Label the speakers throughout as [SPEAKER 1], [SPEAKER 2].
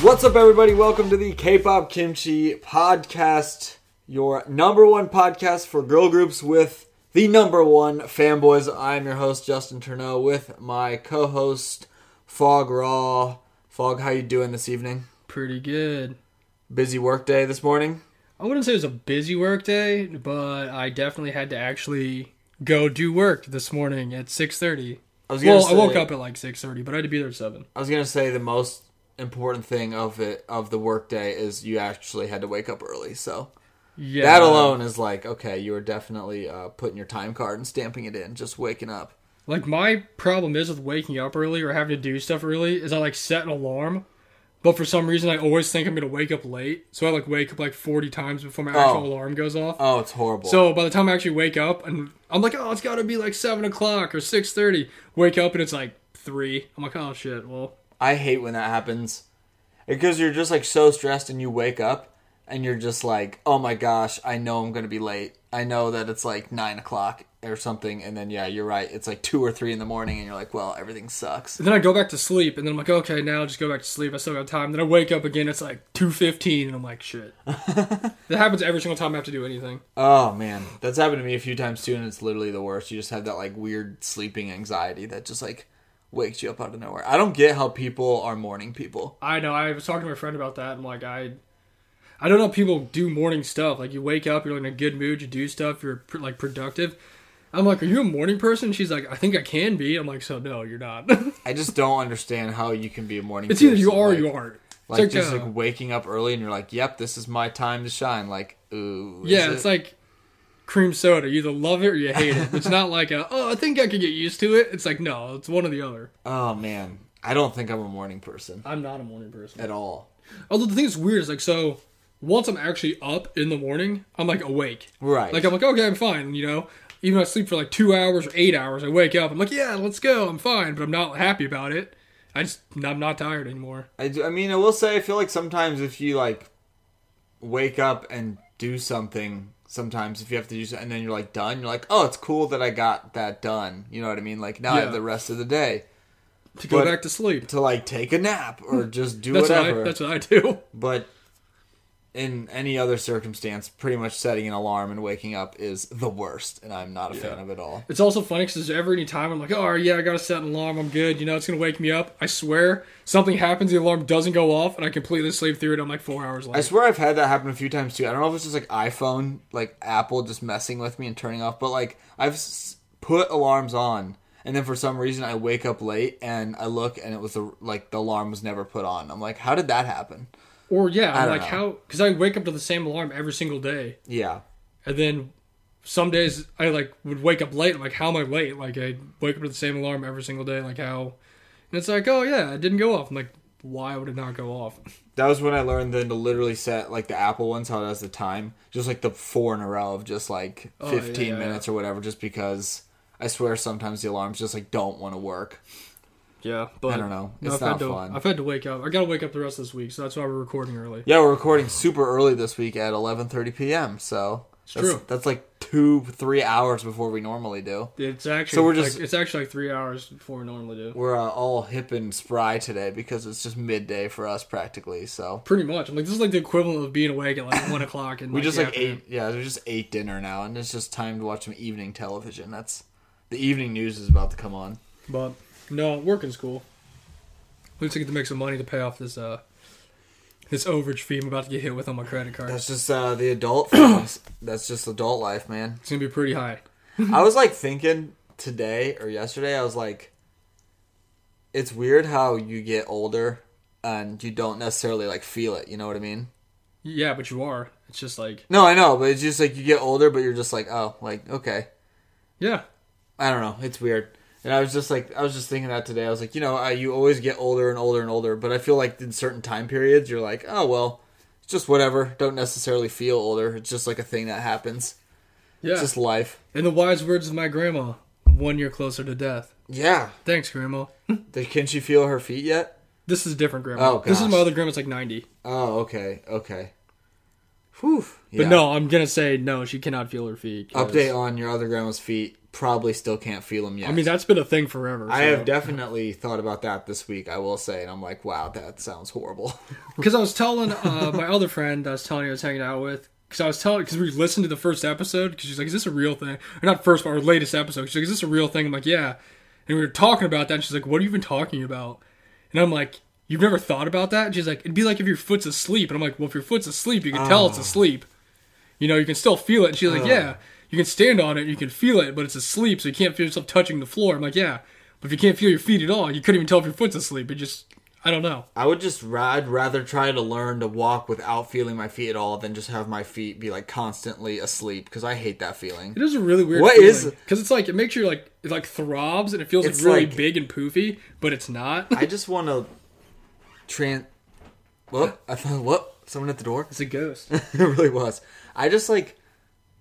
[SPEAKER 1] What's up, everybody? Welcome to the K-pop Kimchi Podcast, your number one podcast for girl groups with the number one fanboys. I am your host Justin Turneau with my co-host Fog Raw. Fog, how you doing this evening?
[SPEAKER 2] Pretty good.
[SPEAKER 1] Busy work day this morning.
[SPEAKER 2] I wouldn't say it was a busy work day, but I definitely had to actually go do work this morning at 6.30.
[SPEAKER 1] I was
[SPEAKER 2] Well,
[SPEAKER 1] say,
[SPEAKER 2] I woke up at like 6.30, but I had to be there at 7.
[SPEAKER 1] I was gonna say the most important thing of it of the work day is you actually had to wake up early. So
[SPEAKER 2] Yeah.
[SPEAKER 1] that alone is like okay, you were definitely uh, putting your time card and stamping it in, just waking up.
[SPEAKER 2] Like, my problem is with waking up early or having to do stuff early is I, like, set an alarm, but for some reason I always think I'm going to wake up late, so I, like, wake up, like, 40 times before my actual
[SPEAKER 1] Oh.
[SPEAKER 2] alarm goes off.
[SPEAKER 1] Oh, it's horrible.
[SPEAKER 2] So by the time I actually wake up, and I'm like, oh, it's got to be like seven o'clock or six thirty. Wake up and it's like three. I'm like, oh shit. Well,
[SPEAKER 1] I hate when that happens because you're just like so stressed and you wake up and you're just like, oh my gosh, I know I'm gonna be late. I know that it's like nine o'clock or something, and then yeah, you're right. It's like two or three in the morning, and you're like, well, everything sucks.
[SPEAKER 2] And then I go back to sleep, and then I'm like, okay, now I'll just go back to sleep. I still got time. Then I wake up again. It's like two fifteen, and I'm like, shit. that happens every single time I have to do anything.
[SPEAKER 1] Oh man, that's happened to me a few times too, and it's literally the worst. You just have that like weird sleeping anxiety that just like wakes you up out of nowhere. I don't get how people are morning people.
[SPEAKER 2] I know. I was talking to my friend about that, and like, I, I don't know. how People do morning stuff. Like, you wake up, you're in a good mood, you do stuff, you're pr- like productive. I'm like, are you a morning person? She's like, I think I can be. I'm like, so no, you're not.
[SPEAKER 1] I just don't understand how you can be a morning.
[SPEAKER 2] it's either you
[SPEAKER 1] person,
[SPEAKER 2] are or
[SPEAKER 1] like-
[SPEAKER 2] you aren't. It's
[SPEAKER 1] like just
[SPEAKER 2] uh,
[SPEAKER 1] like waking up early and you're like, "Yep, this is my time to shine." Like, ooh, is
[SPEAKER 2] Yeah,
[SPEAKER 1] it?
[SPEAKER 2] it's like cream soda. You either love it or you hate it. It's not like a, oh, I think I could get used to it. It's like no, it's one or the other.
[SPEAKER 1] oh man, I don't think I'm a morning person
[SPEAKER 2] I'm not a morning person.
[SPEAKER 1] at all.
[SPEAKER 2] Although the thing that's weird is like so once I'm actually up in the morning, I'm like awake.
[SPEAKER 1] Right?
[SPEAKER 2] Like I'm like okay, I'm fine. You know, even if I sleep for like two hours or eight hours, I wake up. I'm like yeah, let's go. I'm fine, but I'm not happy about it. I just I'm not tired anymore.
[SPEAKER 1] I, do- I mean, I will say, I feel like sometimes if you like wake up and do something, sometimes if you have to do something and then you're like done, you're like, "Oh, it's cool that I got that done." You know what I mean? Like now I have
[SPEAKER 2] Yeah.
[SPEAKER 1] the rest of the day
[SPEAKER 2] To go
[SPEAKER 1] But-
[SPEAKER 2] back to sleep.
[SPEAKER 1] to like take a nap or just do
[SPEAKER 2] That's
[SPEAKER 1] whatever.
[SPEAKER 2] what I, that's what I do.
[SPEAKER 1] but in any other circumstance, pretty much setting an alarm and waking up is the worst, and I'm not a fan of it all.
[SPEAKER 2] It's also funny because there's ever any time I'm like, oh yeah, I gotta set an alarm. I'm good. You know, it's gonna wake me up. I swear, something happens, the alarm doesn't go off, and I completely sleep through it. I'm like four hours
[SPEAKER 1] I
[SPEAKER 2] later.
[SPEAKER 1] swear I've had that happen a few times too. I don't know if it's just like iPhone, like Apple just messing with me and turning off, but like I've s- put alarms on, and then for some reason I wake up late and I look and it was the, like the alarm was never put on. I'm like, how did that happen?
[SPEAKER 2] or yeah, I'm
[SPEAKER 1] don't
[SPEAKER 2] like
[SPEAKER 1] know.
[SPEAKER 2] how because I wake up to the same alarm every single day,
[SPEAKER 1] Yeah,
[SPEAKER 2] and then some days I like would wake up late. I'm like, how am I late? Like I wake up to the same alarm every single day. Like how, and it's like, oh yeah, it didn't go off. I'm like, why would it not go off?
[SPEAKER 1] that was when I learned then to literally set like the Apple ones how it has the time, just like the four in a row of just like
[SPEAKER 2] Oh,
[SPEAKER 1] 15
[SPEAKER 2] yeah.
[SPEAKER 1] minutes or whatever, just because I swear sometimes the alarms just like don't want to work.
[SPEAKER 2] Yeah, but
[SPEAKER 1] I don't know. It's
[SPEAKER 2] No, I've
[SPEAKER 1] not
[SPEAKER 2] had to,
[SPEAKER 1] fun.
[SPEAKER 2] I've had to wake up. I gotta wake up the rest of this week, so that's why we're recording early.
[SPEAKER 1] Yeah, we're recording super early this week at 11:30 p.m. So that's,
[SPEAKER 2] true.
[SPEAKER 1] That's like two, three hours before we normally do.
[SPEAKER 2] It's actually
[SPEAKER 1] So we're just-
[SPEAKER 2] like, it's actually like three hours before we normally do.
[SPEAKER 1] We're uh, all hip and spry today because it's just midday for us practically. So
[SPEAKER 2] Pretty much. I'm like this is like the equivalent of being awake at like one o'clock and
[SPEAKER 1] we just
[SPEAKER 2] the
[SPEAKER 1] like
[SPEAKER 2] afternoon.
[SPEAKER 1] ate. Yeah, we just ate dinner now, and it's just time to watch some evening television. That's the evening news is about to come on.
[SPEAKER 2] But no, working's cool. At least I get to make some money to pay off this uh this overage fee I'm about to get hit with on my credit card.
[SPEAKER 1] That's just uh, the adult. things. That's just adult life, man.
[SPEAKER 2] It's gonna be pretty high.
[SPEAKER 1] I was like thinking today or yesterday, I was like, it's weird how you get older and you don't necessarily like feel it. You know what I mean?
[SPEAKER 2] Yeah, but you are. It's just like
[SPEAKER 1] No, I know, but it's just like you get older, but you're just like, oh, like, okay.
[SPEAKER 2] yeah.
[SPEAKER 1] I don't know. It's weird. And I was just like, I was just thinking that today. I was like, you know, I, you always get older and older and older, but I feel like in certain time periods, you're like, oh, well, it's just whatever. Don't necessarily feel older. It's just like a thing that happens.
[SPEAKER 2] Yeah.
[SPEAKER 1] It's just life.
[SPEAKER 2] In the wise words of my grandma, one year closer to death.
[SPEAKER 1] Yeah.
[SPEAKER 2] Thanks, grandma.
[SPEAKER 1] Did, can she feel her feet yet?
[SPEAKER 2] This is different grandma.
[SPEAKER 1] Oh,
[SPEAKER 2] This is
[SPEAKER 1] gosh.
[SPEAKER 2] my other grandma's like ninety.
[SPEAKER 1] Oh, okay, okay.
[SPEAKER 2] Whew. But
[SPEAKER 1] Yeah.
[SPEAKER 2] no, I'm gonna say no. She cannot feel her feet. 'cause-
[SPEAKER 1] Update on your other grandma's feet. Probably still can't feel them yet.
[SPEAKER 2] I mean, that's been a thing forever.
[SPEAKER 1] I have definitely thought about that this week. I will say, and I'm like, wow, that sounds horrible.
[SPEAKER 2] because I was telling uh, my other friend I was telling you I was hanging out with because I was telling because we listened to the first episode because she's like, "Is this a real thing?" Or not first, but our latest episode. She's like, "Is this a real thing?" I'm like, "Yeah," and we were talking about that. And she's like, "What have you been talking about?" And I'm like, "You've never thought about that?" And she's like, "It'd be like if your foot's asleep." And I'm like, "Well, if your foot's asleep, you can tell it's asleep. You know, you can still feel it." And she's like, "Yeah." You can stand on it, and you can feel it, but it's asleep, so you can't feel yourself touching the floor. I'm like, yeah, but if you can't feel your feet at all, you couldn't even tell if your foot's asleep. It just, I don't know.
[SPEAKER 1] I would just ra- I'd rather try to learn to walk without feeling my feet at all than just have my feet be like constantly asleep because I hate that feeling.
[SPEAKER 2] It is a really weird.
[SPEAKER 1] What
[SPEAKER 2] What is?
[SPEAKER 1] is-
[SPEAKER 2] Because it's like it makes you like it like throbs and it feels like
[SPEAKER 1] It's
[SPEAKER 2] really
[SPEAKER 1] like-
[SPEAKER 2] big and poofy, but it's not.
[SPEAKER 1] I just want to trans. Whoop! I thought whoop! Someone at the door.
[SPEAKER 2] It's a ghost.
[SPEAKER 1] it really was. I just like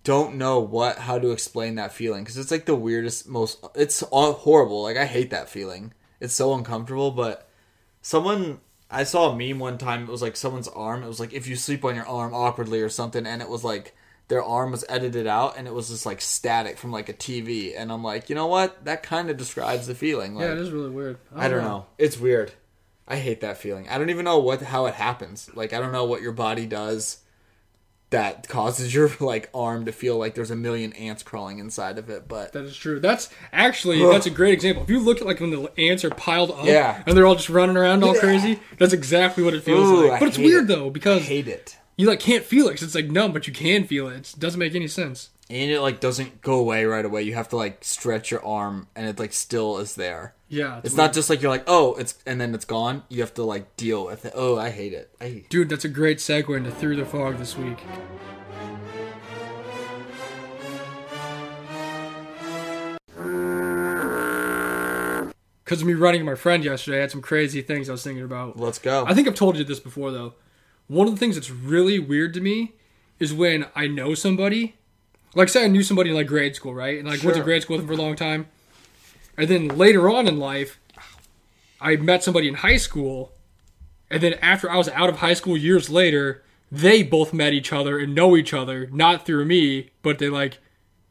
[SPEAKER 1] don't know what how to explain that feeling because it's like the weirdest, most it's all horrible. Like I hate that feeling. It's so uncomfortable. But someone I saw a meme one time. It was like someone's arm. It was like if you sleep on your arm awkwardly or something, and it was like their arm was edited out and it was just like static from like a TV. And I'm like, you know what? That kind of describes the feeling. Like,
[SPEAKER 2] yeah, it is really weird.
[SPEAKER 1] I don't know. It's weird. I hate that feeling. I don't even know what how it happens. Like I don't know what your body does that causes your like arm to feel like there's a million ants crawling inside of it, but
[SPEAKER 2] That is true. That's actually that's a great example. If you look at like when the ants are piled up,
[SPEAKER 1] Yeah.
[SPEAKER 2] and they're all just running around all
[SPEAKER 1] Yeah.
[SPEAKER 2] crazy. That's exactly what it feels
[SPEAKER 1] Ooh, I
[SPEAKER 2] like. But it's
[SPEAKER 1] hate
[SPEAKER 2] weird
[SPEAKER 1] it.
[SPEAKER 2] though
[SPEAKER 1] I
[SPEAKER 2] because
[SPEAKER 1] hate it.
[SPEAKER 2] you like can't feel it. 'cause it's like numb, but you can feel it. It doesn't make any sense.
[SPEAKER 1] And it like doesn't go away right away. You have to like stretch your arm and it like still is there.
[SPEAKER 2] Yeah,
[SPEAKER 1] It's not just like you're like, "Oh, it's and then it's gone." You have to like deal with it. Oh, I hate it. I hate
[SPEAKER 2] Dude, that's a great segue into Through the Fog this week. Because of me running to my friend yesterday, I had some crazy things I was thinking about.
[SPEAKER 1] Let's go.
[SPEAKER 2] I think I've told you this before, though. One of the things that's really weird to me is when I know somebody. Like, say I knew somebody in like grade school, right? And like went
[SPEAKER 1] Sure.
[SPEAKER 2] to grade school with them for a long time. And then later on in life, I met somebody in high school. And then after I was out of high school years later, they both met each other and know each other, not through me, but they like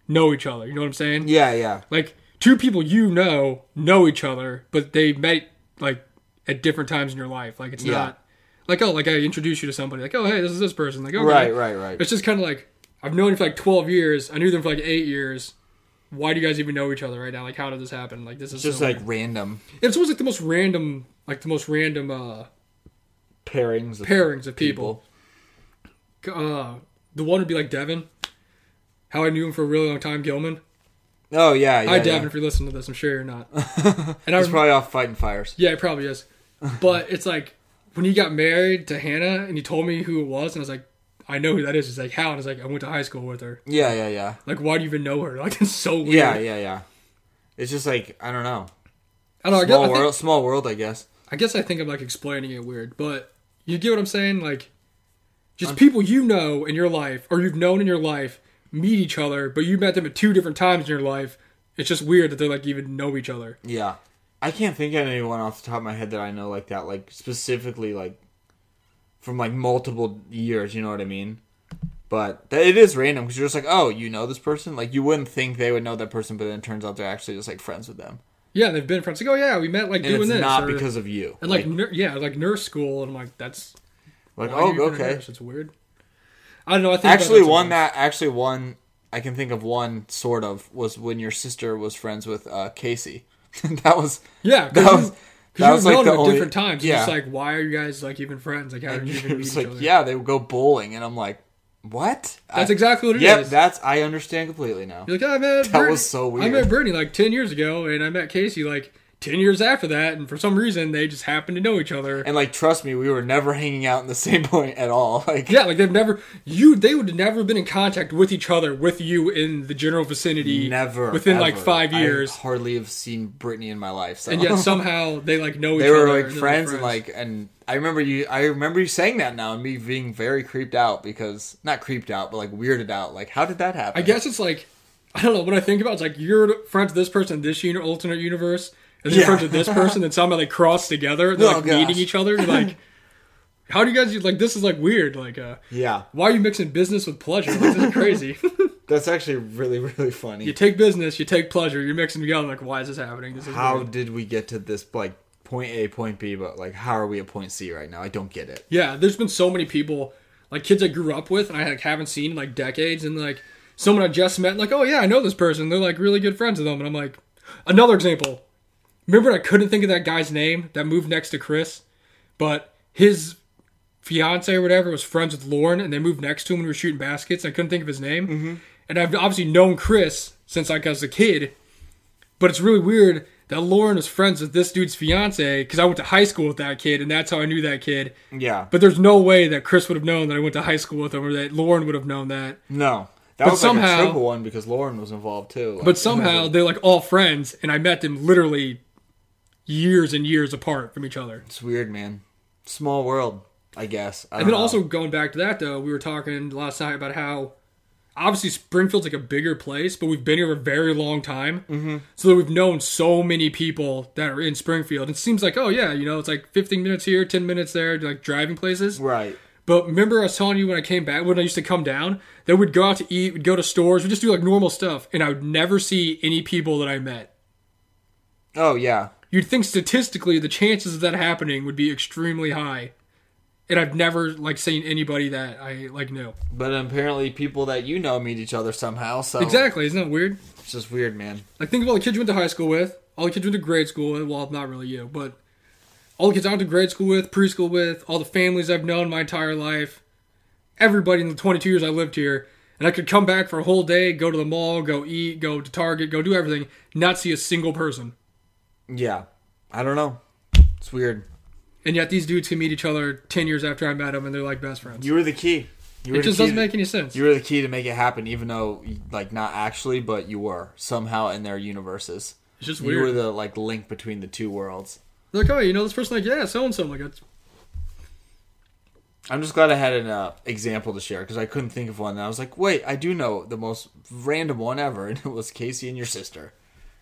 [SPEAKER 2] know each other. You know what I'm saying?
[SPEAKER 1] yeah, yeah.
[SPEAKER 2] Like two people you know know each other, but they met like at different times in your life. Like it's
[SPEAKER 1] Yeah.
[SPEAKER 2] not like oh, like I introduce you to somebody, like oh hey, this is this person. Like okay.
[SPEAKER 1] Right, right, right.
[SPEAKER 2] It's just kind of like I've known you for like twelve years. I knew them for like eight years. Why do you guys even know each other right now? Like how did this happen? Like this is
[SPEAKER 1] It's just
[SPEAKER 2] so
[SPEAKER 1] like
[SPEAKER 2] weird.
[SPEAKER 1] random
[SPEAKER 2] it's almost like the most random, like the most random uh
[SPEAKER 1] pairings of
[SPEAKER 2] pairings of people. Uh, the one would be like Devin. How I knew him for a really long time, Gilman.
[SPEAKER 1] Oh, yeah, yeah.
[SPEAKER 2] Hi,
[SPEAKER 1] yeah.
[SPEAKER 2] Devin, if you're listening to this, I'm sure you're not. and I
[SPEAKER 1] He's
[SPEAKER 2] remember,
[SPEAKER 1] probably off fighting fires.
[SPEAKER 2] yeah, it probably is. But it's like when he got married to Hannah, and he told me who it was, and I was like, I know who that is. He's like, how? And I was like, I went to high school with her.
[SPEAKER 1] Yeah, yeah, yeah.
[SPEAKER 2] Like, why do you even know her? Like, it's so weird.
[SPEAKER 1] Yeah, yeah, yeah. It's just like I don't know.
[SPEAKER 2] I don't know. I guess,
[SPEAKER 1] Small
[SPEAKER 2] I, think,
[SPEAKER 1] world, small world, I guess.
[SPEAKER 2] I guess I think I'm like explaining it weird, but you get what I'm saying. Like, just people you know in your life or you've known in your life meet each other, but you met them at two different times in your life. It's just weird that they like even know each other.
[SPEAKER 1] Yeah, I can't think of anyone off the top of my head that I know like that, like specifically like from like multiple years. You know what I mean? But that, it is random because you're just like, oh, you know this person. Like you wouldn't think they would know that person, but then it turns out they're actually just like friends with them,
[SPEAKER 2] Yeah, they've been friends. Like, oh yeah, we met like
[SPEAKER 1] and
[SPEAKER 2] doing
[SPEAKER 1] it's
[SPEAKER 2] this.
[SPEAKER 1] not
[SPEAKER 2] or-
[SPEAKER 1] because of you.
[SPEAKER 2] and like, nur- yeah, like nurse school, and I'm like, that's
[SPEAKER 1] like,
[SPEAKER 2] why are
[SPEAKER 1] oh,
[SPEAKER 2] you even a
[SPEAKER 1] okay.
[SPEAKER 2] nurse? It's weird. I don't know. I think about
[SPEAKER 1] Actually,
[SPEAKER 2] that
[SPEAKER 1] one
[SPEAKER 2] sometimes.
[SPEAKER 1] that actually one I can think of one sort of was when your sister was friends with uh, Casey. that was
[SPEAKER 2] yeah,
[SPEAKER 1] that
[SPEAKER 2] because
[SPEAKER 1] was-
[SPEAKER 2] you,
[SPEAKER 1] that was, like,
[SPEAKER 2] known
[SPEAKER 1] the
[SPEAKER 2] them at
[SPEAKER 1] only-
[SPEAKER 2] different times.
[SPEAKER 1] yeah.
[SPEAKER 2] It's just like, why are you guys like even friends? Like, how did you even meet
[SPEAKER 1] It's
[SPEAKER 2] each
[SPEAKER 1] like,
[SPEAKER 2] other?
[SPEAKER 1] yeah, they would go bowling, and I'm like, what?
[SPEAKER 2] that's
[SPEAKER 1] I,
[SPEAKER 2] exactly what it is.
[SPEAKER 1] Yep, that's I understand completely now.
[SPEAKER 2] You're like, "Oh, I met
[SPEAKER 1] That
[SPEAKER 2] Brittany-
[SPEAKER 1] was so
[SPEAKER 2] I
[SPEAKER 1] weird.
[SPEAKER 2] met Brittany like ten years ago, and I met Casey like ten years after that, and for some reason they just happened to know each other.
[SPEAKER 1] And like, trust me, we were never hanging out in the same point at all. Like,
[SPEAKER 2] yeah, like they've never you they would have never been in contact with each other with you in the general vicinity
[SPEAKER 1] never
[SPEAKER 2] within like
[SPEAKER 1] ever.
[SPEAKER 2] five
[SPEAKER 1] I
[SPEAKER 2] years,
[SPEAKER 1] hardly have seen Brittany in my life. So.
[SPEAKER 2] and yet somehow they like know each
[SPEAKER 1] they were
[SPEAKER 2] other.
[SPEAKER 1] like
[SPEAKER 2] and they're,
[SPEAKER 1] friends, and like, and I remember you. I remember you saying that now, and me being very creeped out because not creeped out, but like weirded out. Like, how did that happen?
[SPEAKER 2] I guess it's like I don't know what I think about. It's like you're friends with this person, in this uni- alternate universe, and then
[SPEAKER 1] Yeah.
[SPEAKER 2] you're friends with this person, and somehow they cross together. They're
[SPEAKER 1] Oh,
[SPEAKER 2] like
[SPEAKER 1] gosh.
[SPEAKER 2] meeting each other. You're like, How do you guys like this? Is like weird. Like, uh,
[SPEAKER 1] Yeah,
[SPEAKER 2] why are you mixing business with pleasure? Like, this is crazy.
[SPEAKER 1] that's actually really really funny.
[SPEAKER 2] you take business, you take pleasure, you're mixing together. Like, why is this happening? This is
[SPEAKER 1] how
[SPEAKER 2] weird.
[SPEAKER 1] did we get to this like point A point B? But like, how are we at point C right now? I don't get it.
[SPEAKER 2] Yeah, there's been so many people, like kids I grew up with, and I like, haven't seen in like decades, and like someone I just met, like, oh yeah, I know this person. They're like really good friends with them, and I'm like, another example. Remember, when I couldn't think of that guy's name that moved next to Chris, but his fiance or whatever was friends with Lauren, and they moved next to him when we were shooting baskets. And I couldn't think of his name, and I've obviously known Chris since like I was a kid, but it's really weird that Lauren was friends with this dude's fiance because I went to high school with that kid, and that's how I knew that kid.
[SPEAKER 1] Yeah,
[SPEAKER 2] But there's no way that Chris would have known that I went to high school with him, or that Lauren would have known that.
[SPEAKER 1] no, that
[SPEAKER 2] But
[SPEAKER 1] was like
[SPEAKER 2] somehow-
[SPEAKER 1] a triple one because Lauren was involved too. Like,
[SPEAKER 2] But somehow they're like all friends, and I met them literally years and years apart from each other.
[SPEAKER 1] it's weird, man. Small world, I guess. I
[SPEAKER 2] And then
[SPEAKER 1] don't know.
[SPEAKER 2] also going back to that though, we were talking last night about how obviously Springfield's like a bigger place, but we've been here a very long time, mm-hmm. so that we've known so many people that are in Springfield. It seems like oh yeah, you know, it's like 15 minutes here, 10 minutes there, like driving places.
[SPEAKER 1] right.
[SPEAKER 2] But remember, I was telling you when I came back, when I used to come down, that we'd go out to eat, we'd go to stores, we'd just do like normal stuff, and I would never see any people that I met.
[SPEAKER 1] Oh yeah,
[SPEAKER 2] You'd think statistically the chances of that happening would be extremely high, and I've never like seen anybody that I like knew.
[SPEAKER 1] but apparently people that you know meet each other somehow. So
[SPEAKER 2] Exactly, isn't that weird?
[SPEAKER 1] it's just weird, man.
[SPEAKER 2] Like think of all the kids you went to high school with, all the kids you went to grade school with. Well, not really you, but all the kids I went to grade school with, preschool with, all the families I've known my entire life, everybody in the 22 years I lived here, and I could come back for a whole day, go to the mall, go eat, go to Target, go do everything, not see a single person,
[SPEAKER 1] Yeah, I don't know. It's weird.
[SPEAKER 2] and yet these dudes can meet each other 10 years after I met them, and they're like best friends.
[SPEAKER 1] You were the key. You were
[SPEAKER 2] it
[SPEAKER 1] the
[SPEAKER 2] just
[SPEAKER 1] key
[SPEAKER 2] doesn't
[SPEAKER 1] to-
[SPEAKER 2] make any sense.
[SPEAKER 1] You were the key to make it happen, even though, like, not actually, but you were somehow in their universes.
[SPEAKER 2] It's just
[SPEAKER 1] You
[SPEAKER 2] weird.
[SPEAKER 1] were the like link between the two worlds.
[SPEAKER 2] They're like, oh, you know this person, like, yeah, so and so, like, that's
[SPEAKER 1] I'm just glad I had an uh, example to share because I couldn't think of one. And I was like, wait, I do know the most random one ever, and it was Casey and your sister.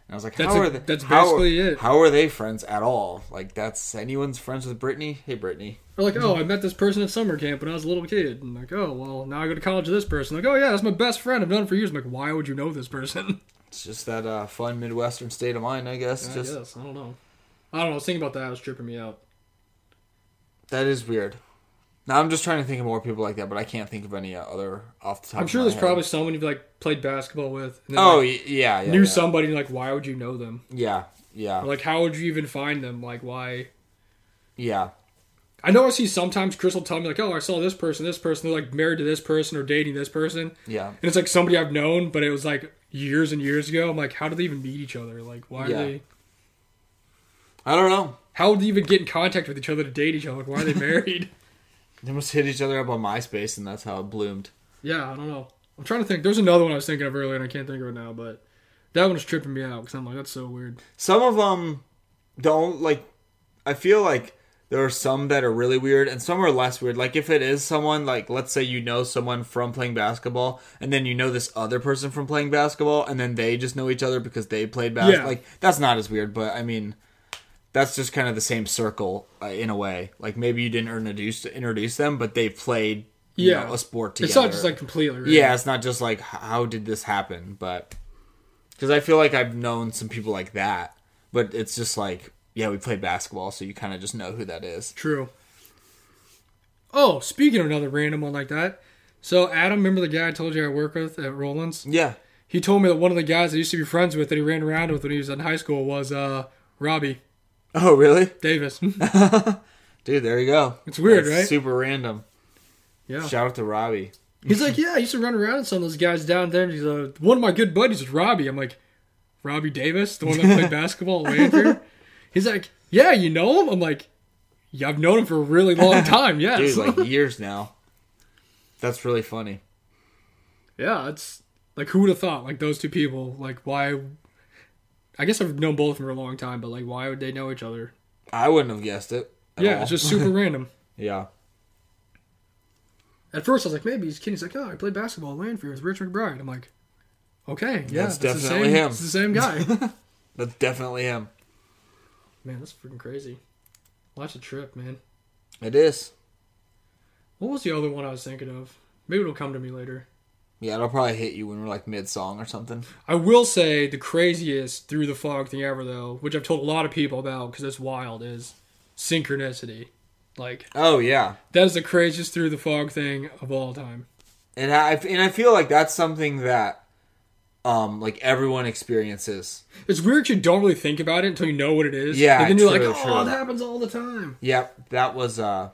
[SPEAKER 1] And I was like,
[SPEAKER 2] That's
[SPEAKER 1] how
[SPEAKER 2] a-
[SPEAKER 1] are they?
[SPEAKER 2] that's
[SPEAKER 1] how are-
[SPEAKER 2] basically it.
[SPEAKER 1] How are they friends at all? Like, that's anyone's friends with Brittany? Hey, Brittany.
[SPEAKER 2] Or like,
[SPEAKER 1] Mm-hmm.
[SPEAKER 2] oh, I met this person at summer camp when I was a little kid, and like, oh, well, now I go to college with this person. Like, oh yeah, that's my best friend. I've known him for years. I'm like, why would you know this person?
[SPEAKER 1] It's just that uh, fun Midwestern state of mind, I guess. just
[SPEAKER 2] I guess I don't know. I don't know. I was thinking about that. It was tripping me out.
[SPEAKER 1] that is weird. Now I'm just trying to think of more people like that, but I can't think of any uh, other off the top.
[SPEAKER 2] I'm
[SPEAKER 1] of
[SPEAKER 2] sure
[SPEAKER 1] my
[SPEAKER 2] there's
[SPEAKER 1] head.
[SPEAKER 2] probably someone you've like played basketball with. And then,
[SPEAKER 1] Oh
[SPEAKER 2] like,
[SPEAKER 1] y yeah, yeah,
[SPEAKER 2] knew
[SPEAKER 1] yeah.
[SPEAKER 2] somebody. and, Like, why would you know them?
[SPEAKER 1] Yeah,
[SPEAKER 2] Or,
[SPEAKER 1] yeah,
[SPEAKER 2] like, how would you even find them? Like, why?
[SPEAKER 1] yeah.
[SPEAKER 2] I know I see sometimes Chris will tell me like, oh, I saw this person, this person. They're like married to this person or dating this person, and
[SPEAKER 1] Yeah.
[SPEAKER 2] it's like somebody I've known, but it was like years and years ago. I'm like, how did they even meet each other? Like, why
[SPEAKER 1] Yeah.
[SPEAKER 2] are they?
[SPEAKER 1] I don't know.
[SPEAKER 2] How would they even get in contact with each other to date each other? Like, why are they married?
[SPEAKER 1] They must hit each other up on MySpace, and that's how it bloomed.
[SPEAKER 2] yeah, I don't know. I'm trying to think. There's another one I was thinking of earlier, and I can't think of it now. But that one was tripping me out because I'm like, that's so weird.
[SPEAKER 1] Some of them don't like. I feel like there are some that are really weird, and some are less weird. Like if it is someone, like let's say you know someone from playing basketball, and then you know this other person from playing basketball, and then they just know each other because they played basketball.
[SPEAKER 2] Yeah.
[SPEAKER 1] Like that's not as weird, but I mean. That's just kind of the same circle uh, in a way. Like maybe you didn't introduce introduce them, but they played you
[SPEAKER 2] Yeah.
[SPEAKER 1] know, a sport together.
[SPEAKER 2] It's not just like completely. Right?
[SPEAKER 1] Yeah, it's not just like h- how did this happen, but because I feel like I've known some people like that, but it's just like yeah, we played basketball, so you kind of just know who that is.
[SPEAKER 2] True. Oh, speaking of another random one like that. So Adam, remember the guy I told you I work with at Rollins?
[SPEAKER 1] Yeah,
[SPEAKER 2] He told me that one of the guys I used to be friends with that he ran around with when he was in high school was uh Robbie
[SPEAKER 1] Oh, really?
[SPEAKER 2] Davis.
[SPEAKER 1] Dude, there you go.
[SPEAKER 2] It's weird, right?
[SPEAKER 1] Super random.
[SPEAKER 2] yeah.
[SPEAKER 1] Shout out to Robbie.
[SPEAKER 2] He's like, yeah, I used to run around with some of those guys down there. And he's like, one of my good buddies is Robbie. I'm like, Robbie Davis, the one that played basketball at Lanfear? He's like, yeah, you know him? I'm like, yeah, I've known him for a really long time. Yes.
[SPEAKER 1] Dude, like years now. That's really funny.
[SPEAKER 2] yeah, it's like, who would have thought? Like, those two people, like, why? I guess I've known both of them for a long time, but like, why would they know each other?
[SPEAKER 1] I wouldn't have guessed it. at
[SPEAKER 2] yeah,
[SPEAKER 1] all.
[SPEAKER 2] it's just super random.
[SPEAKER 1] yeah.
[SPEAKER 2] At first, I was like, maybe he's kidding. He's like, oh, I played basketball at Lanfear with Rich McBride. I'm like, okay, yeah,
[SPEAKER 1] That's
[SPEAKER 2] it's the
[SPEAKER 1] definitely
[SPEAKER 2] same-
[SPEAKER 1] him.
[SPEAKER 2] It's the same guy.
[SPEAKER 1] That's definitely him.
[SPEAKER 2] Man, that's freaking crazy. Well, that's a trip, man.
[SPEAKER 1] It is.
[SPEAKER 2] What was the other one I was thinking of? Maybe it'll come to me later.
[SPEAKER 1] Yeah, it'll probably hit you when we're like mid song or something.
[SPEAKER 2] I will say the craziest through the fog thing ever, though, which I've told a lot of people about because it's wild, is synchronicity. Like
[SPEAKER 1] Oh yeah,
[SPEAKER 2] that is the craziest through the fog thing of all time.
[SPEAKER 1] and I and I feel like that's something that, um, like everyone experiences.
[SPEAKER 2] It's weird 'cause you don't really think about it until you know what it is.
[SPEAKER 1] Yeah,
[SPEAKER 2] and then you're like,
[SPEAKER 1] true,
[SPEAKER 2] oh,
[SPEAKER 1] true.
[SPEAKER 2] it happens all the time.
[SPEAKER 1] Yep, that was uh,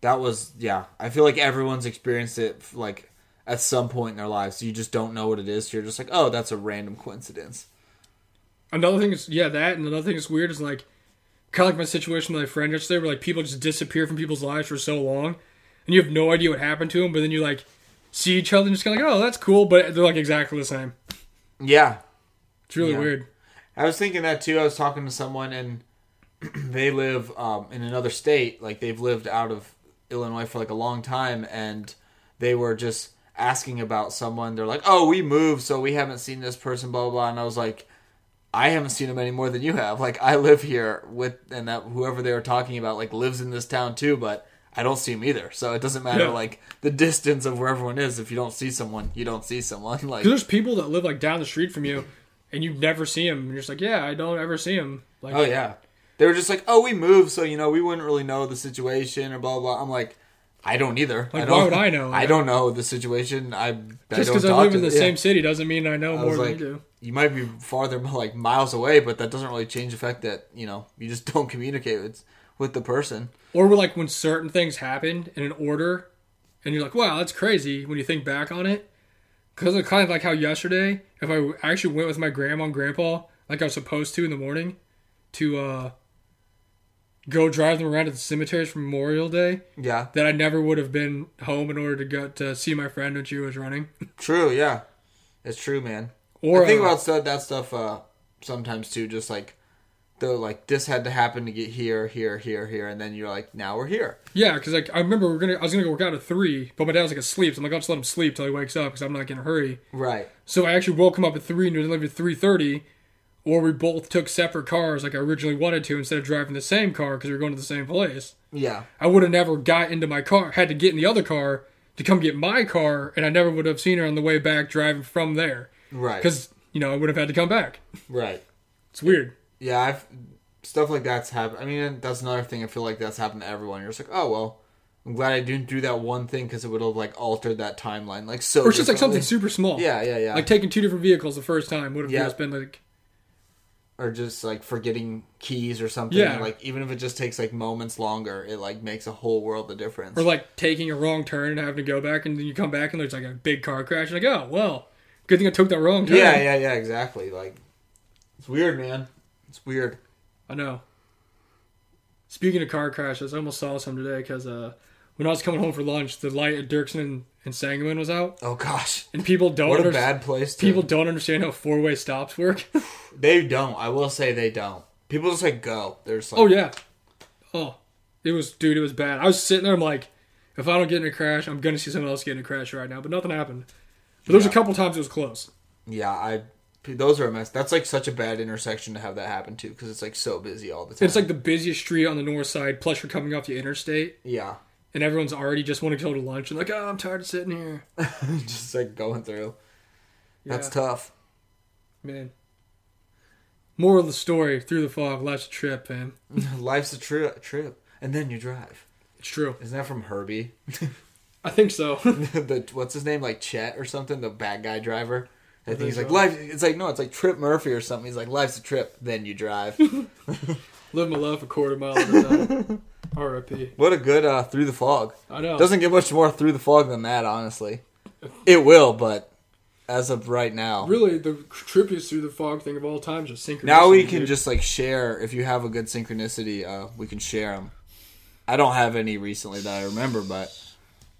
[SPEAKER 1] that was yeah. I feel like everyone's experienced it like at some point in their lives. So you just don't know what it is. So you're just like, oh, that's a random coincidence.
[SPEAKER 2] Another thing is yeah that, and another thing that's weird is like kind of like my situation with my friend yesterday, where like people just disappear from people's lives for so long, and you have no idea what happened to them, but then you like see each other and just kind of like, oh, that's cool, but they're like exactly the same.
[SPEAKER 1] Yeah,
[SPEAKER 2] It's really
[SPEAKER 1] Yeah.
[SPEAKER 2] weird.
[SPEAKER 1] I was thinking that too. I was talking to someone, and they live um, in another state. Like they've lived out of Illinois for like a long time, and they were just asking about someone. They're like, "Oh, we moved, so we haven't seen this person." Blah blah. blah. And I was like, "I haven't seen him any more than you have. Like I live here with, and that whoever they were talking about like lives in this town too, but." I don't see him either, so it doesn't matter
[SPEAKER 2] Yeah.
[SPEAKER 1] like the distance of where everyone is. If you don't see someone, you don't see someone. Like
[SPEAKER 2] 'Cause there's people that live like down the street from you, and you never see them, and you're just like, yeah, I don't ever see them. Like,
[SPEAKER 1] Oh yeah. They were just like, "Oh, we moved, so you know, we wouldn't really know the situation or blah blah." blah. I'm like, "I don't either.
[SPEAKER 2] Like,
[SPEAKER 1] I
[SPEAKER 2] why
[SPEAKER 1] don't,
[SPEAKER 2] would I know?
[SPEAKER 1] I don't know the situation. I
[SPEAKER 2] just
[SPEAKER 1] because
[SPEAKER 2] because I live in the same city doesn't mean I know
[SPEAKER 1] I
[SPEAKER 2] more
[SPEAKER 1] was
[SPEAKER 2] than
[SPEAKER 1] like,
[SPEAKER 2] you do.
[SPEAKER 1] you might be farther, like miles away, but that doesn't really change the fact that you know you just don't communicate with with the person.
[SPEAKER 2] Or we're like when certain things happen in an order, and you're like, wow, that's crazy when you think back on it. Because it's kind of like how yesterday, if I actually went with my grandma and grandpa, like I was supposed to in the morning, to uh, go drive them around to the cemeteries for Memorial Day,
[SPEAKER 1] Yeah,
[SPEAKER 2] that I never would have been home in order to go to see my friend when she was running.
[SPEAKER 1] true. Yeah, it's true, man.
[SPEAKER 2] Or
[SPEAKER 1] I think
[SPEAKER 2] uh,
[SPEAKER 1] about stuff, that stuff uh, sometimes too. Just like though, like this had to happen to get here, here, here, here, and then you're like, now we're here.
[SPEAKER 2] Yeah, because like I remember we are gonna I was gonna go work out at three, but my dad was like asleep, so I'm like I'll just let him sleep till he wakes up because I'm not gonna hurry.
[SPEAKER 1] Right.
[SPEAKER 2] So I actually woke him up at three and we left at three thirty, or we both took separate cars like I originally wanted to instead of driving the same car because we were going to the same place.
[SPEAKER 1] Yeah.
[SPEAKER 2] I would have never got into my car, had to get in the other car to come get my car, and I never would have seen her on the way back driving from there
[SPEAKER 1] Right.
[SPEAKER 2] because you know I would have had to come back.
[SPEAKER 1] Right.
[SPEAKER 2] It's weird.
[SPEAKER 1] Yeah, I've stuff like that's happened. I mean, that's another thing. I feel like that's happened to everyone. You're just like, oh well, I'm glad I didn't do that one thing because it would have like altered that timeline. Like so,
[SPEAKER 2] Or it's just like
[SPEAKER 1] differently.
[SPEAKER 2] something super small.
[SPEAKER 1] Yeah, yeah, yeah.
[SPEAKER 2] Like taking two different vehicles the first time would have
[SPEAKER 1] Yeah.
[SPEAKER 2] just been like
[SPEAKER 1] or just like forgetting keys or something.
[SPEAKER 2] Yeah.
[SPEAKER 1] Like even if it just takes like moments longer, it like makes a whole world of difference.
[SPEAKER 2] Or like taking a wrong turn and having to go back, and then you come back and there's like a big car crash. You're like, oh well, good thing I took that wrong turn.
[SPEAKER 1] yeah, yeah, yeah. Exactly. Like it's weird, man. It's weird.
[SPEAKER 2] I know. Speaking of car crashes, I almost saw some today because uh, when I was coming home for lunch, the light at Dirksen and, and Sangamon was out,
[SPEAKER 1] Oh gosh,
[SPEAKER 2] and people don't
[SPEAKER 1] what a
[SPEAKER 2] under-
[SPEAKER 1] bad place. To,
[SPEAKER 2] people don't understand how four way stops work.
[SPEAKER 1] they don't. I will say they don't. People just like go. They're just like,
[SPEAKER 2] oh yeah, oh it was dude, it was bad. I was sitting there, I'm like, if I don't get in a crash, I'm gonna see someone else get in a crash right now. But nothing happened. But there was a
[SPEAKER 1] Yeah.
[SPEAKER 2] couple times it was close.
[SPEAKER 1] Yeah, I. Those are a mess. That's like such a bad intersection to have that happen to because it's like so busy all the time.
[SPEAKER 2] It's like the busiest street on the north side, plus you're coming off the interstate,
[SPEAKER 1] yeah,
[SPEAKER 2] and everyone's already just wanting to go to lunch and like, oh, I'm tired of sitting here.
[SPEAKER 1] just like going through. That's
[SPEAKER 2] Yeah,
[SPEAKER 1] tough.
[SPEAKER 2] man. Moral of the story: through the fog, life's a trip, man.
[SPEAKER 1] Life's a tri- trip, and then you drive.
[SPEAKER 2] It's true.
[SPEAKER 1] Isn't that from Herbie?
[SPEAKER 2] I think so.
[SPEAKER 1] the what's his name, like Chet or something, the bad guy driver. I think
[SPEAKER 2] think
[SPEAKER 1] he's like
[SPEAKER 2] so.
[SPEAKER 1] life. It's like no, it's like Trip Murphy or something. He's like life's a trip, then you drive.
[SPEAKER 2] Live my life a quarter mile at a time. R.I.P.
[SPEAKER 1] what a good uh, through the fog.
[SPEAKER 2] I know.
[SPEAKER 1] Doesn't get much more through the fog than that, honestly. It will, but as of right now,
[SPEAKER 2] really the trippiest through the fog thing of all time just synchronicity.
[SPEAKER 1] Now we can
[SPEAKER 2] dude.
[SPEAKER 1] just like share if you have a good synchronicity. Uh, we can share them. I don't have any recently that I remember, but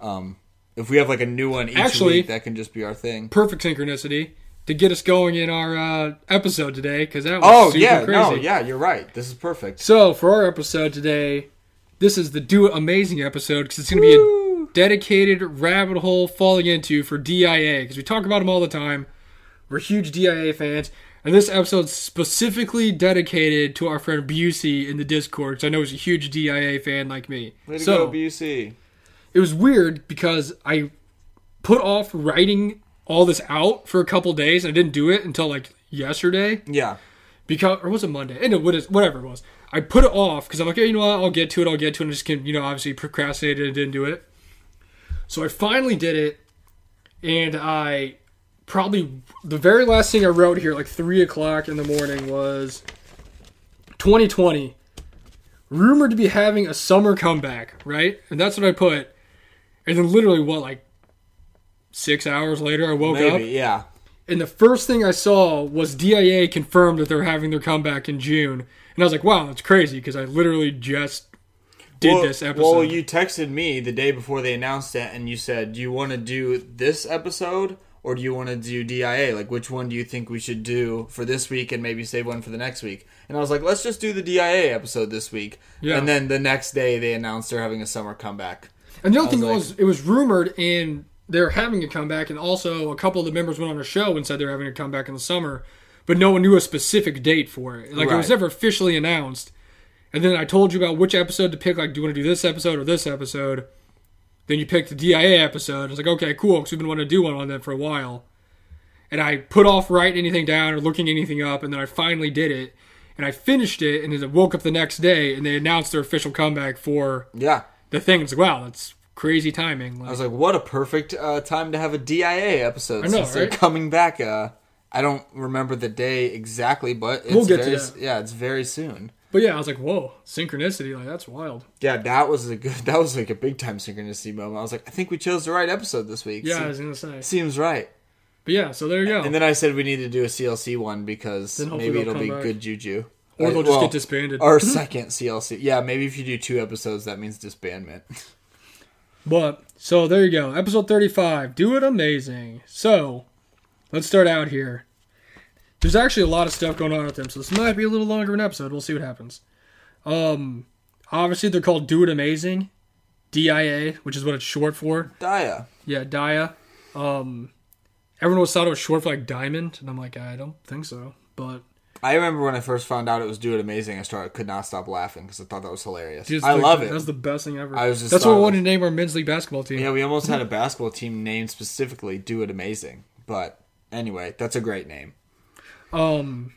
[SPEAKER 1] um, if we have like a new one each
[SPEAKER 2] Actually-
[SPEAKER 1] week, that can just be our thing.
[SPEAKER 2] perfect synchronicity to get us going in our uh, episode today because that was
[SPEAKER 1] Oh
[SPEAKER 2] super
[SPEAKER 1] yeah,
[SPEAKER 2] crazy.
[SPEAKER 1] no, yeah, you're right. This is perfect.
[SPEAKER 2] So for our episode today, this is the Do It Amazing episode because it's going to be
[SPEAKER 1] Woo!
[SPEAKER 2] a dedicated rabbit hole falling into for DIA because we talk about them all the time. We're huge DIA fans, and this episode's specifically dedicated to our friend Busey in the Discord because I know he's a huge DIA fan like me.
[SPEAKER 1] Way to
[SPEAKER 2] so
[SPEAKER 1] go, BC.
[SPEAKER 2] it was weird because I put off writing all this out for a couple days and I didn't do it until like yesterday
[SPEAKER 1] Yeah.
[SPEAKER 2] because or was it Monday? And it was whatever it was. I put it off because I'm like, hey, you know what? I'll get to it. I'll get to it. And I just can, you know, obviously procrastinated and didn't do it. So I finally did it, and I probably the very last thing I wrote here, like three o'clock in the morning, was 2020 rumored to be having a summer comeback, right? And that's what I put. And then literally, what like six hours later, I woke up
[SPEAKER 1] Maybe. Yeah.
[SPEAKER 2] and the first thing I saw was DIA confirmed that they're having their comeback in June, and I was like, "Wow, that's crazy!" Because I literally just did
[SPEAKER 1] well,
[SPEAKER 2] this episode.
[SPEAKER 1] Well, you texted me the day before they announced it, and you said, "Do you want to do this episode or do you want to do DIA? Like, which one do you think we should do for this week, and maybe save one for the next week?" And I was like, "Let's just do the DIA episode this week."
[SPEAKER 2] Yeah.
[SPEAKER 1] And then the next day, they announced they're having a summer comeback.
[SPEAKER 2] and the other thing
[SPEAKER 1] like-
[SPEAKER 2] was, it was rumored, and they're having a comeback, and also a couple of the members went on a show and said they're having a comeback in the summer, but no one knew a specific date for it. Like it was
[SPEAKER 1] Right.
[SPEAKER 2] never officially announced. And then I told you about which episode to pick. Like, do you want to do this episode or this episode? Then you picked the DIA episode. I was like, okay, cool, because we've been wanting to do one on that for a while. and I put off writing anything down or looking anything up, and then I finally did it, and I finished it, and then I woke up the next day, and they announced their official comeback for
[SPEAKER 1] Yeah.
[SPEAKER 2] the thing. It's like, wow, that's crazy timing.
[SPEAKER 1] I
[SPEAKER 2] Like,
[SPEAKER 1] was like, "What a perfect uh, time to have a DIA episode
[SPEAKER 2] I know,
[SPEAKER 1] since they're
[SPEAKER 2] right?
[SPEAKER 1] coming back." Uh, I don't remember the day exactly, but it's
[SPEAKER 2] We'll get to
[SPEAKER 1] very,
[SPEAKER 2] that.
[SPEAKER 1] yeah, it's very soon.
[SPEAKER 2] but yeah, I was like, whoa, synchronicity, like that's wild.
[SPEAKER 1] Yeah, that was a good. That was like a big time synchronicity moment. I was like, I think we chose the right episode this week.
[SPEAKER 2] Yeah, I
[SPEAKER 1] Seems,
[SPEAKER 2] was gonna say.
[SPEAKER 1] seems right.
[SPEAKER 2] But yeah, so there you go.
[SPEAKER 1] And then I said we need to do a CLC one because
[SPEAKER 2] Then hopefully
[SPEAKER 1] maybe it'll
[SPEAKER 2] they'll come
[SPEAKER 1] be
[SPEAKER 2] back.
[SPEAKER 1] good juju.
[SPEAKER 2] or
[SPEAKER 1] Uh,
[SPEAKER 2] they'll just
[SPEAKER 1] well,
[SPEAKER 2] get disbanded. Mm-hmm.
[SPEAKER 1] Our second CLC. Yeah, maybe if you do two episodes, that means disbandment.
[SPEAKER 2] But so there you go. Episode 35. Do it amazing. So let's start out here. There's actually a lot of stuff going on with them, so this might be a little longer of an episode. We'll see what happens. Um obviously they're called Do It Amazing. DIA, which is what it's short for.
[SPEAKER 1] Dia.
[SPEAKER 2] Yeah, DIA. Um everyone was thought it was short for like diamond, and I'm like, I don't think so. But
[SPEAKER 1] I remember when I first found out it was Do It Amazing, I started could not stop laughing because I thought that was hilarious.
[SPEAKER 2] dude, it's
[SPEAKER 1] I
[SPEAKER 2] like-
[SPEAKER 1] love it.
[SPEAKER 2] That's the best thing ever.
[SPEAKER 1] I was just
[SPEAKER 2] That's what
[SPEAKER 1] thought
[SPEAKER 2] we
[SPEAKER 1] of-
[SPEAKER 2] wanted to name our men's league basketball team.
[SPEAKER 1] Yeah, we almost had a basketball team named specifically Do It Amazing, but anyway, that's a great name.
[SPEAKER 2] Um,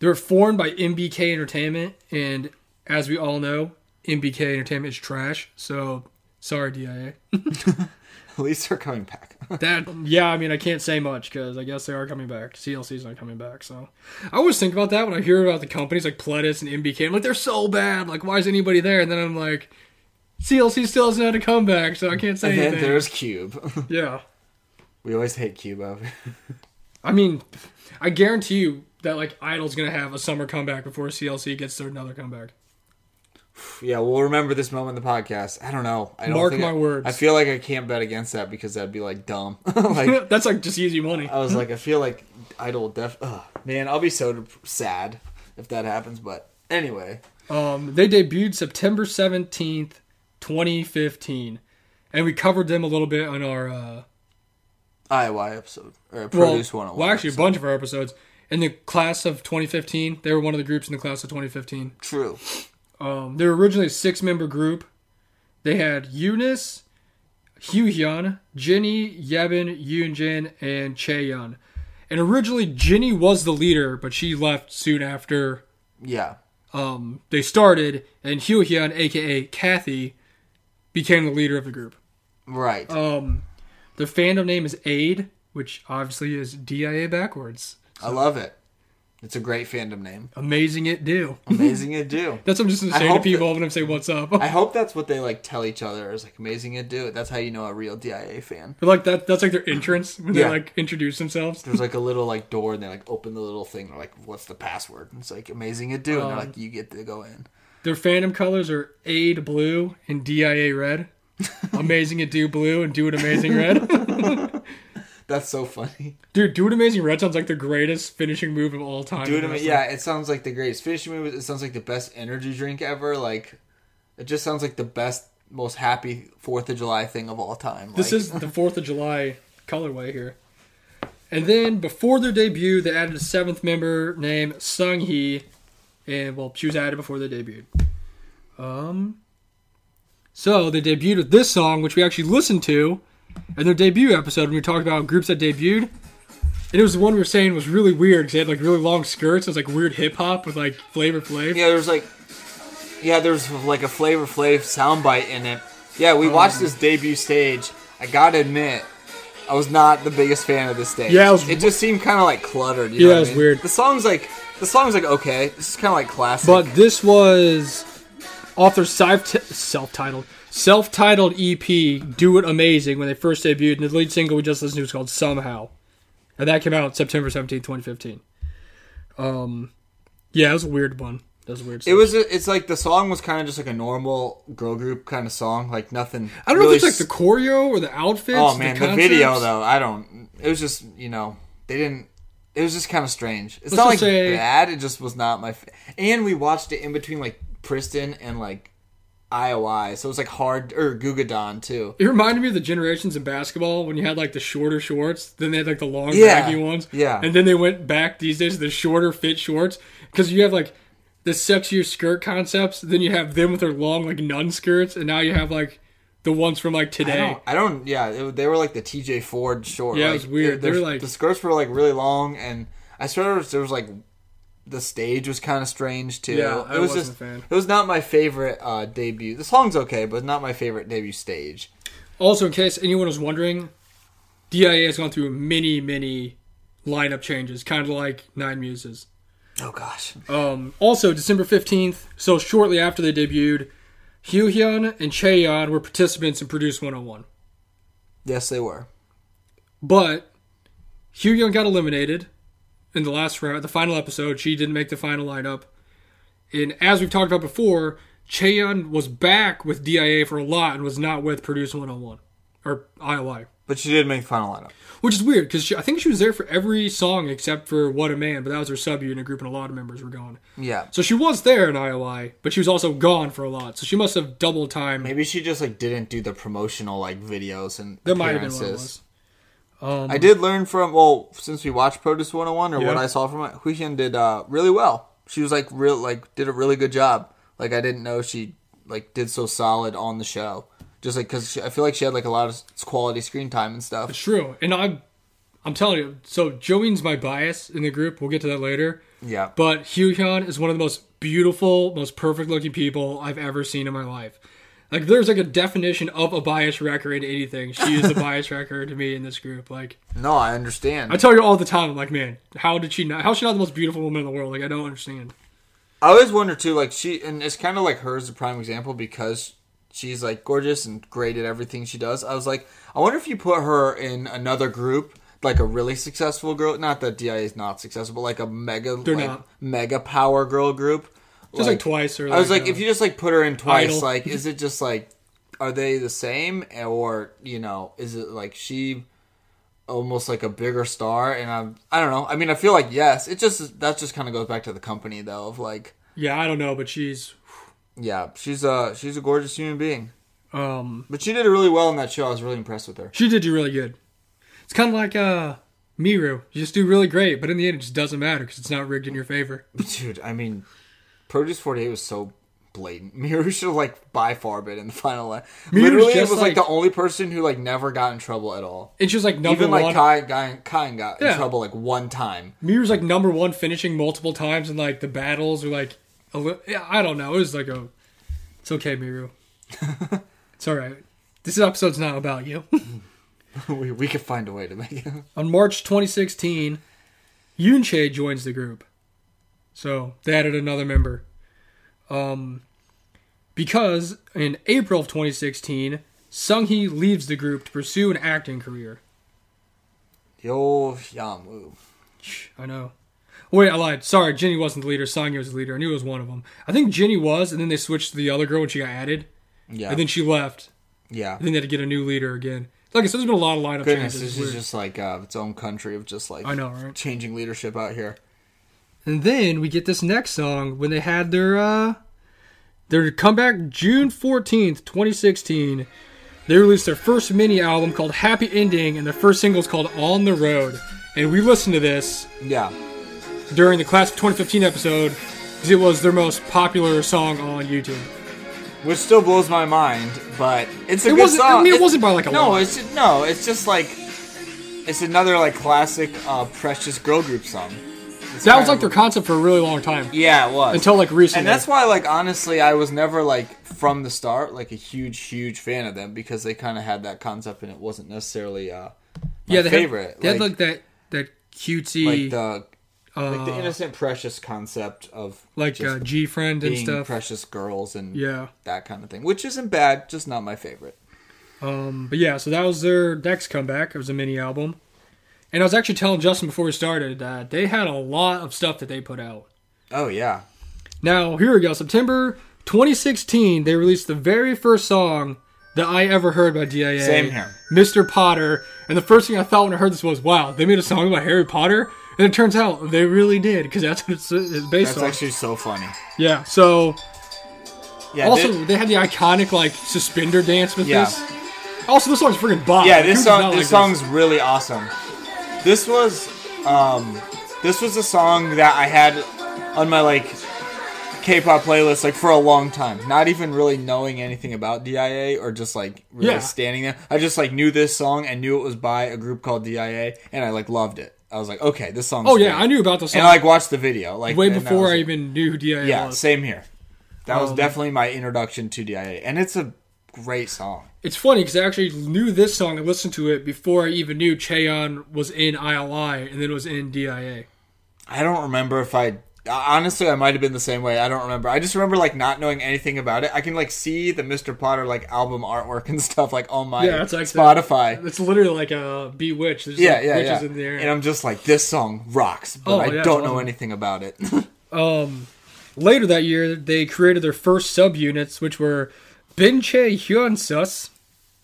[SPEAKER 2] they were formed by MBK Entertainment, and as we all know, MBK Entertainment is trash. So sorry, DIA.
[SPEAKER 1] At least they're coming back.
[SPEAKER 2] That yeah, I mean I can't say much because I guess they are coming back. CLC's not coming back, so I always think about that when I hear about the companies like Pledis and MBK. I'm like they're so bad. Like why is anybody there? And then I'm like, CLC still hasn't had a comeback, so I can't say
[SPEAKER 1] and then
[SPEAKER 2] anything.
[SPEAKER 1] there's Cube.
[SPEAKER 2] yeah.
[SPEAKER 1] We always hate Cuba.
[SPEAKER 2] I mean, I guarantee you that like Idol's gonna have a summer comeback before CLC gets their another comeback.
[SPEAKER 1] yeah, we'll remember this moment in the podcast. I don't know. I don't
[SPEAKER 2] Mark
[SPEAKER 1] think I-
[SPEAKER 2] my words.
[SPEAKER 1] I feel like I can't bet against that because that'd be like dumb. like
[SPEAKER 2] That's like just easy money.
[SPEAKER 1] I was like, I feel like Idol def. Ugh, man, I'll be so dep- sad if that happens. But anyway,
[SPEAKER 2] Um, they debuted September 17th, 2015. And we covered them a little bit on our uh,
[SPEAKER 1] IY episode or
[SPEAKER 2] well,
[SPEAKER 1] Produce One Hundred One.
[SPEAKER 2] well, actually, a bunch of our episodes. In the class of 2015, they were one of the groups in the class of 2015.
[SPEAKER 1] true.
[SPEAKER 2] Um, they were originally a six member group. They had Eunice, Hyun, Jinny, Yebin, Yoonjin, and Chaeyeon. And originally, Jinny was the leader, but she left soon after
[SPEAKER 1] Yeah,
[SPEAKER 2] um, they started, and Hyo Hyun, aka Kathy, became the leader of the group.
[SPEAKER 1] right.
[SPEAKER 2] Um, the fandom name is Aid, which obviously is DIA backwards.
[SPEAKER 1] I love it. It's a great fandom name.
[SPEAKER 2] Amazing it do.
[SPEAKER 1] Amazing it do.
[SPEAKER 2] That's what I'm just gonna
[SPEAKER 1] I
[SPEAKER 2] say to
[SPEAKER 1] hope
[SPEAKER 2] people when I'm saying what's up.
[SPEAKER 1] I hope that's what they like tell each other. Is like amazing it do. That's how you know a real DIA fan.
[SPEAKER 2] But, like that that's like their entrance when
[SPEAKER 1] Yeah.
[SPEAKER 2] they like introduce themselves.
[SPEAKER 1] There's like a little like door, and they like open the little thing. They're like, "What's the password?" And it's like, "Amazing it do." And they're
[SPEAKER 2] Um,
[SPEAKER 1] like, "You get to go in."
[SPEAKER 2] Their fandom colors are Aid blue and DIA red. Amazing it do blue and do it amazing red.
[SPEAKER 1] That's so funny.
[SPEAKER 2] Dude, do it amazing red sounds like the greatest finishing move of all time.
[SPEAKER 1] Dude,
[SPEAKER 2] in
[SPEAKER 1] I mean,
[SPEAKER 2] wrestling.
[SPEAKER 1] yeah, it sounds like the greatest fishing move. It sounds like the best energy drink ever. Like, it just sounds like the best, most happy Fourth of July thing of all time.
[SPEAKER 2] This
[SPEAKER 1] Like,
[SPEAKER 2] is the 4th of July colorway here. And then before their debut, they added a seventh member named Sung Hee. And well, she was added before they debuted. Um, So they debuted with this song, which we actually listened to in their debut episode when we talked about groups that debuted. And it was the one we were saying was really weird because they had like really long skirts. It was like weird hip hop with like Flavor Flav.
[SPEAKER 1] Yeah, there's like, yeah, there's like a Flavor Flav soundbite in it. Yeah,
[SPEAKER 2] Oh.
[SPEAKER 1] we watched this debut stage. I gotta admit, I was not the biggest fan of this stage.
[SPEAKER 2] Yeah, it was-
[SPEAKER 1] just seemed kind of like cluttered. You know
[SPEAKER 2] Yeah,
[SPEAKER 1] what
[SPEAKER 2] it
[SPEAKER 1] I
[SPEAKER 2] was
[SPEAKER 1] mean?
[SPEAKER 2] weird.
[SPEAKER 1] The song's like, the song's like okay. This is kind of like classic.
[SPEAKER 2] But this was off their self titled self titled EP, Do It Amazing, when they first debuted. And the lead single we just listened to was called Somehow. And that came out September seventeenth, 2015. Um, yeah, it was a weird one. That was a weird.
[SPEAKER 1] it was, a, it's like the song was kind of just like a normal girl group kind of song, like nothing.
[SPEAKER 2] I don't know
[SPEAKER 1] really
[SPEAKER 2] if it's like the choreo or the outfits.
[SPEAKER 1] Oh man, the,
[SPEAKER 2] the
[SPEAKER 1] video
[SPEAKER 2] concepts.
[SPEAKER 1] though, I don't. It was just you know they didn't. It was just kind of strange. It's
[SPEAKER 2] Let's
[SPEAKER 1] not like
[SPEAKER 2] just say-
[SPEAKER 1] bad. It just was not my. Fa- and we watched it in between like Princeton and like IOI, so it was like hard or Gugadon too.
[SPEAKER 2] It reminded me of the generations in basketball when you had like the shorter shorts, then they had like the long
[SPEAKER 1] Yeah,
[SPEAKER 2] baggy ones,
[SPEAKER 1] yeah.
[SPEAKER 2] and then they went back these days to the shorter fit shorts because you have like the sexier skirt concepts, then you have them with their long like nun skirts, and now you have like the ones from like
[SPEAKER 1] I
[SPEAKER 2] today.
[SPEAKER 1] don't, I don't. Yeah, it, they were like the TJ Ford short.
[SPEAKER 2] Yeah, it
[SPEAKER 1] like,
[SPEAKER 2] was weird.
[SPEAKER 1] their-
[SPEAKER 2] They were, like-
[SPEAKER 1] the skirts were like really long, and I swear there was, there was like the stage was kind of strange too.
[SPEAKER 2] Yeah, I
[SPEAKER 1] it was
[SPEAKER 2] wasn't
[SPEAKER 1] just
[SPEAKER 2] a fan.
[SPEAKER 1] it was not my favorite uh, debut. The song's okay, but not my favorite debut stage.
[SPEAKER 2] Also, in case anyone was wondering, DIA has gone through many many lineup changes, kind of like Nine Muses.
[SPEAKER 1] Oh gosh.
[SPEAKER 2] Um, also, December 15th, so shortly after they debuted, Hyo Hyun and Cheon were participants in Produce 101.
[SPEAKER 1] Yes, they were.
[SPEAKER 2] But Hyo Hyun got eliminated in the last round, the final episode. She didn't make the final lineup. And as we've talked about before, Cheon was back with DIA for a lot and was not with Produce 101 or IOI.
[SPEAKER 1] But she did make the final lineup.
[SPEAKER 2] Which is weird because I think she was there for every song except for What a Man, but that was her subunit group and a lot of members were gone.
[SPEAKER 1] Yeah.
[SPEAKER 2] So she was there in IOI, but she was also gone for a lot. So she must have double time.
[SPEAKER 1] Maybe she just like didn't do the promotional like videos and
[SPEAKER 2] that might have been
[SPEAKER 1] appearances.
[SPEAKER 2] what it was. Um,
[SPEAKER 1] I did learn from well since we watched Produce 101 or what
[SPEAKER 2] Yeah.
[SPEAKER 1] I saw from it, Huixian did uh, really well. She was like real like did a really good job. Like I didn't know she like did so solid on the show. Just like because I feel like she had like a lot of s- quality screen time and stuff.
[SPEAKER 2] it's true, and I'm, I'm telling you. So Jolene's my bias in the group. We'll get to that later.
[SPEAKER 1] Yeah,
[SPEAKER 2] But Hugh Hyun is one of the most beautiful, most perfect looking people I've ever seen in my life. Like if there's like a definition of a bias wrecker in anything. She is a bias wrecker to me in this group. Like
[SPEAKER 1] no, I understand.
[SPEAKER 2] I tell you all the time, I'm like, man, how did she not? How is she not the most beautiful woman in the world? Like I don't understand.
[SPEAKER 1] I always wonder too, like she, and it's kind of like her is a prime example because she's like gorgeous and great at everything she does. I was like, I wonder if you put her in another group, like a really successful girl. Not that DIA is not successful, but like a mega, like
[SPEAKER 2] not.
[SPEAKER 1] mega power girl group.
[SPEAKER 2] Just like, twice or
[SPEAKER 1] I was like,
[SPEAKER 2] uh,
[SPEAKER 1] if you just like put her in twice,
[SPEAKER 2] Idol.
[SPEAKER 1] like, is it just like, are they the same, or you know, is it like she? almost like a bigger star and I'm I don't know. I mean I feel like yes. It just that just kinda goes back to the company though of like
[SPEAKER 2] yeah, I don't know, but she's
[SPEAKER 1] yeah, she's a she's a gorgeous human being.
[SPEAKER 2] um
[SPEAKER 1] But she did really well in that show. I was really impressed with her.
[SPEAKER 2] She did do really good. It's kind of like uh, Miru. You just do really great, but in the end, it just doesn't matter because it's not rigged in your favor.
[SPEAKER 1] But dude, I mean, Produce 48 was so blatant. Miru should have like by far been in the final line.
[SPEAKER 2] Miru's
[SPEAKER 1] Literally, it
[SPEAKER 2] just
[SPEAKER 1] was like, the
[SPEAKER 2] like-
[SPEAKER 1] only person who like never got in trouble at all.
[SPEAKER 2] It's just like number
[SPEAKER 1] Even like
[SPEAKER 2] one.
[SPEAKER 1] Kai, Kai, Kai got in
[SPEAKER 2] Yeah.
[SPEAKER 1] trouble like one time.
[SPEAKER 2] Miru's like number one, finishing multiple times in like the battles or like, a li- yeah, I don't know. It was like a, it's okay, Miru. it's all right. This episode's not about you.
[SPEAKER 1] we we could find a way to make it.
[SPEAKER 2] On March 2016, Yoon Chae joins the group. So they added another member. Um, because in April of 2016, Sung Hee leaves the group to pursue an acting career.
[SPEAKER 1] Yo Yamu.
[SPEAKER 2] Shh, I know. Wait, I lied. Sorry, Jenny wasn't the leader. Sung Hee was the leader. I knew it was one of them. I think Jenny was, and then they switched to the other girl when she got added,
[SPEAKER 1] Yeah,
[SPEAKER 2] and then she left.
[SPEAKER 1] yeah.
[SPEAKER 2] And then they had to get a new leader again. Like I said, there's been a lot of lineup
[SPEAKER 1] Goodness,
[SPEAKER 2] changes.
[SPEAKER 1] this
[SPEAKER 2] It's
[SPEAKER 1] is
[SPEAKER 2] weird.
[SPEAKER 1] just like uh, its own country of just like
[SPEAKER 2] I know, right?
[SPEAKER 1] changing leadership out here.
[SPEAKER 2] And then we get this next song when they had their uh their comeback June 14th, 2016. They released their first mini album called Happy Ending and their first single is called On the Road. And we listened to this
[SPEAKER 1] Yeah,
[SPEAKER 2] during the class of 2015 episode because it was their most popular song on YouTube.
[SPEAKER 1] which still blows my mind. But it's a
[SPEAKER 2] It
[SPEAKER 1] good
[SPEAKER 2] wasn't.
[SPEAKER 1] song.
[SPEAKER 2] I mean, it,
[SPEAKER 1] It's-
[SPEAKER 2] wasn't by like a
[SPEAKER 1] No,
[SPEAKER 2] lot.
[SPEAKER 1] it's no, it's just like it's another like classic uh, precious girl group song. It's
[SPEAKER 2] That
[SPEAKER 1] kind
[SPEAKER 2] was like
[SPEAKER 1] of-
[SPEAKER 2] their concept for a really long time
[SPEAKER 1] yeah, it was
[SPEAKER 2] until like recently.
[SPEAKER 1] and that's why like honestly, I was never like from the start like a huge huge fan of them because they kind of had that concept and it wasn't necessarily uh my
[SPEAKER 2] yeah, they
[SPEAKER 1] favorite.
[SPEAKER 2] Had, they had
[SPEAKER 1] like,
[SPEAKER 2] like that that cutesy
[SPEAKER 1] like
[SPEAKER 2] like,
[SPEAKER 1] the like the
[SPEAKER 2] uh,
[SPEAKER 1] innocent precious concept of just
[SPEAKER 2] uh, G friend and
[SPEAKER 1] being
[SPEAKER 2] stuff.
[SPEAKER 1] precious girls and
[SPEAKER 2] Yeah.
[SPEAKER 1] that kind of thing, which isn't bad, just not my favorite.
[SPEAKER 2] Um, but yeah, so that was their next comeback. It was a mini album, and I was actually telling Justin before we started that they had a lot of stuff that they put out.
[SPEAKER 1] Oh yeah,
[SPEAKER 2] Now, here we go. September 2016, they released the very first song that I ever heard by DIA.
[SPEAKER 1] Same here.
[SPEAKER 2] Mr. Potter. And the first thing I thought when I heard this was, wow, they made a song about Harry Potter? And it turns out they really did, because that's what it's, it's based
[SPEAKER 1] that's
[SPEAKER 2] on.
[SPEAKER 1] actually so funny.
[SPEAKER 2] yeah, so.
[SPEAKER 1] Yeah,
[SPEAKER 2] Also,
[SPEAKER 1] thi-
[SPEAKER 2] they had the iconic, like, suspender dance with
[SPEAKER 1] Yeah.
[SPEAKER 2] this. Also, this song's freaking bop.
[SPEAKER 1] yeah,
[SPEAKER 2] Like,
[SPEAKER 1] this
[SPEAKER 2] who does
[SPEAKER 1] song
[SPEAKER 2] not
[SPEAKER 1] this
[SPEAKER 2] like
[SPEAKER 1] song's really awesome. This was um this was a song that I had on my like K-pop playlist like for a long time. Not even really knowing anything about DIA or just like really
[SPEAKER 2] Yeah.
[SPEAKER 1] standing there. I just like knew this song and knew it was by a group called DIA and I like loved it. I was like, okay, this song.
[SPEAKER 2] Oh, yeah, I knew about this song
[SPEAKER 1] And I like watched the video like
[SPEAKER 2] way
[SPEAKER 1] and that
[SPEAKER 2] before
[SPEAKER 1] was
[SPEAKER 2] I
[SPEAKER 1] it.
[SPEAKER 2] even knew who DIA
[SPEAKER 1] Yeah,
[SPEAKER 2] was.
[SPEAKER 1] same here. That was
[SPEAKER 2] Um,
[SPEAKER 1] definitely my introduction to DIA, and it's a great song.
[SPEAKER 2] It's funny because I actually knew this song and listened to it before I even knew Cheon was in ILI and then was in DIA.
[SPEAKER 1] I don't remember if I honestly I might have been the same way. I don't remember. I just remember like not knowing anything about it. I can like see the Mr. Potter like album artwork and stuff like on my
[SPEAKER 2] Yeah, it's like the-
[SPEAKER 1] Spotify.
[SPEAKER 2] It's literally like a Bewitched. There's
[SPEAKER 1] yeah,
[SPEAKER 2] like
[SPEAKER 1] yeah,
[SPEAKER 2] witches
[SPEAKER 1] yeah.
[SPEAKER 2] in there.
[SPEAKER 1] And I'm just like, this song rocks, but
[SPEAKER 2] Oh,
[SPEAKER 1] I
[SPEAKER 2] yeah,
[SPEAKER 1] don't know
[SPEAKER 2] totally.
[SPEAKER 1] anything about it.
[SPEAKER 2] um, later that year, they created their first subunits, which were Binche Hyun Sus.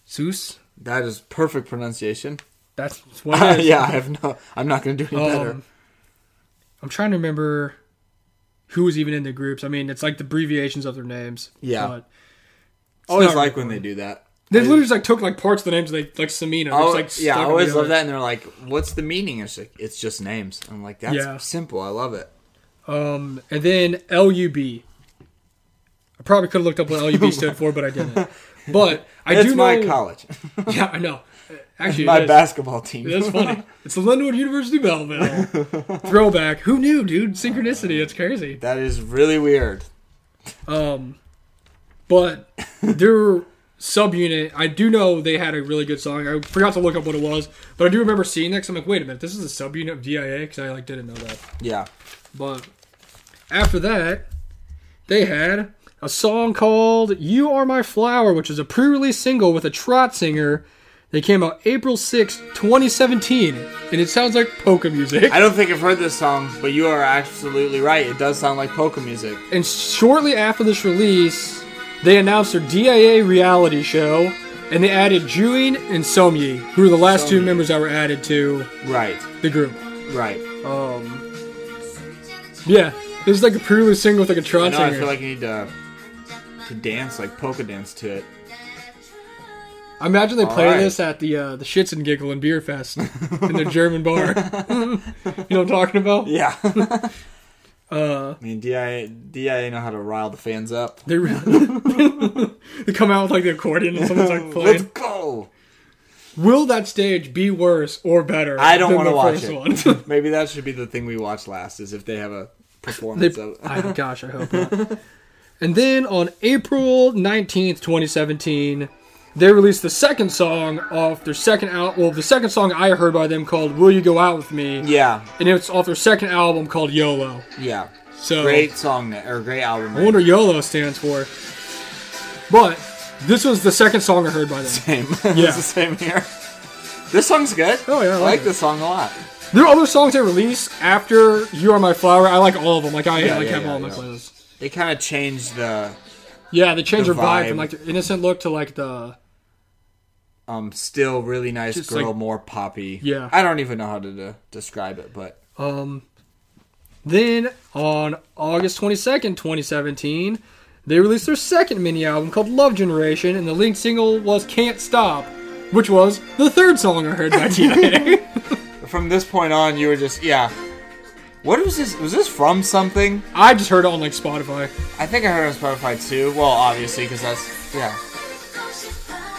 [SPEAKER 2] Sus.
[SPEAKER 1] that is perfect pronunciation.
[SPEAKER 2] That's what it is.
[SPEAKER 1] yeah, I have no. I'm not gonna do any better.
[SPEAKER 2] Um, I'm trying to remember who was even in the groups. I mean, it's like the abbreviations of their names.
[SPEAKER 1] Yeah.
[SPEAKER 2] but
[SPEAKER 1] Always
[SPEAKER 2] not
[SPEAKER 1] like when they do that.
[SPEAKER 2] They literally just like took like parts of the names, like like Samina.
[SPEAKER 1] I
[SPEAKER 2] Oh,
[SPEAKER 1] al-
[SPEAKER 2] like
[SPEAKER 1] yeah,
[SPEAKER 2] stuck
[SPEAKER 1] I
[SPEAKER 2] them
[SPEAKER 1] always love
[SPEAKER 2] together.
[SPEAKER 1] that. And they're like, "What's the meaning?" It's like, "It's just names." I'm like, "That's
[SPEAKER 2] Yeah.
[SPEAKER 1] simple. I love it."
[SPEAKER 2] Um, and then LUB. I probably could have looked up what LUB stood for, but I didn't. But I
[SPEAKER 1] it's
[SPEAKER 2] do
[SPEAKER 1] my
[SPEAKER 2] know.
[SPEAKER 1] college,
[SPEAKER 2] Yeah, I know. Actually,
[SPEAKER 1] my
[SPEAKER 2] it is.
[SPEAKER 1] basketball team.
[SPEAKER 2] That's funny. It's the Linwood University Belleville throwback. Who knew, dude? Synchronicity. It's crazy.
[SPEAKER 1] That is really weird.
[SPEAKER 2] Um, but their subunit, I do know they had a really good song. I forgot to look up what it was, but I do remember seeing that. 'cause I'm like, wait a minute, this is a subunit of DIA because I like didn't know that.
[SPEAKER 1] Yeah.
[SPEAKER 2] But after that, they had a song called You Are My Flower, which is a pre release single with a trot singer. They came out April sixth, 2017, and it sounds like polka music.
[SPEAKER 1] I don't think I've heard this song, but you are absolutely right. It does sound like polka music.
[SPEAKER 2] And shortly after this release, they announced their DIA reality show, and they added Juin and Somyi, who were the last two
[SPEAKER 1] Seomyi.
[SPEAKER 2] members that were added to
[SPEAKER 1] Right.
[SPEAKER 2] the group.
[SPEAKER 1] Right.
[SPEAKER 2] Um, yeah, this is like a pre release single with like a
[SPEAKER 1] I
[SPEAKER 2] trot
[SPEAKER 1] know I
[SPEAKER 2] singer.
[SPEAKER 1] feel like I need to to dance like polka dance to it.
[SPEAKER 2] I imagine they play
[SPEAKER 1] right.
[SPEAKER 2] this at the uh, the Shits and Giggle and Beer Fest in their German bar. you know what I'm talking about?
[SPEAKER 1] Yeah. I
[SPEAKER 2] Uh,
[SPEAKER 1] mean, DIA DIA know how to rile the fans up.
[SPEAKER 2] they really they come out with like the accordion and someone's like
[SPEAKER 1] Let's
[SPEAKER 2] playing.
[SPEAKER 1] go.
[SPEAKER 2] Will that stage be worse or better?
[SPEAKER 1] I don't
[SPEAKER 2] than
[SPEAKER 1] want to
[SPEAKER 2] the
[SPEAKER 1] watch
[SPEAKER 2] first
[SPEAKER 1] it.
[SPEAKER 2] one?
[SPEAKER 1] Maybe that should be the thing we watch last. Is if they have a
[SPEAKER 2] They-
[SPEAKER 1] performance of it.
[SPEAKER 2] I, gosh, I hope not. And then on April 19th, 2017, they released the second song off their second out. Well, the second song I heard by them called "Will You Go Out with Me,"
[SPEAKER 1] Yeah.
[SPEAKER 2] and it's off their second album called "YOLO."
[SPEAKER 1] Yeah.
[SPEAKER 2] So
[SPEAKER 1] Great song na- or great album.
[SPEAKER 2] I wonder what YOLO stands for. But this was the second song I heard by them.
[SPEAKER 1] Same.
[SPEAKER 2] Yeah.
[SPEAKER 1] it's the same here. This song's good.
[SPEAKER 2] Oh, yeah, I
[SPEAKER 1] I
[SPEAKER 2] like
[SPEAKER 1] like
[SPEAKER 2] it.
[SPEAKER 1] this song a lot.
[SPEAKER 2] There are other songs they released after You Are My Flower. I like all of them. Like I
[SPEAKER 1] Yeah,
[SPEAKER 2] like
[SPEAKER 1] yeah,
[SPEAKER 2] have
[SPEAKER 1] yeah,
[SPEAKER 2] all my
[SPEAKER 1] yeah.
[SPEAKER 2] playlists.
[SPEAKER 1] They kind of changed the
[SPEAKER 2] Yeah, they changed
[SPEAKER 1] The
[SPEAKER 2] their vibe.
[SPEAKER 1] vibe.
[SPEAKER 2] from like their innocent look to like the
[SPEAKER 1] um still really nice
[SPEAKER 2] Just
[SPEAKER 1] girl,
[SPEAKER 2] like-
[SPEAKER 1] more poppy.
[SPEAKER 2] Yeah.
[SPEAKER 1] I don't even know how to de- describe it, but
[SPEAKER 2] um. Then on August twenty second, twenty seventeen, they released their second mini album called Love Generation, and the lead single was Can't Stop, which was the third song I heard by TNA.
[SPEAKER 1] from this point on, you were just yeah. What was this? Was this from something?
[SPEAKER 2] I just heard it on like Spotify.
[SPEAKER 1] I think I heard it on Spotify too. Well, obviously, because that's yeah.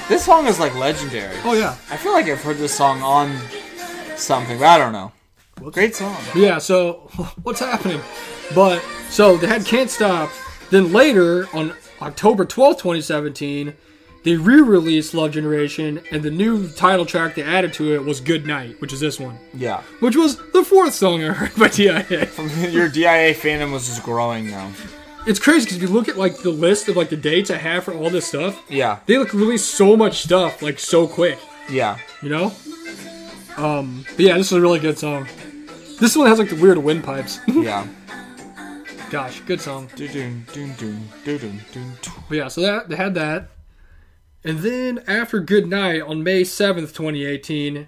[SPEAKER 1] This song is like legendary.
[SPEAKER 2] Oh yeah.
[SPEAKER 1] I feel like I've heard this song on something, but I don't know.
[SPEAKER 2] Whoops.
[SPEAKER 1] Great song.
[SPEAKER 2] Yeah, so what's happening? But so they had Can't Stop. Then later on October twelfth, 2017, they re released Love Generation, and the new title track they added to it was Good Night, which is this one,
[SPEAKER 1] Yeah.
[SPEAKER 2] which was the fourth song I heard by TIA.
[SPEAKER 1] Your DIA fandom was just growing though.
[SPEAKER 2] It's crazy because if you look at like the list of like the dates I have for all this stuff,
[SPEAKER 1] Yeah.
[SPEAKER 2] they like released so much stuff like so quick.
[SPEAKER 1] Yeah.
[SPEAKER 2] you know? Um, but yeah, this is a really good song. This one has like the weird windpipes.
[SPEAKER 1] Yeah.
[SPEAKER 2] Gosh, good song.
[SPEAKER 1] Doo-doom, doo-doom, doo-doom, doo-doom.
[SPEAKER 2] But yeah, so that they had that. And then after Good Night on May 7th, 2018,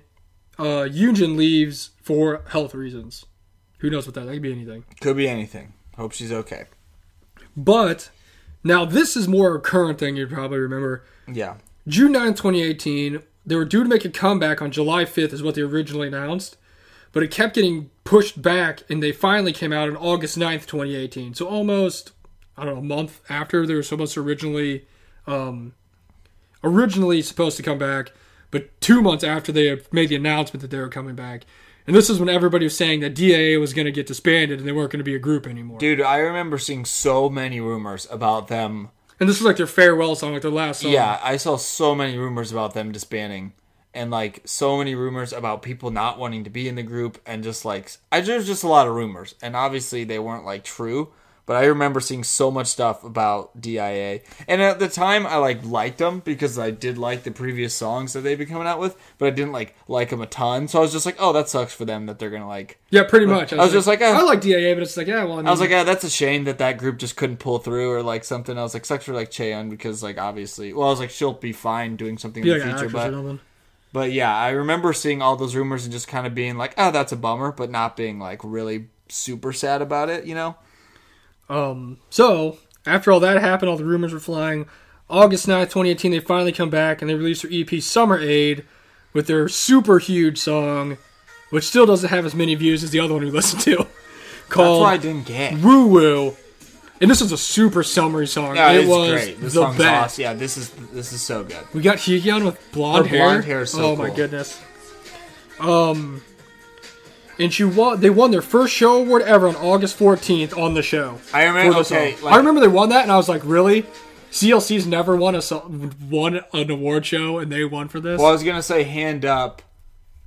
[SPEAKER 2] uh Yoonjin leaves for health reasons. Who knows what that that could be anything.
[SPEAKER 1] Could be anything. Hope she's okay.
[SPEAKER 2] But now this is more a current thing you'd probably remember.
[SPEAKER 1] Yeah.
[SPEAKER 2] June 9, 2018, they were due to make a comeback on July 5th, is what they originally announced, but it kept getting pushed back, and they finally came out on August 9th, 2018. So almost, I don't know, a month after they were supposed to originally, um, originally supposed to come back, but two months after they had made the announcement that they were coming back. And this is when everybody was saying that DAA was going to get disbanded and they weren't going to be a group anymore.
[SPEAKER 1] Dude, I remember seeing so many rumors about them.
[SPEAKER 2] And this was like their farewell song, like their last song.
[SPEAKER 1] Yeah, I saw so many rumors about them disbanding. And like so many rumors about people not wanting to be in the group, and just like I there's just a lot of rumors, and obviously they weren't like true. But I remember seeing so much stuff about DIA, and at the time I like liked them because I did like the previous songs that they'd been coming out with, but I didn't like like them a ton. So I was just like, oh, that sucks for them that they're gonna like
[SPEAKER 2] Yeah, pretty much.
[SPEAKER 1] I was just like, ah.
[SPEAKER 2] I like DAA, but it's like, yeah, well, I, mean,
[SPEAKER 1] I was like, yeah, that's a shame that that group just couldn't pull through or like something. I was like, sucks for like Cheon because like obviously, well, I was like, she'll be fine doing something in
[SPEAKER 2] yeah,
[SPEAKER 1] the
[SPEAKER 2] like an
[SPEAKER 1] future,
[SPEAKER 2] actress or
[SPEAKER 1] but
[SPEAKER 2] something.
[SPEAKER 1] but yeah, I remember seeing all those rumors and just kind of being like, oh, that's a bummer, but not being like really super sad about it, you know?
[SPEAKER 2] Um, so, after all that happened, all the rumors were flying. August 9th, 2018, they finally come back and they release their EP Summer Aid with their super huge song, which still doesn't have as many views as the other one we listened to,
[SPEAKER 1] That's what I
[SPEAKER 2] called
[SPEAKER 1] didn't get.
[SPEAKER 2] Woo Woo. And this is a super summery song.
[SPEAKER 1] Yeah,
[SPEAKER 2] it
[SPEAKER 1] it's
[SPEAKER 2] was
[SPEAKER 1] great. This
[SPEAKER 2] the
[SPEAKER 1] song's
[SPEAKER 2] best.
[SPEAKER 1] awesome. Yeah, this is this is so good.
[SPEAKER 2] We got Hyun with blonde
[SPEAKER 1] Her
[SPEAKER 2] hair.
[SPEAKER 1] blonde hair is so
[SPEAKER 2] oh my
[SPEAKER 1] cool.
[SPEAKER 2] goodness. Um, and she won. They won their first show award ever on August 14th on the show.
[SPEAKER 1] I remember-
[SPEAKER 2] for the
[SPEAKER 1] okay,
[SPEAKER 2] song.
[SPEAKER 1] like-
[SPEAKER 2] I remember they won that, and I was like, really? CLC's never won a so- won an award show, and they won for this.
[SPEAKER 1] Well, I was gonna say hand up.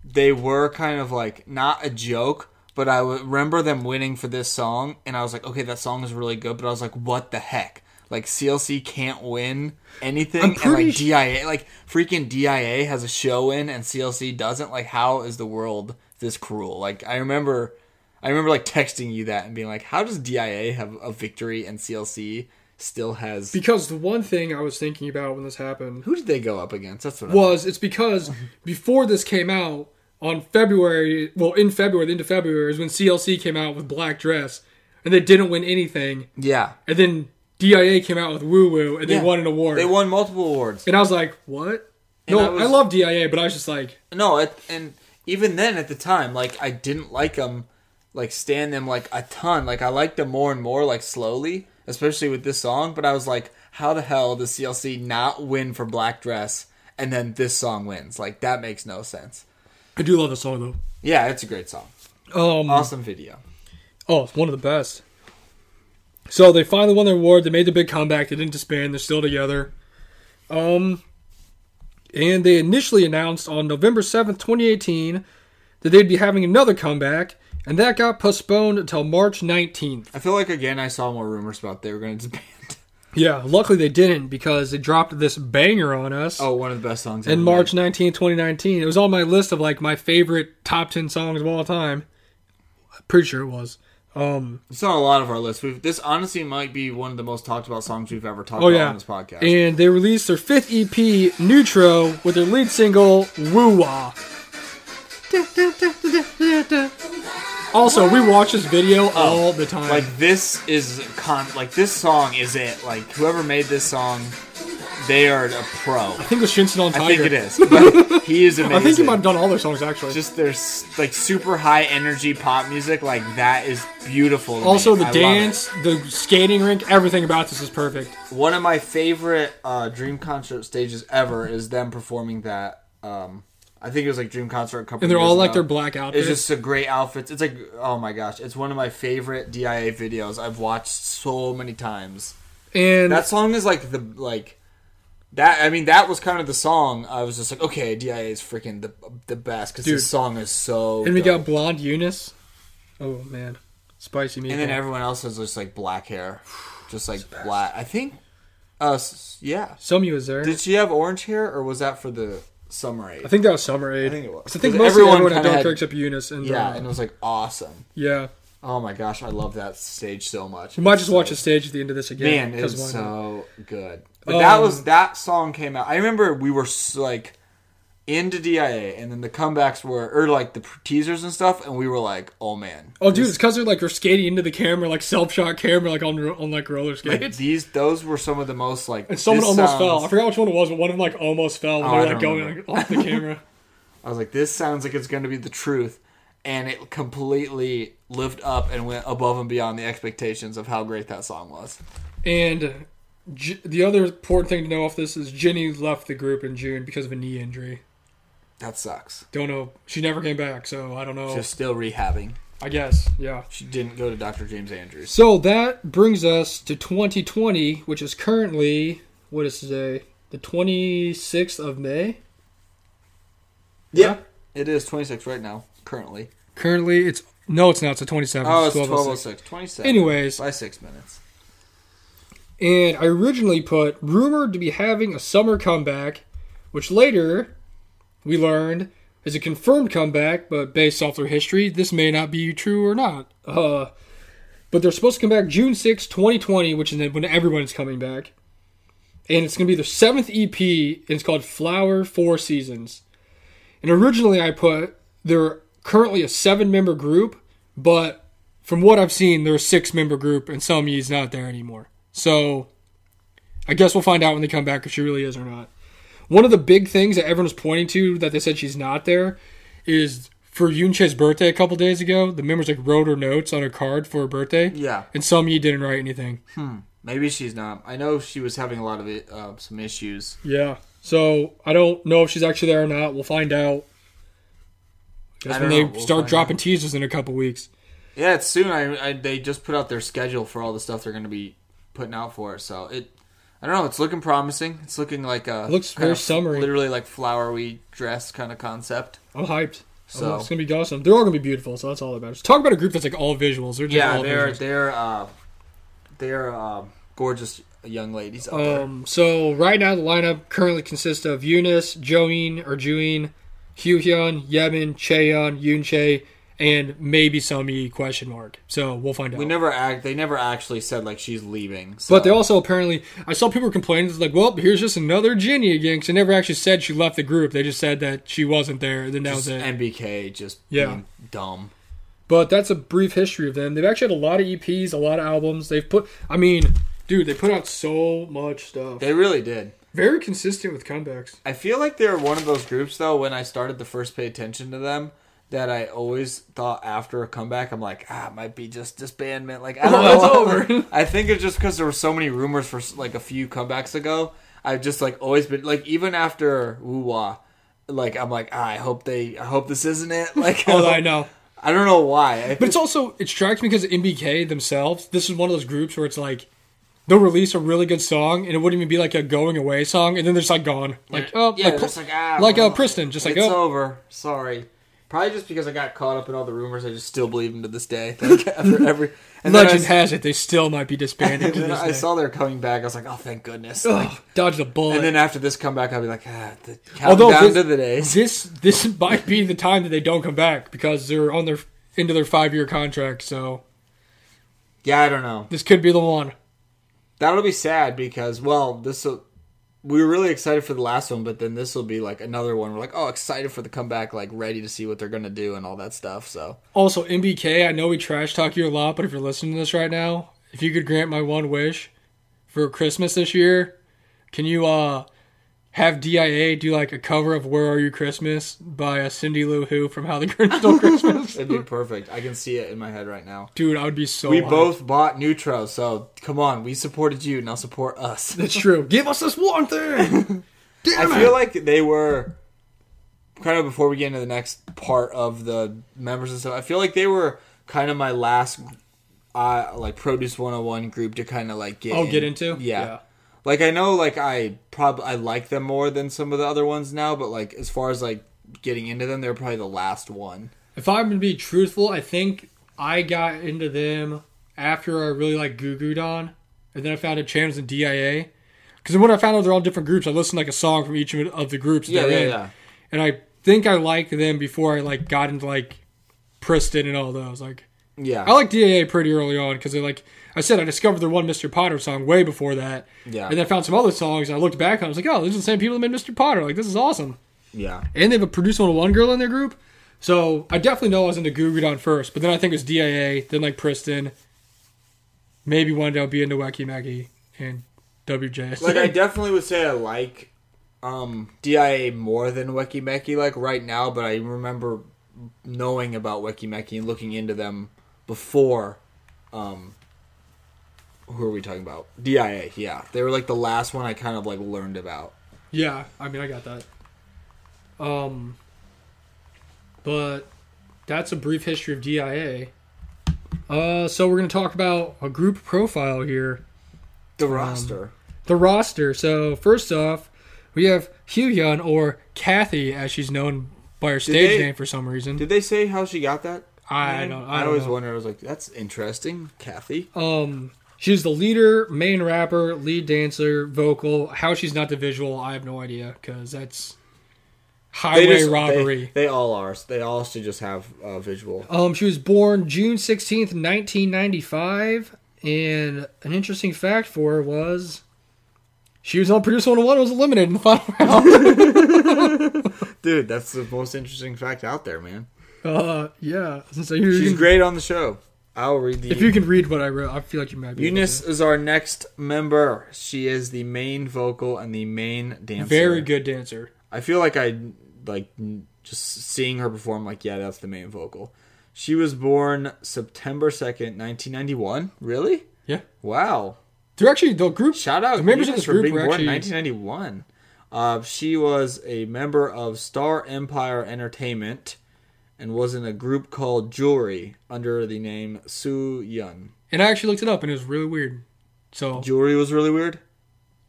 [SPEAKER 1] They were kind of like not a joke, but I w- remember them winning for this song, and I was like, okay, that song is really good, but I was like, what the heck? Like CLC can't win
[SPEAKER 2] I'm
[SPEAKER 1] anything, and
[SPEAKER 2] pretty
[SPEAKER 1] like
[SPEAKER 2] sh-
[SPEAKER 1] DIA, like freaking DIA has a show in, and CLC doesn't. Like, how is the world this cruel? Like, I remember, I remember like texting you that and being like, how does DIA have a victory and CLC still has?
[SPEAKER 2] Because the one thing I was thinking about when this happened
[SPEAKER 1] Who did they go up against? That's what.
[SPEAKER 2] was it's because before this came out on February, well, in February, the end of February is when CLC came out with Black Dress, and they didn't win anything.
[SPEAKER 1] I'm, yeah,
[SPEAKER 2] And then DIA came out with Woo Woo and they
[SPEAKER 1] Yeah.
[SPEAKER 2] won an award.
[SPEAKER 1] they won multiple awards.
[SPEAKER 2] And I was like, what?
[SPEAKER 1] And
[SPEAKER 2] no,
[SPEAKER 1] I
[SPEAKER 2] I,
[SPEAKER 1] was-
[SPEAKER 2] love DIA, but I was just like,
[SPEAKER 1] No, it, and even then at the time, like I didn't like them, like stand them like a ton. Like I liked them more and more, like slowly, especially with this song. But I was like, how the hell does CLC not win for Black Dress and then this song wins? Like that makes no sense.
[SPEAKER 2] I do love the song
[SPEAKER 1] Yeah, it's a great song.
[SPEAKER 2] though. Um,
[SPEAKER 1] Awesome video.
[SPEAKER 2] Oh, it's one of the best. So they finally won their award. They made the big comeback. They didn't disband. They're still together. Um, and they initially announced on November seventh, twenty eighteen, that they'd be having another comeback, and that got postponed until March nineteenth.
[SPEAKER 1] I feel like again I saw more rumors about they were going to disband.
[SPEAKER 2] Yeah, luckily they didn't because they dropped this banger on us.
[SPEAKER 1] Oh, one of the best songs
[SPEAKER 2] And
[SPEAKER 1] ever
[SPEAKER 2] March 19, 2019. It was on my list of like my favorite top 10 songs of all time. Pretty sure it was. Um,
[SPEAKER 1] made. It's on a lot of our lists. We've, this honestly might be one of the most talked about songs we've ever talked
[SPEAKER 2] oh,
[SPEAKER 1] about
[SPEAKER 2] yeah.
[SPEAKER 1] on this podcast.
[SPEAKER 2] And they released their fifth EP, Neutro, with their lead single, Woo Wah. Also, we watch this
[SPEAKER 1] Oh,
[SPEAKER 2] video all the time.
[SPEAKER 1] Like this is con like this song is it. Like whoever made this song they are a pro.
[SPEAKER 2] I think it was Shinsen on Tiger.
[SPEAKER 1] I think it is. But he is amazing.
[SPEAKER 2] I think he might have done all their songs actually.
[SPEAKER 1] just their s- like super high energy pop music like that is beautiful. to
[SPEAKER 2] also,
[SPEAKER 1] me.
[SPEAKER 2] the
[SPEAKER 1] I love it.
[SPEAKER 2] dance, the skating rink, everything about this is perfect.
[SPEAKER 1] One of my favorite uh, Dream concert stages ever is them performing that. Um, I think it was like Dream concert a couple.
[SPEAKER 2] And they're
[SPEAKER 1] years
[SPEAKER 2] all like
[SPEAKER 1] ago.
[SPEAKER 2] their black outfits.
[SPEAKER 1] It's just a great outfits. It's like oh my gosh, it's one of my favorite DIA videos I've watched so many times.
[SPEAKER 2] and
[SPEAKER 1] That song is like the like that. I mean, that was kind of the song. I was just like, okay, DIA is freaking the the best because
[SPEAKER 2] Dude.
[SPEAKER 1] this song is so.
[SPEAKER 2] and we
[SPEAKER 1] dope.
[SPEAKER 2] got blonde Eunice. Oh man, spicy meatball.
[SPEAKER 1] and then everyone else is just like black hair, just like black. I think, uh, s- yeah.
[SPEAKER 2] Summy was there.
[SPEAKER 1] Did she have orange hair or was that for the summer aid?
[SPEAKER 2] I think that was Summer Aid.
[SPEAKER 1] I think it was.
[SPEAKER 2] 'Cause I think
[SPEAKER 1] 'Cause
[SPEAKER 2] most
[SPEAKER 1] everyone
[SPEAKER 2] everyone, everyone had
[SPEAKER 1] kinda
[SPEAKER 2] dark
[SPEAKER 1] had-
[SPEAKER 2] hair except Eunice. And,
[SPEAKER 1] yeah,
[SPEAKER 2] uh,
[SPEAKER 1] and it was like awesome.
[SPEAKER 2] yeah.
[SPEAKER 1] Oh my gosh, I love that stage so much.
[SPEAKER 2] You might just
[SPEAKER 1] So-
[SPEAKER 2] watch a stage at the end of this again.
[SPEAKER 1] Man, it
[SPEAKER 2] 'cause
[SPEAKER 1] was
[SPEAKER 2] why not?
[SPEAKER 1] so good. But that
[SPEAKER 2] Um,
[SPEAKER 1] was that song came out. I remember we were s- like into DIA, and then the comebacks were or like the pr- teasers and stuff, and we were like, "Oh man,
[SPEAKER 2] Oh, dude, it's because they're like they're skating into the camera, like self shot camera, like on on like roller skates.
[SPEAKER 1] like, these those were some of the most like."
[SPEAKER 2] and someone
[SPEAKER 1] this
[SPEAKER 2] almost
[SPEAKER 1] sounds-
[SPEAKER 2] fell. I forgot which one it was, but one of them like almost fell. when
[SPEAKER 1] Oh,
[SPEAKER 2] they were
[SPEAKER 1] I
[SPEAKER 2] like
[SPEAKER 1] don't
[SPEAKER 2] going like,
[SPEAKER 1] remember.
[SPEAKER 2] off the camera.
[SPEAKER 1] I was like, "This sounds like it's going to be the truth," and it completely lived up and went above and beyond the expectations of how great that song was.
[SPEAKER 2] And J- the other important thing to know off this is Jenny left the group in June because of a knee injury.
[SPEAKER 1] That sucks.
[SPEAKER 2] Don't know. She never came back, so I don't know.
[SPEAKER 1] She's still rehabbing.
[SPEAKER 2] I guess, yeah.
[SPEAKER 1] She didn't go to Dr. James Andrews.
[SPEAKER 2] So that brings us to 2020, which is currently what is today, the 26th of May. Yeah.
[SPEAKER 1] It is 26 right now, currently.
[SPEAKER 2] Currently, it's no, it's not. It's the 27th.
[SPEAKER 1] Oh, it's
[SPEAKER 2] 12:06.
[SPEAKER 1] 1206. 27.
[SPEAKER 2] Anyways,
[SPEAKER 1] By six minutes.
[SPEAKER 2] and I originally put rumored to be having a summer comeback, which later we learned is a confirmed comeback, but based off their history, this may not be true or not. Uh, but they're supposed to come back June 6, 2020, which is when everyone's coming back. And it's going to be their seventh EP, and it's called Flower Four Seasons. And originally I put they're currently a seven member group, but from what I've seen, they're a six member group, and Selmye's not there anymore. So I guess we'll find out when they come back if she really is or not. One of the big things that everyone was pointing to that they said she's not there is for Yunche's birthday a couple days ago, the members like wrote her notes on her card for her birthday.
[SPEAKER 1] Yeah.
[SPEAKER 2] And Selmye didn't write anything.
[SPEAKER 1] Maybe she's not. I know she was having a lot of it, uh, some issues.
[SPEAKER 2] Yeah. So I don't know if she's actually there or not. We'll find out.
[SPEAKER 1] I
[SPEAKER 2] That's
[SPEAKER 1] don't
[SPEAKER 2] when they
[SPEAKER 1] know. We'll
[SPEAKER 2] start
[SPEAKER 1] find
[SPEAKER 2] dropping teasers in a couple weeks.
[SPEAKER 1] Yeah, it's soon. I, I They just put out their schedule for all the stuff they're going to be putting out for it. So it. I don't know. It's looking promising. It's looking like a
[SPEAKER 2] It looks
[SPEAKER 1] kind
[SPEAKER 2] very
[SPEAKER 1] of
[SPEAKER 2] summery.
[SPEAKER 1] Literally like flowery dress kind of concept.
[SPEAKER 2] I'm hyped.
[SPEAKER 1] So-
[SPEAKER 2] it's gonna be awesome. They're all gonna be beautiful, so that's all that matters. Talk about a group that's like all visuals. They're just
[SPEAKER 1] Yeah,
[SPEAKER 2] all
[SPEAKER 1] they're
[SPEAKER 2] visuals.
[SPEAKER 1] they're uh, they're uh, gorgeous young ladies. Up there.
[SPEAKER 2] Um, so right now the lineup currently consists of Eunice, Joeen or Jueen, Hyun, Yemin, Cheon, Yoonche, and maybe Sumi question mark. So we'll find out.
[SPEAKER 1] We never act. They never actually said like she's leaving. So.
[SPEAKER 2] But they also apparently, I saw people complaining. It's like, well, here's just another Jenny again. Because they never actually said she left the group. They just said that she wasn't there. And then that
[SPEAKER 1] just
[SPEAKER 2] was it.
[SPEAKER 1] MBK just
[SPEAKER 2] Yeah.
[SPEAKER 1] being dumb.
[SPEAKER 2] but that's a brief history of them. They've actually had a lot of EPs, a lot of albums. They've put, I mean, dude, they put out so much stuff.
[SPEAKER 1] They really did.
[SPEAKER 2] Very consistent with comebacks.
[SPEAKER 1] I feel like they're one of those groups though. When I started to first pay attention to them, that I always thought after a comeback, I'm like, ah, it might be just disbandment. Like, I don't
[SPEAKER 2] Oh,
[SPEAKER 1] know.
[SPEAKER 2] it's over.
[SPEAKER 1] I think it's just because there were so many rumors for like a few comebacks ago. I've just like always been like even after Woo Wah, like I'm like, ah, I hope they, I hope this isn't it. Like,
[SPEAKER 2] Oh, I know.
[SPEAKER 1] I don't know why. I
[SPEAKER 2] But it's also, it strikes me because MBK themselves, this is one of those groups where it's like, they'll release a really good song and it wouldn't even be like a going away song. And then they're just like gone. Like, oh,
[SPEAKER 1] yeah,
[SPEAKER 2] like,
[SPEAKER 1] just like ah,
[SPEAKER 2] like, uh,
[SPEAKER 1] well,
[SPEAKER 2] Priston, just like,
[SPEAKER 1] it's
[SPEAKER 2] oh.
[SPEAKER 1] over. Sorry. Probably just because I got caught up in all the rumors, I just still believe him to this day. Like after every and then I
[SPEAKER 2] Legend
[SPEAKER 1] s-
[SPEAKER 2] has it they still might be disbanded
[SPEAKER 1] and
[SPEAKER 2] to
[SPEAKER 1] then
[SPEAKER 2] this
[SPEAKER 1] I
[SPEAKER 2] day.
[SPEAKER 1] saw they're coming back. I was like, oh, thank goodness. Like,
[SPEAKER 2] Ugh, dodged a bullet.
[SPEAKER 1] and then after this comeback, I'll be like, ah, the countdown
[SPEAKER 2] Although
[SPEAKER 1] down
[SPEAKER 2] this-
[SPEAKER 1] to the days.
[SPEAKER 2] this this might be the time that they don't come back because they're on their into their five year contract. So
[SPEAKER 1] Yeah, I don't know.
[SPEAKER 2] this could be the one.
[SPEAKER 1] That'll be sad because well, this will. We were really excited for the last one, but then this will be like another one. We're like, oh, excited for the comeback, like ready to see what they're gonna do and all that stuff. So
[SPEAKER 2] Also, MBK, I know we trash talk you a lot, but if you're listening to this right now, if you could grant my one wish for Christmas this year, Can you uh have DIA do like a cover of Where Are You Christmas by uh, Cindy Lou Who from How the Grinch Stole Christmas?
[SPEAKER 1] It'd be perfect. I can see it in my head right now.
[SPEAKER 2] Dude, I would be so
[SPEAKER 1] We
[SPEAKER 2] hyped.
[SPEAKER 1] both bought Neutro, so come on. We supported you, now support us.
[SPEAKER 2] That's true. Give us this one thing. Damn
[SPEAKER 1] I
[SPEAKER 2] it.
[SPEAKER 1] feel like they were kind of before we get into the next part of the members and stuff. I feel like they were kind of my last uh, like produce 101 group to kind of like get
[SPEAKER 2] oh,
[SPEAKER 1] in-
[SPEAKER 2] get into?
[SPEAKER 1] yeah. Like I know like I probably I like them more than some of the other ones now, but like as far as like getting into them, they're probably the last one.
[SPEAKER 2] If I'm gonna be truthful, I think I got into them after I really like Goo Goo Don, and then I found out Chams and DIA. Because when I found out they're all different groups, I listened like a song from each of of the groups. they're in. And I think I liked them before I like got into like Preston and all those. Like
[SPEAKER 1] Yeah.
[SPEAKER 2] I like DIA pretty early on because they like I said I discovered their one Mr. Potter song way before that.
[SPEAKER 1] Yeah.
[SPEAKER 2] And then I found some other songs and I looked back and I was like, oh, these are the same people that made Mr. Potter. Like this is awesome
[SPEAKER 1] yeah.
[SPEAKER 2] and they have a producer and a one girl in their group. So I definitely know I was into Goo Goo Don first, but then I think it was DIA, then like Priston. Maybe one day I'll be into Wacky Maggie and WJS.
[SPEAKER 1] like I definitely would say I like um DIA more than Weki Meki like right now, but I remember knowing about Weki Meki and looking into them before um who are we talking about? DIA, yeah. They were like the last one I kind of like learned about.
[SPEAKER 2] yeah, I mean I got that. Um, but that's a brief history of DIA. Uh, so we're gonna talk about a group profile here.
[SPEAKER 1] The
[SPEAKER 2] Um,
[SPEAKER 1] roster.
[SPEAKER 2] the roster. So first off, we have Hyun or Kathy, as she's known by her stage
[SPEAKER 1] they-
[SPEAKER 2] name for some reason.
[SPEAKER 1] Did they say how she got that?
[SPEAKER 2] I
[SPEAKER 1] name?
[SPEAKER 2] don't- I don't
[SPEAKER 1] always
[SPEAKER 2] know.
[SPEAKER 1] wonder. I was like, that's interesting, Kathy.
[SPEAKER 2] Um, she's the leader, main rapper, lead dancer, vocal. How she's not the visual, I have no idea because that's highway
[SPEAKER 1] just-
[SPEAKER 2] robbery.
[SPEAKER 1] They, all are. They all should just have uh, visual.
[SPEAKER 2] Um, she was born June sixteenth, nineteen ninety five, and an interesting fact for her was. She was on Producer 101 and was eliminated in the final round.
[SPEAKER 1] Dude, that's the most interesting fact out there, man.
[SPEAKER 2] uh, yeah. So you
[SPEAKER 1] She's great on the show. I'll read the
[SPEAKER 2] If you can read what I wrote, I feel like you might be. able
[SPEAKER 1] Eunice
[SPEAKER 2] to.
[SPEAKER 1] is our next member. She is the main vocal and the main dancer.
[SPEAKER 2] Very good dancer.
[SPEAKER 1] I feel like I like n- just seeing her perform. Like, yeah, that's the main vocal. She was born September second, nineteen ninty one. Really?
[SPEAKER 2] Yeah.
[SPEAKER 1] Wow.
[SPEAKER 2] They're actually, the group.
[SPEAKER 1] Shout out
[SPEAKER 2] The members of
[SPEAKER 1] Eunice
[SPEAKER 2] this group
[SPEAKER 1] for being
[SPEAKER 2] were
[SPEAKER 1] born
[SPEAKER 2] actually-
[SPEAKER 1] in nineteen ninety one. Uh, she was a member of Star Empire Entertainment and was in a group called Jewelry under the name Soo Yun.
[SPEAKER 2] And I actually looked it up and it was really weird. So,
[SPEAKER 1] Jewelry was really weird.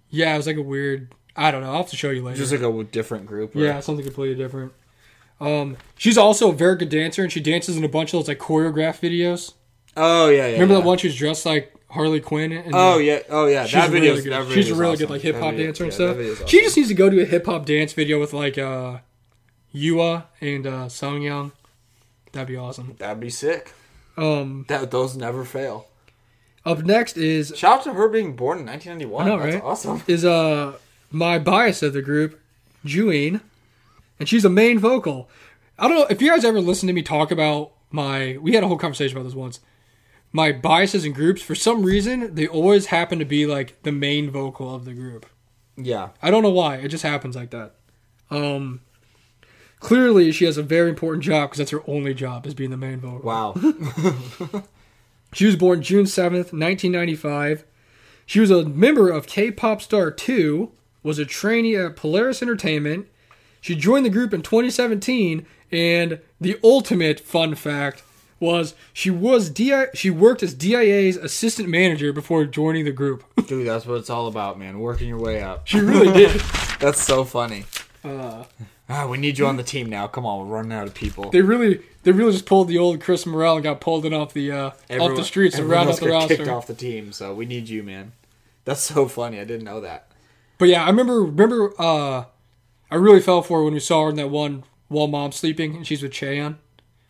[SPEAKER 2] yeah, it was like a weird. I don't know. I'll have to show you later.
[SPEAKER 1] Just like a different group. or-
[SPEAKER 2] yeah, something completely different. Um, she's also a very good dancer and she dances in a bunch of those like choreographed videos.
[SPEAKER 1] Oh yeah, yeah.
[SPEAKER 2] Remember
[SPEAKER 1] yeah.
[SPEAKER 2] that one she was dressed like Harley Quinn? And
[SPEAKER 1] Oh yeah, oh yeah.
[SPEAKER 2] She's
[SPEAKER 1] that video.
[SPEAKER 2] really good.
[SPEAKER 1] that video
[SPEAKER 2] She's a
[SPEAKER 1] is
[SPEAKER 2] really
[SPEAKER 1] awesome.
[SPEAKER 2] good like
[SPEAKER 1] That
[SPEAKER 2] hip hop
[SPEAKER 1] video-
[SPEAKER 2] dancer and
[SPEAKER 1] yeah,
[SPEAKER 2] stuff.
[SPEAKER 1] that video is
[SPEAKER 2] She
[SPEAKER 1] awesome.
[SPEAKER 2] just needs to go do a hip hop dance video with like uh Yua and uh Song Young. That'd be awesome.
[SPEAKER 1] That'd be sick.
[SPEAKER 2] Um
[SPEAKER 1] That those never fail.
[SPEAKER 2] up next is
[SPEAKER 1] Shout out to her being born in 1991.
[SPEAKER 2] I know,
[SPEAKER 1] That's
[SPEAKER 2] right?
[SPEAKER 1] awesome.
[SPEAKER 2] is uh my bias of the group, Juine, and she's a main vocal. I don't know if you guys ever listen to me talk about my. We had a whole conversation about this once. My biases in groups, for some reason, they always happen to be like the main vocal of the group.
[SPEAKER 1] Yeah,
[SPEAKER 2] I don't know why. It just happens like that. Um, clearly, she has a very important job because that's her only job is being the main vocal.
[SPEAKER 1] wow.
[SPEAKER 2] She was born June 7th, 1995. She was a member of K-Pop Star 2, was a trainee at Polaris Entertainment. She joined the group in 2017 and the ultimate fun fact was she was DI- she worked as DIA's assistant manager before joining the group.
[SPEAKER 1] Dude, that's what it's all about, man. Working your way up.
[SPEAKER 2] she really did.
[SPEAKER 1] That's so funny.
[SPEAKER 2] Uh,
[SPEAKER 1] Ah, we need you on the team now. Come on, we're running out of people.
[SPEAKER 2] they really they really just pulled the old Chris Morrell and got pulled in off the uh, off the streets and
[SPEAKER 1] everyone
[SPEAKER 2] round
[SPEAKER 1] else
[SPEAKER 2] up the
[SPEAKER 1] got
[SPEAKER 2] roster.
[SPEAKER 1] kicked off the team, so we need you, man. That's so funny. I didn't know that.
[SPEAKER 2] But yeah, I remember remember uh I really fell for her when we saw her in that one while mom's sleeping and she's with Cheon.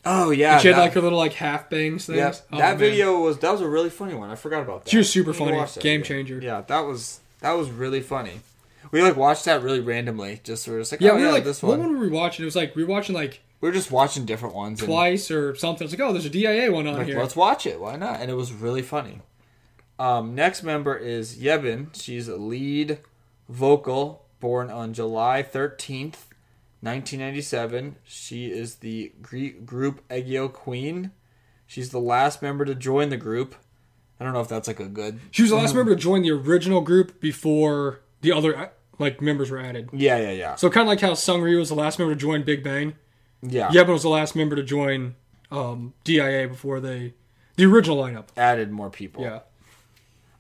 [SPEAKER 1] Oh yeah,
[SPEAKER 2] She had
[SPEAKER 1] that-
[SPEAKER 2] like her little like half bangs things.
[SPEAKER 1] Yeah,
[SPEAKER 2] Oh,
[SPEAKER 1] that
[SPEAKER 2] man.
[SPEAKER 1] video was that was a really funny one. I forgot about that.
[SPEAKER 2] She was
[SPEAKER 1] We
[SPEAKER 2] super
[SPEAKER 1] need to
[SPEAKER 2] funny.
[SPEAKER 1] watch that
[SPEAKER 2] Game
[SPEAKER 1] again.
[SPEAKER 2] changer.
[SPEAKER 1] Yeah, that was that was really funny. We like watched that really randomly. Just we were just like,
[SPEAKER 2] Yeah,
[SPEAKER 1] oh,
[SPEAKER 2] we were
[SPEAKER 1] yeah,
[SPEAKER 2] like
[SPEAKER 1] this one.
[SPEAKER 2] what one were we watching? It was like we were watching like
[SPEAKER 1] We were just watching different ones. and,
[SPEAKER 2] twice or something. It's like, oh there's a DIA one on
[SPEAKER 1] like,
[SPEAKER 2] here.
[SPEAKER 1] let's watch it. Why not? And it was really funny. Um, next member is Yebin. She's a lead Vocal, born on July 13th, 1997. She is the Greek group Eggio Queen. She's the last member to join the group. I don't know if that's like a good.
[SPEAKER 2] She was the last member to join the original group before the other like members were added.
[SPEAKER 1] Yeah, yeah, yeah.
[SPEAKER 2] So kind of like how Sungri was the last member to join Big Bang.
[SPEAKER 1] Yeah.
[SPEAKER 2] Yebon was the last member to join um, DIA before they the original lineup.
[SPEAKER 1] Added more people.
[SPEAKER 2] Yeah.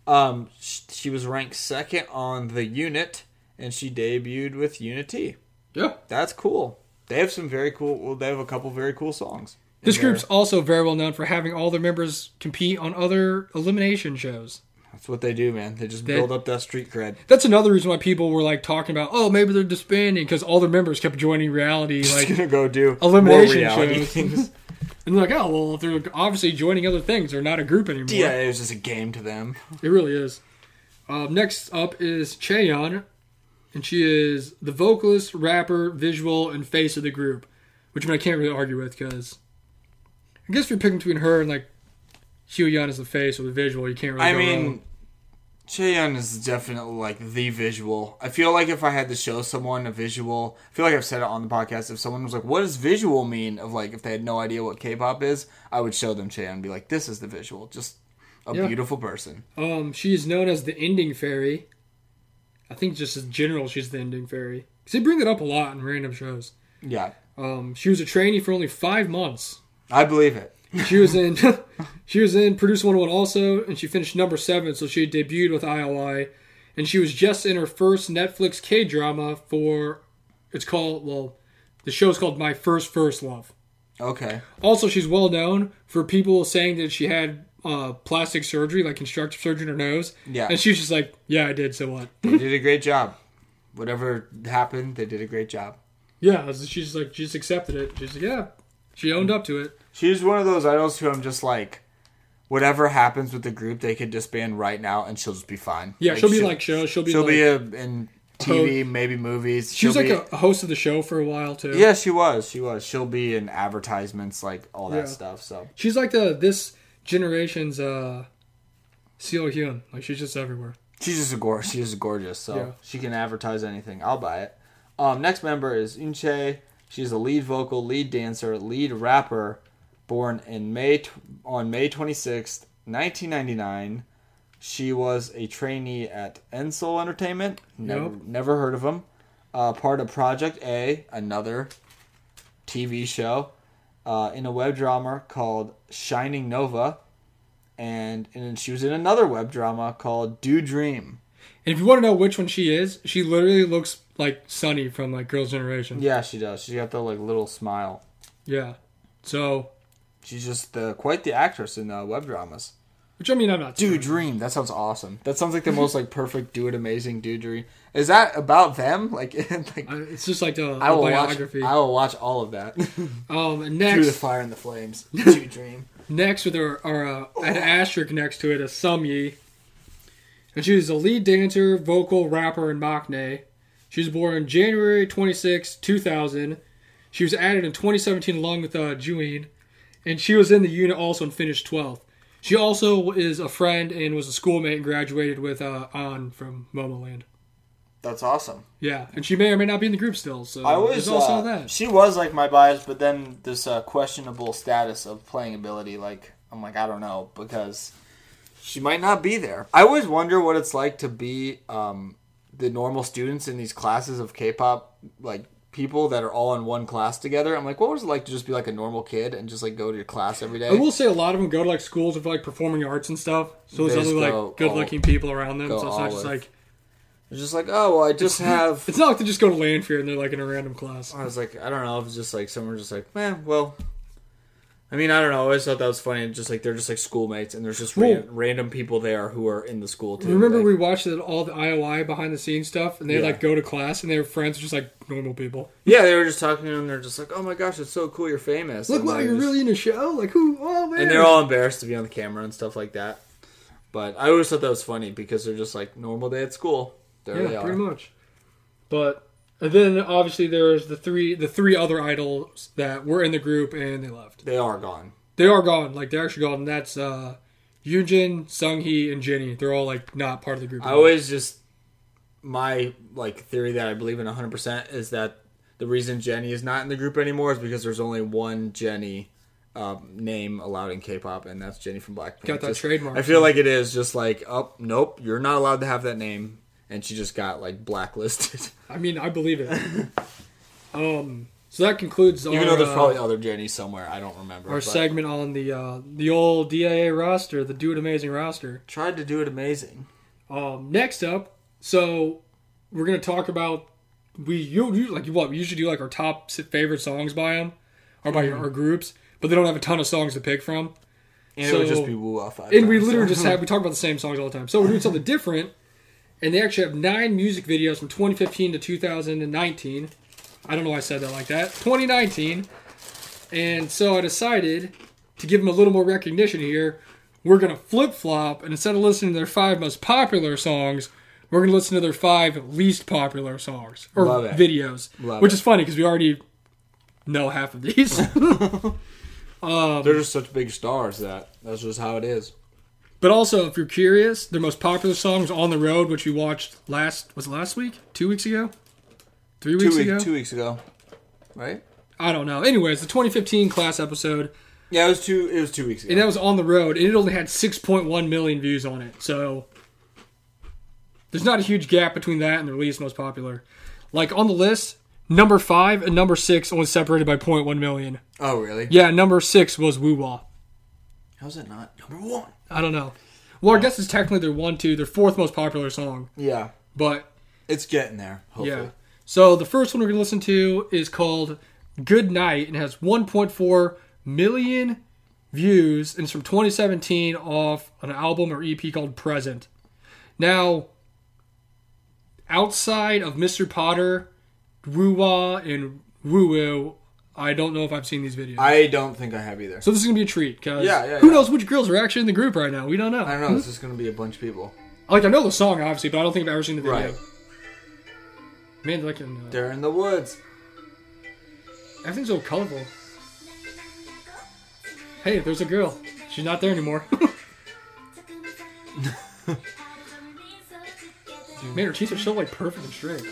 [SPEAKER 1] Um, sh- she was ranked second on the unit, and she debuted with Unity.
[SPEAKER 2] Yeah.
[SPEAKER 1] That's cool. They have some very cool. Well, they have a couple very cool songs. in
[SPEAKER 2] This
[SPEAKER 1] there.
[SPEAKER 2] group's also very well known for having all their members compete on other elimination shows.
[SPEAKER 1] That's what they do, man. They just
[SPEAKER 2] They-
[SPEAKER 1] build up that street cred.
[SPEAKER 2] That's another reason why people were like talking about, oh, maybe they're disbanding because all their members kept joining reality.
[SPEAKER 1] Just
[SPEAKER 2] Like,
[SPEAKER 1] gonna go do
[SPEAKER 2] elimination
[SPEAKER 1] more reality
[SPEAKER 2] shows.
[SPEAKER 1] things.
[SPEAKER 2] and they're like, oh, well, if they're obviously joining other things. They're not a group anymore.
[SPEAKER 1] yeah, it was just a game to them.
[SPEAKER 2] It really is. Uh, next up is Cheon, and she is the vocalist, rapper, visual, and face of the group, which I, mean, I can't really argue with because I guess if you're picking between her and like Hyun as the face or the visual, you can't really.
[SPEAKER 1] I
[SPEAKER 2] go
[SPEAKER 1] mean,
[SPEAKER 2] wrong.
[SPEAKER 1] Cheon is definitely like the visual. I feel like if I had to show someone a visual, I feel like I've said it on the podcast. If someone was like, "What does visual mean?" of like if they had no idea what K-pop is, I would show them Cheon and be like, "This is the visual." Just a
[SPEAKER 2] Yeah.
[SPEAKER 1] beautiful person.
[SPEAKER 2] um, she is known as the ending fairy. I think just in general, she's the ending fairy. 'Cause they bring that up a lot in random shows.
[SPEAKER 1] Yeah,
[SPEAKER 2] Um, she was a trainee for only five months.
[SPEAKER 1] I believe it.
[SPEAKER 2] She was in she was in Produce 101 also, and she finished number seven, so she debuted with IOI. And she was just in her first Netflix K drama for it's called well, the show's called My First First Love.
[SPEAKER 1] Okay.
[SPEAKER 2] Also, she's well known for people saying that she had uh, plastic surgery, like constructive surgery in her nose.
[SPEAKER 1] Yeah.
[SPEAKER 2] And she's just like, Yeah, I did, so what?
[SPEAKER 1] They did a great job. Whatever happened, they did a great job.
[SPEAKER 2] Yeah, so she's like she just accepted it. She's like, Yeah. She owned up to it.
[SPEAKER 1] She's one of those idols who I'm just like, whatever happens with the group, they could disband right now and she'll just be fine.
[SPEAKER 2] Yeah, she'll be like show, she'll be
[SPEAKER 1] she'll
[SPEAKER 2] like
[SPEAKER 1] be a, in TV, maybe movies.
[SPEAKER 2] she was
[SPEAKER 1] She'll
[SPEAKER 2] like
[SPEAKER 1] be-
[SPEAKER 2] a, a host of the show for a while too.
[SPEAKER 1] yeah, she was. She was. She'll be in advertisements, like all that
[SPEAKER 2] Yeah.
[SPEAKER 1] stuff. So
[SPEAKER 2] She's like the this generation's uh Seo Hyun. Like she's just everywhere.
[SPEAKER 1] she's just a gor- she's just gorgeous. So
[SPEAKER 2] Yeah.
[SPEAKER 1] she can advertise anything. I'll buy it. Um, next member is Inche. She's a lead vocal, lead dancer, lead rapper, born in May tw- on May 26th, 1999. She was a trainee at Ensoul Entertainment. Never,
[SPEAKER 2] Yep.
[SPEAKER 1] never heard of them. Uh, part of Project A, another TV show, uh, in a web drama called Shining Nova, and and then she was in another web drama called Do Dream.
[SPEAKER 2] And if you want to know which one she is, she literally looks like Sunny from like Girls Generation.
[SPEAKER 1] Yeah, she does. She got the like little smile.
[SPEAKER 2] Yeah. So,
[SPEAKER 1] She's just uh, quite the actress in uh, web dramas.
[SPEAKER 2] which I mean, I'm not.
[SPEAKER 1] Do Dream. That sounds awesome. That sounds like the most like perfect do it amazing do dream. Is that about them? Like, like
[SPEAKER 2] I, it's just like the,
[SPEAKER 1] I
[SPEAKER 2] the
[SPEAKER 1] will watch.
[SPEAKER 2] biography.
[SPEAKER 1] I will watch all of that through
[SPEAKER 2] um, and
[SPEAKER 1] the
[SPEAKER 2] next,
[SPEAKER 1] fire and the flames. do Dream.
[SPEAKER 2] next with her, our, uh,
[SPEAKER 1] Oh.
[SPEAKER 2] an asterisk next to it is Sumyi, and she was a lead dancer, vocal, rapper, and maknae. She was born January 26, 2000. She was added in 2017 along with uh, Juin, and she was in the unit also and finished 12th. She also is a friend and was a schoolmate and graduated with uh, An from Momoland.
[SPEAKER 1] That's awesome.
[SPEAKER 2] Yeah, and she may or may not be in the group still. So
[SPEAKER 1] I was
[SPEAKER 2] there's also
[SPEAKER 1] uh,
[SPEAKER 2] that.
[SPEAKER 1] She was like my bias, but then this uh, questionable status of playing ability, like I'm like I don't know because she might not be there. I always wonder what it's like to be um, the normal students in these classes of K-pop, like people that are all in one class together. I'm like, what was it like to just be like a normal kid and just like go to your class every day?
[SPEAKER 2] I will say a lot of them go to like schools of like performing arts and stuff. So
[SPEAKER 1] They
[SPEAKER 2] there's
[SPEAKER 1] just
[SPEAKER 2] other
[SPEAKER 1] go
[SPEAKER 2] like good looking people around them.
[SPEAKER 1] go
[SPEAKER 2] So it's
[SPEAKER 1] all
[SPEAKER 2] not just
[SPEAKER 1] with-
[SPEAKER 2] like
[SPEAKER 1] It's just like, oh, well, I just have.
[SPEAKER 2] it's not like they just go to Landfair and they're like in a random class.
[SPEAKER 1] I was like, I don't know. It was just like someone was just like, man, well. I mean, I don't know. I always thought that was funny. Just like they're just like schoolmates, and there's just ran- random people there who are in the school too.
[SPEAKER 2] Remember
[SPEAKER 1] like,
[SPEAKER 2] we watched that all the IOI behind the scenes stuff and they
[SPEAKER 1] Yeah.
[SPEAKER 2] like go to class and their friends are just like normal people.
[SPEAKER 1] yeah, they were just talking to them. They're just like, oh my gosh, it's so cool. You're famous.
[SPEAKER 2] Look,
[SPEAKER 1] And
[SPEAKER 2] wow,
[SPEAKER 1] they're
[SPEAKER 2] you're
[SPEAKER 1] just-
[SPEAKER 2] really in a show? Like who oh man
[SPEAKER 1] And they're all embarrassed to be on the camera and stuff like that. But I always thought that was funny because they're just like normal day at school. There they
[SPEAKER 2] Yeah,
[SPEAKER 1] are.
[SPEAKER 2] pretty much. But and then obviously there's the three the three other idols that were in the group and they left.
[SPEAKER 1] They are gone.
[SPEAKER 2] They are gone, like they're actually gone, and that's uh Yujin, Sunghee, and Jenny. They're all like not part of the group.
[SPEAKER 1] I
[SPEAKER 2] anymore.
[SPEAKER 1] always just my like theory that I believe in 100% is that the reason Jenny is not in the group anymore is because there's only one Jenny um, name allowed in K-pop, and that's Jenny from Blackpink.
[SPEAKER 2] Got that
[SPEAKER 1] Just-
[SPEAKER 2] trademark.
[SPEAKER 1] I feel like it is just like, oh, nope, you're not allowed to have that name, and she just got like blacklisted.
[SPEAKER 2] I mean, I believe it. um, so that concludes
[SPEAKER 1] Even
[SPEAKER 2] our,
[SPEAKER 1] though there's
[SPEAKER 2] uh,
[SPEAKER 1] probably other Jennies somewhere, I don't remember.
[SPEAKER 2] our
[SPEAKER 1] but-
[SPEAKER 2] segment on the uh, the old DIA roster, the Do It Amazing roster.
[SPEAKER 1] tried to do it amazing.
[SPEAKER 2] Um, next up, so we're gonna talk about we you, you like what we usually do like our top s- favorite songs by them or by
[SPEAKER 1] Mm-hmm.
[SPEAKER 2] our groups, but they don't have a ton of songs to pick from.
[SPEAKER 1] And
[SPEAKER 2] So-
[SPEAKER 1] it would just be woo off.
[SPEAKER 2] And we literally just have we talk about the same songs all the time. So we're doing something different, and they actually have nine music videos from 2015 to 2019. I don't know why I said that like that. 2019, and so I decided to give them a little more recognition here. We're gonna flip flop, and instead of listening to their five most popular songs, we're gonna listen to their five least popular songs or
[SPEAKER 1] Love it.
[SPEAKER 2] videos,
[SPEAKER 1] Love
[SPEAKER 2] which
[SPEAKER 1] it.
[SPEAKER 2] is funny because we already know half of these.
[SPEAKER 1] They're just such big stars that that's just how it is.
[SPEAKER 2] But also, if you're curious, their most popular songs on the road, which we watched last was it last week, two weeks ago, three
[SPEAKER 1] Two
[SPEAKER 2] weeks
[SPEAKER 1] weeks,
[SPEAKER 2] ago.
[SPEAKER 1] two weeks ago, right?
[SPEAKER 2] I don't know. Anyways, the 2015 class episode,
[SPEAKER 1] Yeah, it was two. It was two weeks ago.
[SPEAKER 2] and that was on the road, and it only had 6.1 million views on it. So there's not a huge gap between that and the release most popular. Like on the list, number five and number six only separated by 0.1 million.
[SPEAKER 1] oh, really?
[SPEAKER 2] Yeah, number six was Woo Wah.
[SPEAKER 1] How's it not number one?
[SPEAKER 2] I don't know. Well, I guess it's technically their one, two, their fourth most popular song,
[SPEAKER 1] Yeah,
[SPEAKER 2] but
[SPEAKER 1] it's getting there. Hopefully.
[SPEAKER 2] Yeah. So the first one we're going to listen to is called Good Night and has 1.4 million views and it's from 2017 off an album or EP called Present. Now, outside of Mr. Potter, Woo Wah, and Woo Woo, I don't know if I've seen these videos.
[SPEAKER 1] I don't think I have either.
[SPEAKER 2] so this is going to be a treat because
[SPEAKER 1] Yeah, yeah,
[SPEAKER 2] who
[SPEAKER 1] yeah.
[SPEAKER 2] knows which girls are actually in the group right now? We don't know.
[SPEAKER 1] I don't know. This is going to be a bunch of people.
[SPEAKER 2] Like, I know the song, obviously, but I don't think I've ever seen the video.
[SPEAKER 1] Right.
[SPEAKER 2] Man, like, in, uh,
[SPEAKER 1] They're in the woods.
[SPEAKER 2] Everything's so colorful. Hey, there's a girl. She's not there anymore. Man, her teeth are so like perfect and straight.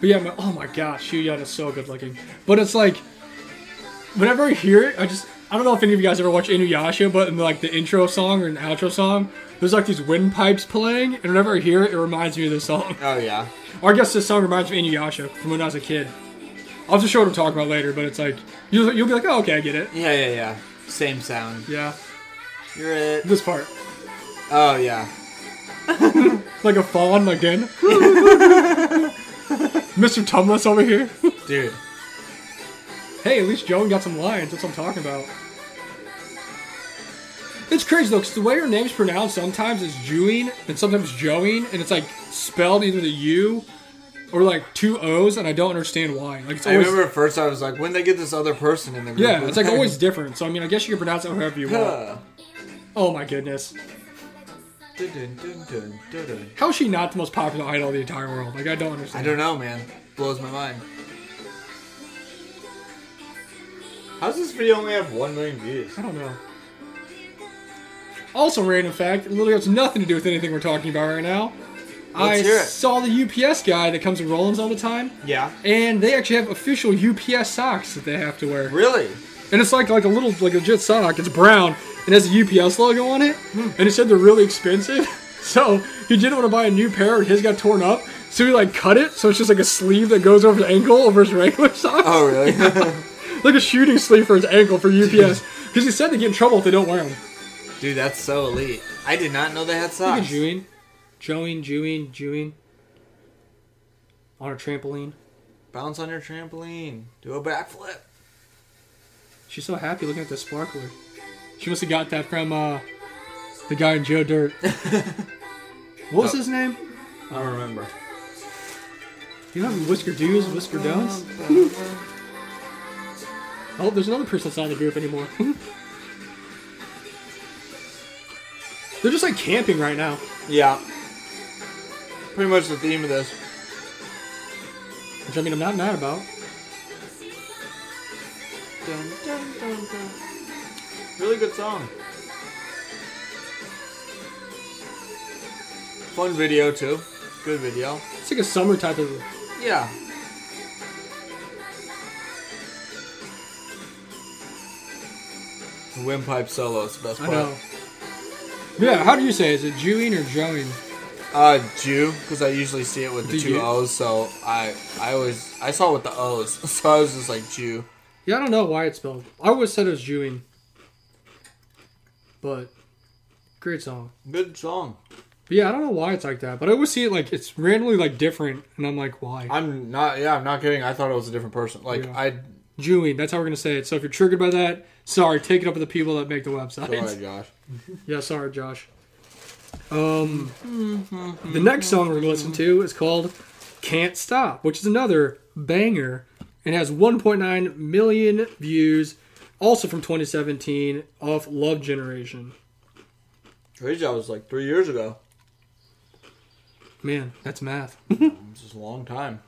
[SPEAKER 2] But yeah, my, oh my gosh, Shu Yan is so good looking. But it's like, whenever I hear it, I just I don't know if any of you guys ever watch Inuyasha, but in like the intro song or an outro song, there's like these windpipes playing, and whenever I hear it, it reminds me of this song.
[SPEAKER 1] Oh yeah.
[SPEAKER 2] Or I guess this song reminds me of Inuyasha from when I was a kid. I'll just show what I'm talking about later, but it's like you'll, you'll be like, oh, okay, I get it.
[SPEAKER 1] Yeah, yeah, yeah. Same sound.
[SPEAKER 2] Yeah,
[SPEAKER 1] You're it.
[SPEAKER 2] this part,
[SPEAKER 1] Oh yeah.
[SPEAKER 2] like a fawn again. Mr. Tumless over here.
[SPEAKER 1] Dude.
[SPEAKER 2] hey, at least Joan got some lines. That's what I'm talking about. It's crazy though, because the way her name's pronounced sometimes is Jewing and sometimes Joing, and it's like spelled either the U or like two O's, and I don't understand why. Like it's
[SPEAKER 1] I
[SPEAKER 2] always
[SPEAKER 1] remember at first I was like, when they get this other person in the group.
[SPEAKER 2] yeah, it's like always different. So I mean, I guess you can pronounce it however you want.
[SPEAKER 1] Huh.
[SPEAKER 2] Oh my goodness.
[SPEAKER 1] Dun, dun, dun, dun, dun.
[SPEAKER 2] How is she not the most popular idol in the entire world? Like, I don't
[SPEAKER 1] I
[SPEAKER 2] understand.
[SPEAKER 1] don't know, man. Blows my mind. How's this video only have one million views?
[SPEAKER 2] I don't know. Also, random fact, it literally has nothing to do with anything we're talking about right now.
[SPEAKER 1] Let's
[SPEAKER 2] I
[SPEAKER 1] hear it.
[SPEAKER 2] saw the UPS guy that comes to Rollins all the time,
[SPEAKER 1] Yeah.
[SPEAKER 2] and they actually have official UPS socks that they have to wear.
[SPEAKER 1] Really?
[SPEAKER 2] And it's like like a little like legit sock. It's brown and has a UPS logo on it.
[SPEAKER 1] Hmm.
[SPEAKER 2] And he said they're really expensive. So he didn't want to buy a new pair and his got torn up. So he like cut it, so it's just like a sleeve that goes over the ankle over his regular socks.
[SPEAKER 1] Oh, really?
[SPEAKER 2] like a shooting sleeve for his ankle for UPS. Because he said they get in trouble if they don't wear them.
[SPEAKER 1] Dude, that's so elite. I did not know they had socks.
[SPEAKER 2] Jewing, Joing, Jewing, Jewing. On a trampoline.
[SPEAKER 1] Bounce on your trampoline. Do a backflip.
[SPEAKER 2] She's so happy looking at the sparkler. She must have got that from uh, the guy in Joe Dirt. what was his name?
[SPEAKER 1] I don't remember.
[SPEAKER 2] You have whisker do's, whisker don'ts. oh, there's another person that's not in the group anymore. They're just like camping right now.
[SPEAKER 1] Yeah. Pretty much the theme of this.
[SPEAKER 2] Which I mean, I'm not mad about.
[SPEAKER 1] Really good song. Fun video too. Good video.
[SPEAKER 2] It's like a summer type of.
[SPEAKER 1] Yeah. Windpipe solo is the best
[SPEAKER 2] I
[SPEAKER 1] part.
[SPEAKER 2] know. Yeah, how do you say? it? Is it Jewing or Joing?
[SPEAKER 1] Uh, Jew, because I usually see it with the
[SPEAKER 2] Do
[SPEAKER 1] two
[SPEAKER 2] you?
[SPEAKER 1] O's, so I I always I saw it with the O's, so I was just like Jew.
[SPEAKER 2] Yeah, I don't know why it's spelled. I always said it was Jewing. But great song.
[SPEAKER 1] Good song.
[SPEAKER 2] But yeah, I don't know why it's like that. But I always see it like it's randomly like different, and I'm like, why?
[SPEAKER 1] I'm not. Yeah, I'm not kidding. I thought it was a different person. Like
[SPEAKER 2] Yeah.
[SPEAKER 1] I.
[SPEAKER 2] Jewing. That's how we're gonna say it. So if you're triggered by that, sorry. Take it up with the people that make the
[SPEAKER 1] Oh my
[SPEAKER 2] websites.
[SPEAKER 1] gosh.
[SPEAKER 2] Yeah, sorry, Josh. Um, the next song we're gonna listen to is called "Can't Stop," which is another banger and has 1.9 million views, also from 2017 off Love Generation.
[SPEAKER 1] Crazy. That was like three years ago.
[SPEAKER 2] Man, that's math.
[SPEAKER 1] It's just a long time.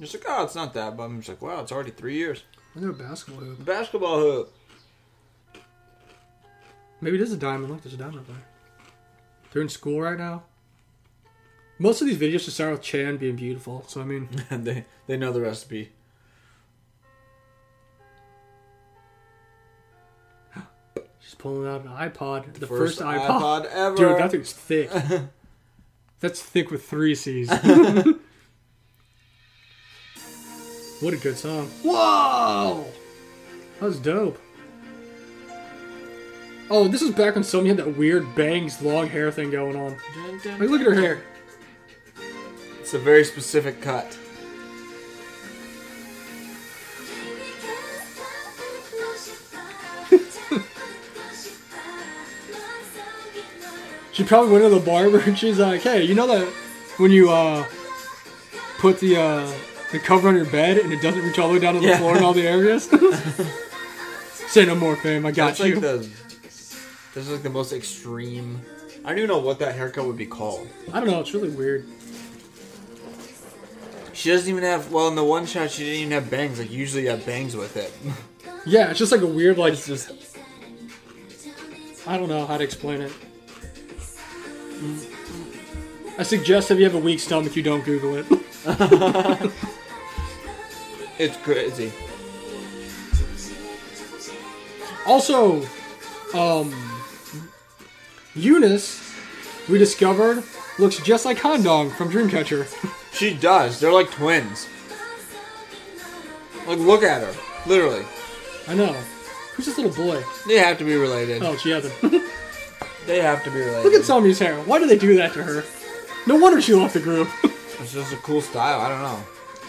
[SPEAKER 1] Just like oh, it's not that, but I'm just like wow, it's already three years.
[SPEAKER 2] Look at a basketball hoop.
[SPEAKER 1] Basketball hoop.
[SPEAKER 2] Maybe it is a diamond. Look, there's a diamond up there. They're in school right now. Most of these videos just start with Chan being beautiful. So I mean,
[SPEAKER 1] they they know the recipe.
[SPEAKER 2] she's pulling out an iPod, the,
[SPEAKER 1] First,
[SPEAKER 2] first, iPod.
[SPEAKER 1] iPod ever.
[SPEAKER 2] Dude, that thing's thick. That's thick with three C's. what a good song. Whoa! That was dope. Oh, this is back when Sony had that weird bangs, long hair thing going on. Like, look at her hair.
[SPEAKER 1] It's a very specific cut.
[SPEAKER 2] She probably went to the barber and she's like, hey, you know that when you uh, put the uh, the cover on your bed and it doesn't reach all the way down to the
[SPEAKER 1] Yeah.
[SPEAKER 2] floor in all the areas? Say no more, fam. I got
[SPEAKER 1] That's
[SPEAKER 2] you.
[SPEAKER 1] like the. This is like the most extreme. I don't even know what that haircut would be called.
[SPEAKER 2] I don't know. It's really weird.
[SPEAKER 1] She doesn't even have. Well, in the one shot, she didn't even have bangs. Like usually, you have bangs with it.
[SPEAKER 2] Yeah, it's just like a weird, like
[SPEAKER 1] It's just
[SPEAKER 2] I don't know how to explain it. I suggest if you have a weak stomach, you don't Google it.
[SPEAKER 1] it's crazy.
[SPEAKER 2] also, um, Eunice, we discovered, looks just like Handong from Dreamcatcher.
[SPEAKER 1] She does. They're like twins. Like look at her. Literally,
[SPEAKER 2] I know. Who's this little boy?
[SPEAKER 1] they have to be related.
[SPEAKER 2] Oh, she has him.
[SPEAKER 1] They have to be related.
[SPEAKER 2] Look at Somni's hair. Why do they do that to her? No wonder she left the group.
[SPEAKER 1] It's just a cool style. I don't know.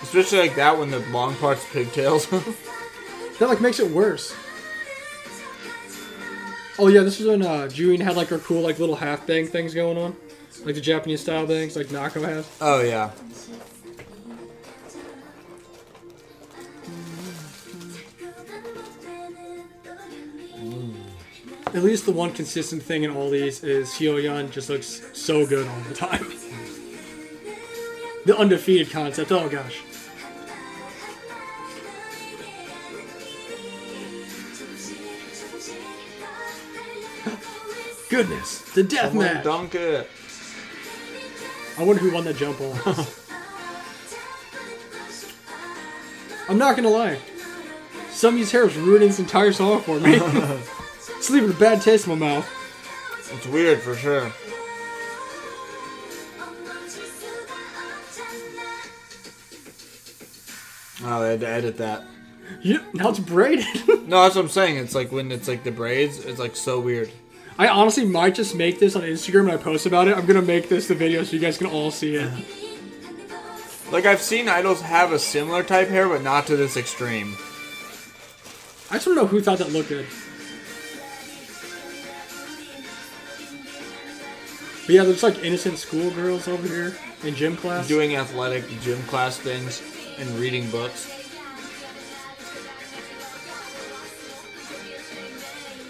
[SPEAKER 1] Especially like that when the long part's pigtails.
[SPEAKER 2] That like makes it worse. Oh yeah, this is when uh June had like her cool like little half bang things going on. Like the Japanese style bangs like Nako has.
[SPEAKER 1] oh yeah.
[SPEAKER 2] At least the one consistent thing in all these is Hyoyeon just looks so good all the time. the undefeated concept, oh gosh. Goodness, the death
[SPEAKER 1] Come on,
[SPEAKER 2] match.
[SPEAKER 1] dunk it.
[SPEAKER 2] I wonder who won that jump ball. I'm not gonna lie. Somebody's hair is ruining this entire song for me. it's leaving a bad taste in my mouth.
[SPEAKER 1] It's weird for sure. Oh, they had to edit that.
[SPEAKER 2] Yeah, now it's braided.
[SPEAKER 1] No, that's what I'm saying. It's like when it's like the braids. It's like so weird.
[SPEAKER 2] I honestly might just make this on Instagram and I post about it. I'm gonna make this the video so you guys can all see it.
[SPEAKER 1] Like I've seen idols have a similar type hair, but not to this extreme.
[SPEAKER 2] I just wanna know who thought that looked good. But yeah, there's like innocent schoolgirls over here in gym class.
[SPEAKER 1] Doing athletic gym class things and reading books.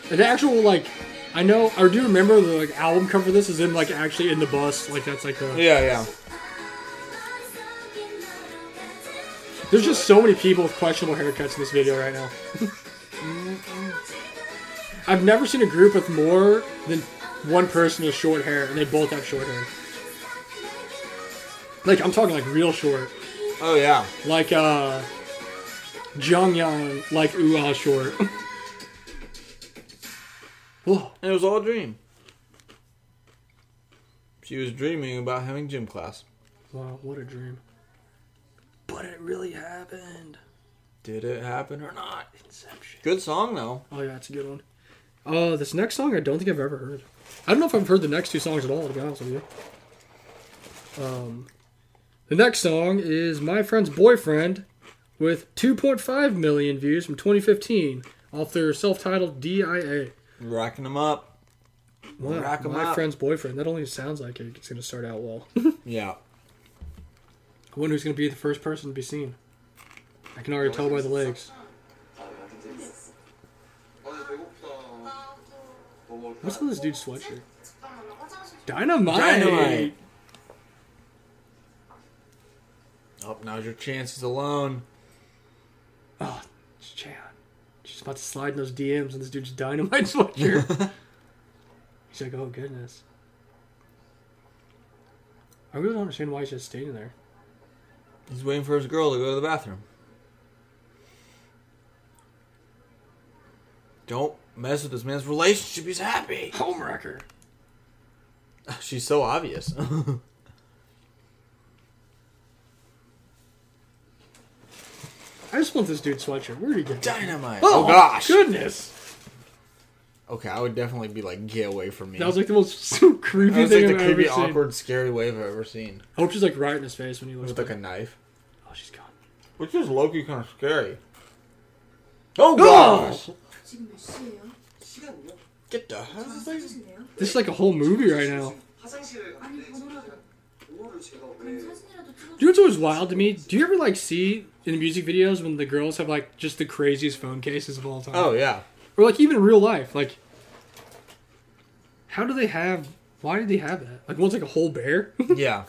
[SPEAKER 2] The actual like, I know I do remember the like album cover. for This is in like actually in the bus. Like that's like the.
[SPEAKER 1] Yeah, yeah.
[SPEAKER 2] There's just so many people with questionable haircuts in this video right now. I've never seen a group with more than one person with short hair, and they both have short hair. Like I'm talking like real short,
[SPEAKER 1] Oh yeah.
[SPEAKER 2] like uh, Jonghyun, like ooh ah short. Oh, Whoa.
[SPEAKER 1] And it was all a dream. She was dreaming about having gym class.
[SPEAKER 2] Wow, what a dream. But it really happened.
[SPEAKER 1] Did it happen or not?
[SPEAKER 2] Inception.
[SPEAKER 1] Good song though.
[SPEAKER 2] Oh yeah, it's a good one. Uh, this next song I don't think I've ever heard. I don't know if I've heard the next two songs at all. To be honest with you. Um, the next song is my friend's boyfriend, with 2.5 million views from 2015 off their self-titled DIA.
[SPEAKER 1] Racking them up.
[SPEAKER 2] Wow,
[SPEAKER 1] Rack 'em
[SPEAKER 2] my
[SPEAKER 1] up.
[SPEAKER 2] friend's boyfriend. That only sounds like it's going to start out well. I
[SPEAKER 1] Yeah.
[SPEAKER 2] wonder who's going to be the first person to be seen. I can already tell by the legs. What's on this dude's sweatshirt? Dynamite.
[SPEAKER 1] Dynamite. Oh, now's your chances alone.
[SPEAKER 2] Oh, Chan. She's about to slide in those DMs in this dude's dynamite sweatshirt. He's like, oh goodness. I really don't understand why he's just staying there.
[SPEAKER 1] He's waiting for his girl to go to the bathroom. Don't mess with this man's relationship. He's happy.
[SPEAKER 2] Homewrecker.
[SPEAKER 1] She's so obvious.
[SPEAKER 2] I just want this dude's sweatshirt. Where did he get that?
[SPEAKER 1] Dynamite.
[SPEAKER 2] Oh, Goodness.
[SPEAKER 1] Oh, Okay, I would definitely be like, get away from me.
[SPEAKER 2] That was like the most so creepy
[SPEAKER 1] That was,
[SPEAKER 2] thing
[SPEAKER 1] like the
[SPEAKER 2] I've
[SPEAKER 1] creepy,
[SPEAKER 2] ever seen.
[SPEAKER 1] awkward, scary wave I've ever seen.
[SPEAKER 2] I hope she's like right in his face when he looks.
[SPEAKER 1] With like a knife.
[SPEAKER 2] oh, she's gone.
[SPEAKER 1] Which is Loki kind of scary. Oh
[SPEAKER 2] gosh!
[SPEAKER 3] 지금 몇 시예요?
[SPEAKER 4] 시간요?
[SPEAKER 1] Get the hell out of here.
[SPEAKER 3] 사진이에요?
[SPEAKER 2] This is like a whole movie right now.
[SPEAKER 4] 화장실을
[SPEAKER 3] 아니
[SPEAKER 4] 갔는데
[SPEAKER 3] 번호라도
[SPEAKER 4] 번호를 제가 왜
[SPEAKER 3] 그럼 사진이라도 찍어.
[SPEAKER 2] You know what's always wild to me? Do you ever like see in music videos when the girls have like just the craziest phone cases of all time?
[SPEAKER 1] Oh yeah.
[SPEAKER 2] or like even in real life like how do they have why did they have that like one's like a whole bear
[SPEAKER 1] Yeah.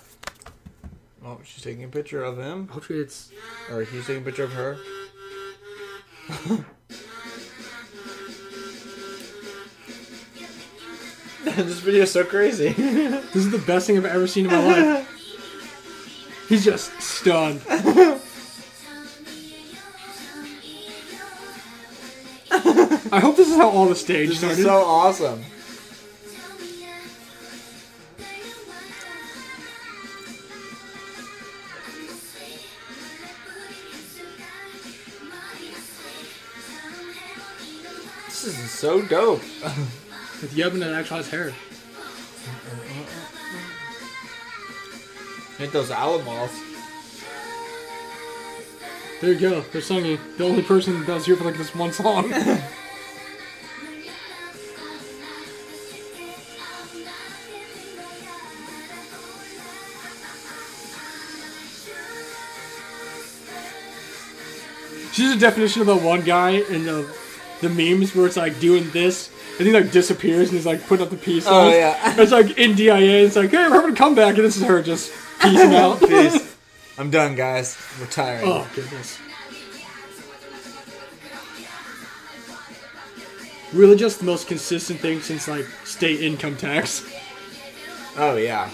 [SPEAKER 1] Oh, she's taking a picture of him.
[SPEAKER 2] hopefully it's
[SPEAKER 1] Or he's taking a picture of her. this video is so crazy.
[SPEAKER 2] this is the best thing i've ever seen in my life he's just stunned i hope this is how all the stage
[SPEAKER 1] this
[SPEAKER 2] started
[SPEAKER 1] is so awesome. This is so dope.
[SPEAKER 2] with yebin that actually has hair
[SPEAKER 1] Hit those Alamos.
[SPEAKER 2] there you go they're singing the only person that was here for like this one song she's a definition of that one guy in the the memes where it's like doing this and he like disappears and he's like putting up the peace
[SPEAKER 1] Oh, yeah.
[SPEAKER 2] it's like in dia it's like hey we're having a comeback and this is her just peacing out
[SPEAKER 1] Peace. I'm done, guys. We're tiring.
[SPEAKER 2] Oh goodness. Really just the most consistent thing since like state income tax.
[SPEAKER 1] Oh, yeah.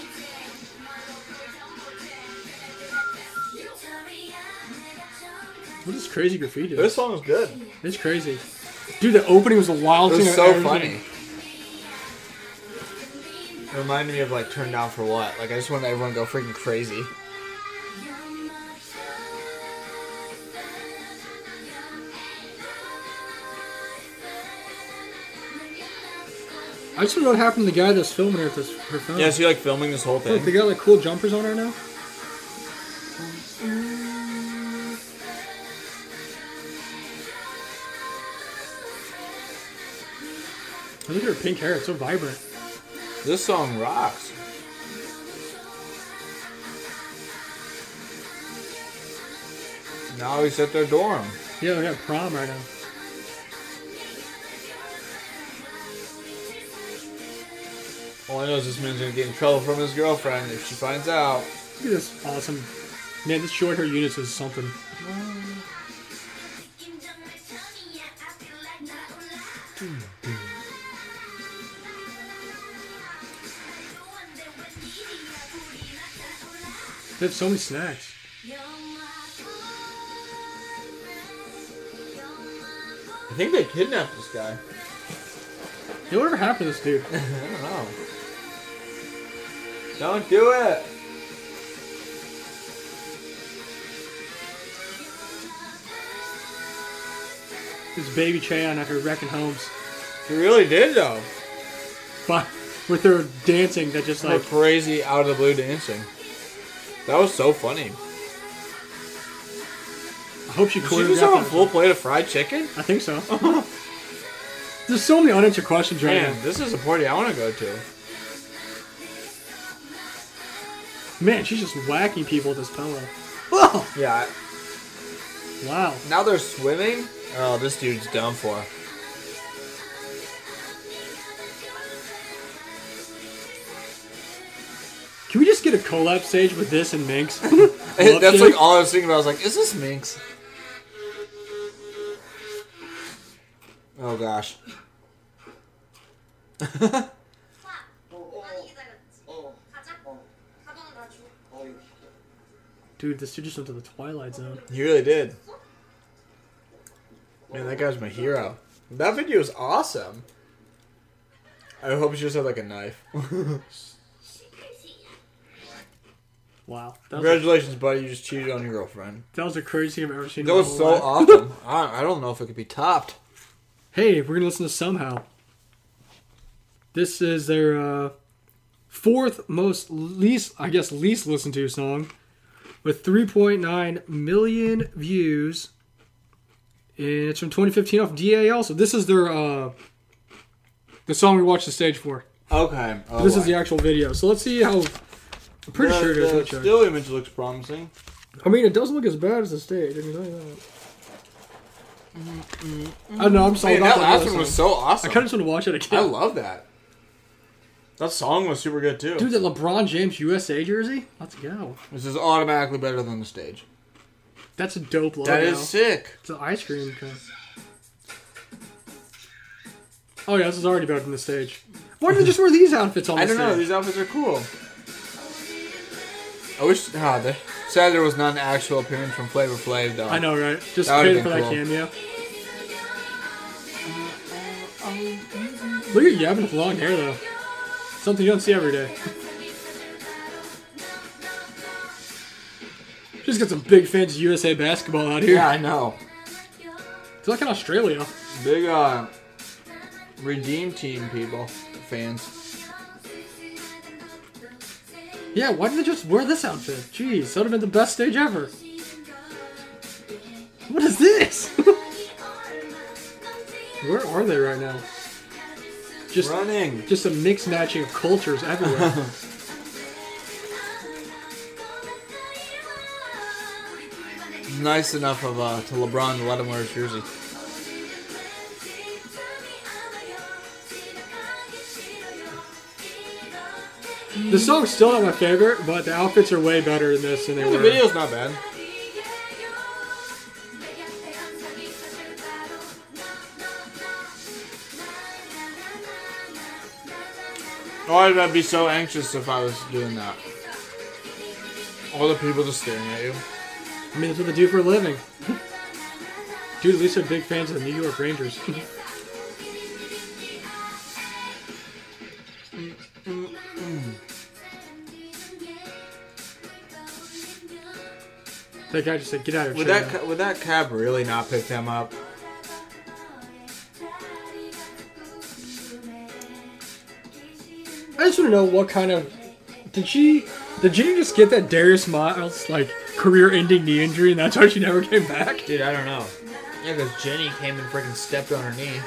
[SPEAKER 2] What is crazy graffiti?
[SPEAKER 1] This song is good.
[SPEAKER 2] It's crazy. Dude, the opening was the
[SPEAKER 1] It
[SPEAKER 2] wildest
[SPEAKER 1] was
[SPEAKER 2] thing I've
[SPEAKER 1] so
[SPEAKER 2] ever
[SPEAKER 1] funny.
[SPEAKER 2] seen.
[SPEAKER 1] It reminded me of like Turn Down for What. Like I just wanted everyone to go freaking crazy.
[SPEAKER 2] I just don't know what happened to the guy that's filming her with this, her phone.
[SPEAKER 1] Yeah, so you like filming this whole
[SPEAKER 2] Look, Oh, they
[SPEAKER 1] thing?
[SPEAKER 2] got like cool jumpers on right now. Look at her pink hair, it's so vibrant.
[SPEAKER 1] This song rocks. Now he's at their dorm.
[SPEAKER 2] Yeah, we got prom right now.
[SPEAKER 1] All I know is this man's gonna get in trouble from his girlfriend if she finds out.
[SPEAKER 2] Look at this awesome. Man, this short hair units is something. They have so many snacks.
[SPEAKER 1] I think they kidnapped this guy.
[SPEAKER 2] Yo, whatever happened to this dude?
[SPEAKER 1] I don't know. Don't do it.
[SPEAKER 2] This baby Chan after wrecking homes,
[SPEAKER 1] He really did though.
[SPEAKER 2] but with their dancing that just
[SPEAKER 1] Like
[SPEAKER 2] like
[SPEAKER 1] crazy out of the blue dancing. That was so funny.
[SPEAKER 2] I hope she
[SPEAKER 1] Did she just have a
[SPEAKER 2] choreographed.
[SPEAKER 1] full
[SPEAKER 2] that.
[SPEAKER 1] plate of fried chicken?
[SPEAKER 2] I think so. There's so many unanswered questions right
[SPEAKER 1] Man, this is a party I want to go to.
[SPEAKER 2] now. Man, she's just whacking people with this pillow. Whoa!
[SPEAKER 1] Yeah.
[SPEAKER 2] Wow.
[SPEAKER 1] Now they're swimming. Oh, this dude's done for.
[SPEAKER 2] Can we just get a collab stage with this and Minx?
[SPEAKER 1] Hey, That's
[SPEAKER 2] Love
[SPEAKER 1] like
[SPEAKER 2] to.
[SPEAKER 1] all I was thinking about. I was like, is this Minx? Oh gosh.
[SPEAKER 4] 어, 어, 이거.
[SPEAKER 2] Dude, this dude just went to the Twilight Zone.
[SPEAKER 1] He really did. Man, that guy's my hero. That video is awesome. I hope she just had like a knife.
[SPEAKER 2] Wow. That was,
[SPEAKER 1] Congratulations, buddy. You just cheated on your girlfriend.
[SPEAKER 2] that was the craziest thing I've ever seen.
[SPEAKER 1] That
[SPEAKER 2] in my
[SPEAKER 1] was
[SPEAKER 2] whole
[SPEAKER 1] so
[SPEAKER 2] life.
[SPEAKER 1] awesome. I, I don't know if it could be topped.
[SPEAKER 2] Hey, we're gonna listen to somehow. This is their uh, fourth most least, I guess, least listened to song, with 3.9 million views, and it's from 2015 off DA. Also, this is their uh, the song we watched the stage for.
[SPEAKER 1] Okay. Oh,
[SPEAKER 2] this is the
[SPEAKER 1] wow.
[SPEAKER 2] actual video. So let's see how. I'm pretty
[SPEAKER 1] The-
[SPEAKER 2] sure it is.
[SPEAKER 1] the
[SPEAKER 2] Let me check.
[SPEAKER 1] still image looks promising.
[SPEAKER 2] I mean, it doesn't look as bad as the stage. I mean, look at that. I don't know. I'm sorry
[SPEAKER 1] Man,
[SPEAKER 2] about
[SPEAKER 1] that
[SPEAKER 2] that.
[SPEAKER 1] last
[SPEAKER 2] other
[SPEAKER 1] one was
[SPEAKER 2] song.
[SPEAKER 1] so awesome.
[SPEAKER 2] I kind of just want to watch it
[SPEAKER 1] I
[SPEAKER 2] again.
[SPEAKER 1] love that. That song was super good too.
[SPEAKER 2] Dude, that LeBron James USA jersey? Let's go.
[SPEAKER 1] This is automatically better than the stage.
[SPEAKER 2] That's a dope logo.
[SPEAKER 1] That is sick.
[SPEAKER 2] It's an ice cream cone. Oh yeah, this is already better than the stage. Why did they just wear these outfits on the
[SPEAKER 1] I don't
[SPEAKER 2] stage?
[SPEAKER 1] know. These outfits are cool. I wish. Ah, the, sad there was not an actual appearance from Flavor Flav though.
[SPEAKER 2] I know, right? Just
[SPEAKER 1] That
[SPEAKER 2] paid
[SPEAKER 1] would've
[SPEAKER 2] for
[SPEAKER 1] been
[SPEAKER 2] that
[SPEAKER 1] cool.
[SPEAKER 2] cameo. Look at Yavin with long hair though. Something you don't see every day. Just got some big fans of USA basketball out here.
[SPEAKER 1] Yeah, I know.
[SPEAKER 2] It's like in Australia.
[SPEAKER 1] Big uh, redeem team people, fans.
[SPEAKER 2] Yeah, why did they just wear this outfit? Jeez, that would have been the best stage ever. What is this? Where are they right now? Just
[SPEAKER 1] Running.
[SPEAKER 2] just a mix matching of cultures everywhere.
[SPEAKER 1] Nice enough of uh, to LeBron to let him wear his jersey.
[SPEAKER 2] the song's still not my favorite, but the outfits are way better than this than they
[SPEAKER 1] The
[SPEAKER 2] were.
[SPEAKER 1] video's not bad. Oh, I'd be so anxious if I was doing that. All the people just staring at you.
[SPEAKER 2] I mean, that's what they do for a living. Dude, at least they're big fans of the New York Rangers. that guy just said, "Get out of here."
[SPEAKER 1] Would
[SPEAKER 2] China."
[SPEAKER 1] that ca- would that cab really not pick them up?
[SPEAKER 2] I just want to know what kind of did she did Jenny just get that Darius Miles like career-ending knee injury, and that's why she never came back?
[SPEAKER 1] Dude, I don't know. Yeah, because Jenny came and freaking stepped on her knee.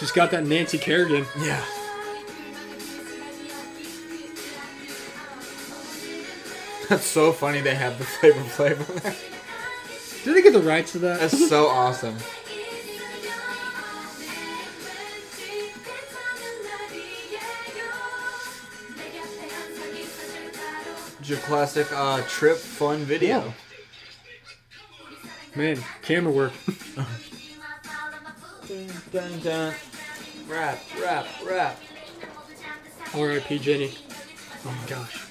[SPEAKER 2] Just got that Nancy Kerrigan.
[SPEAKER 1] Yeah. That's so funny they have the flavor flavor there.
[SPEAKER 2] Did they get the rights to that?
[SPEAKER 1] That's so awesome. It's your classic uh, trip fun video.
[SPEAKER 2] Yeah. Man, camera work.
[SPEAKER 1] Dun, dun, dun. Rap, rap, rap.
[SPEAKER 2] R.I.P. Jenny. Oh my gosh.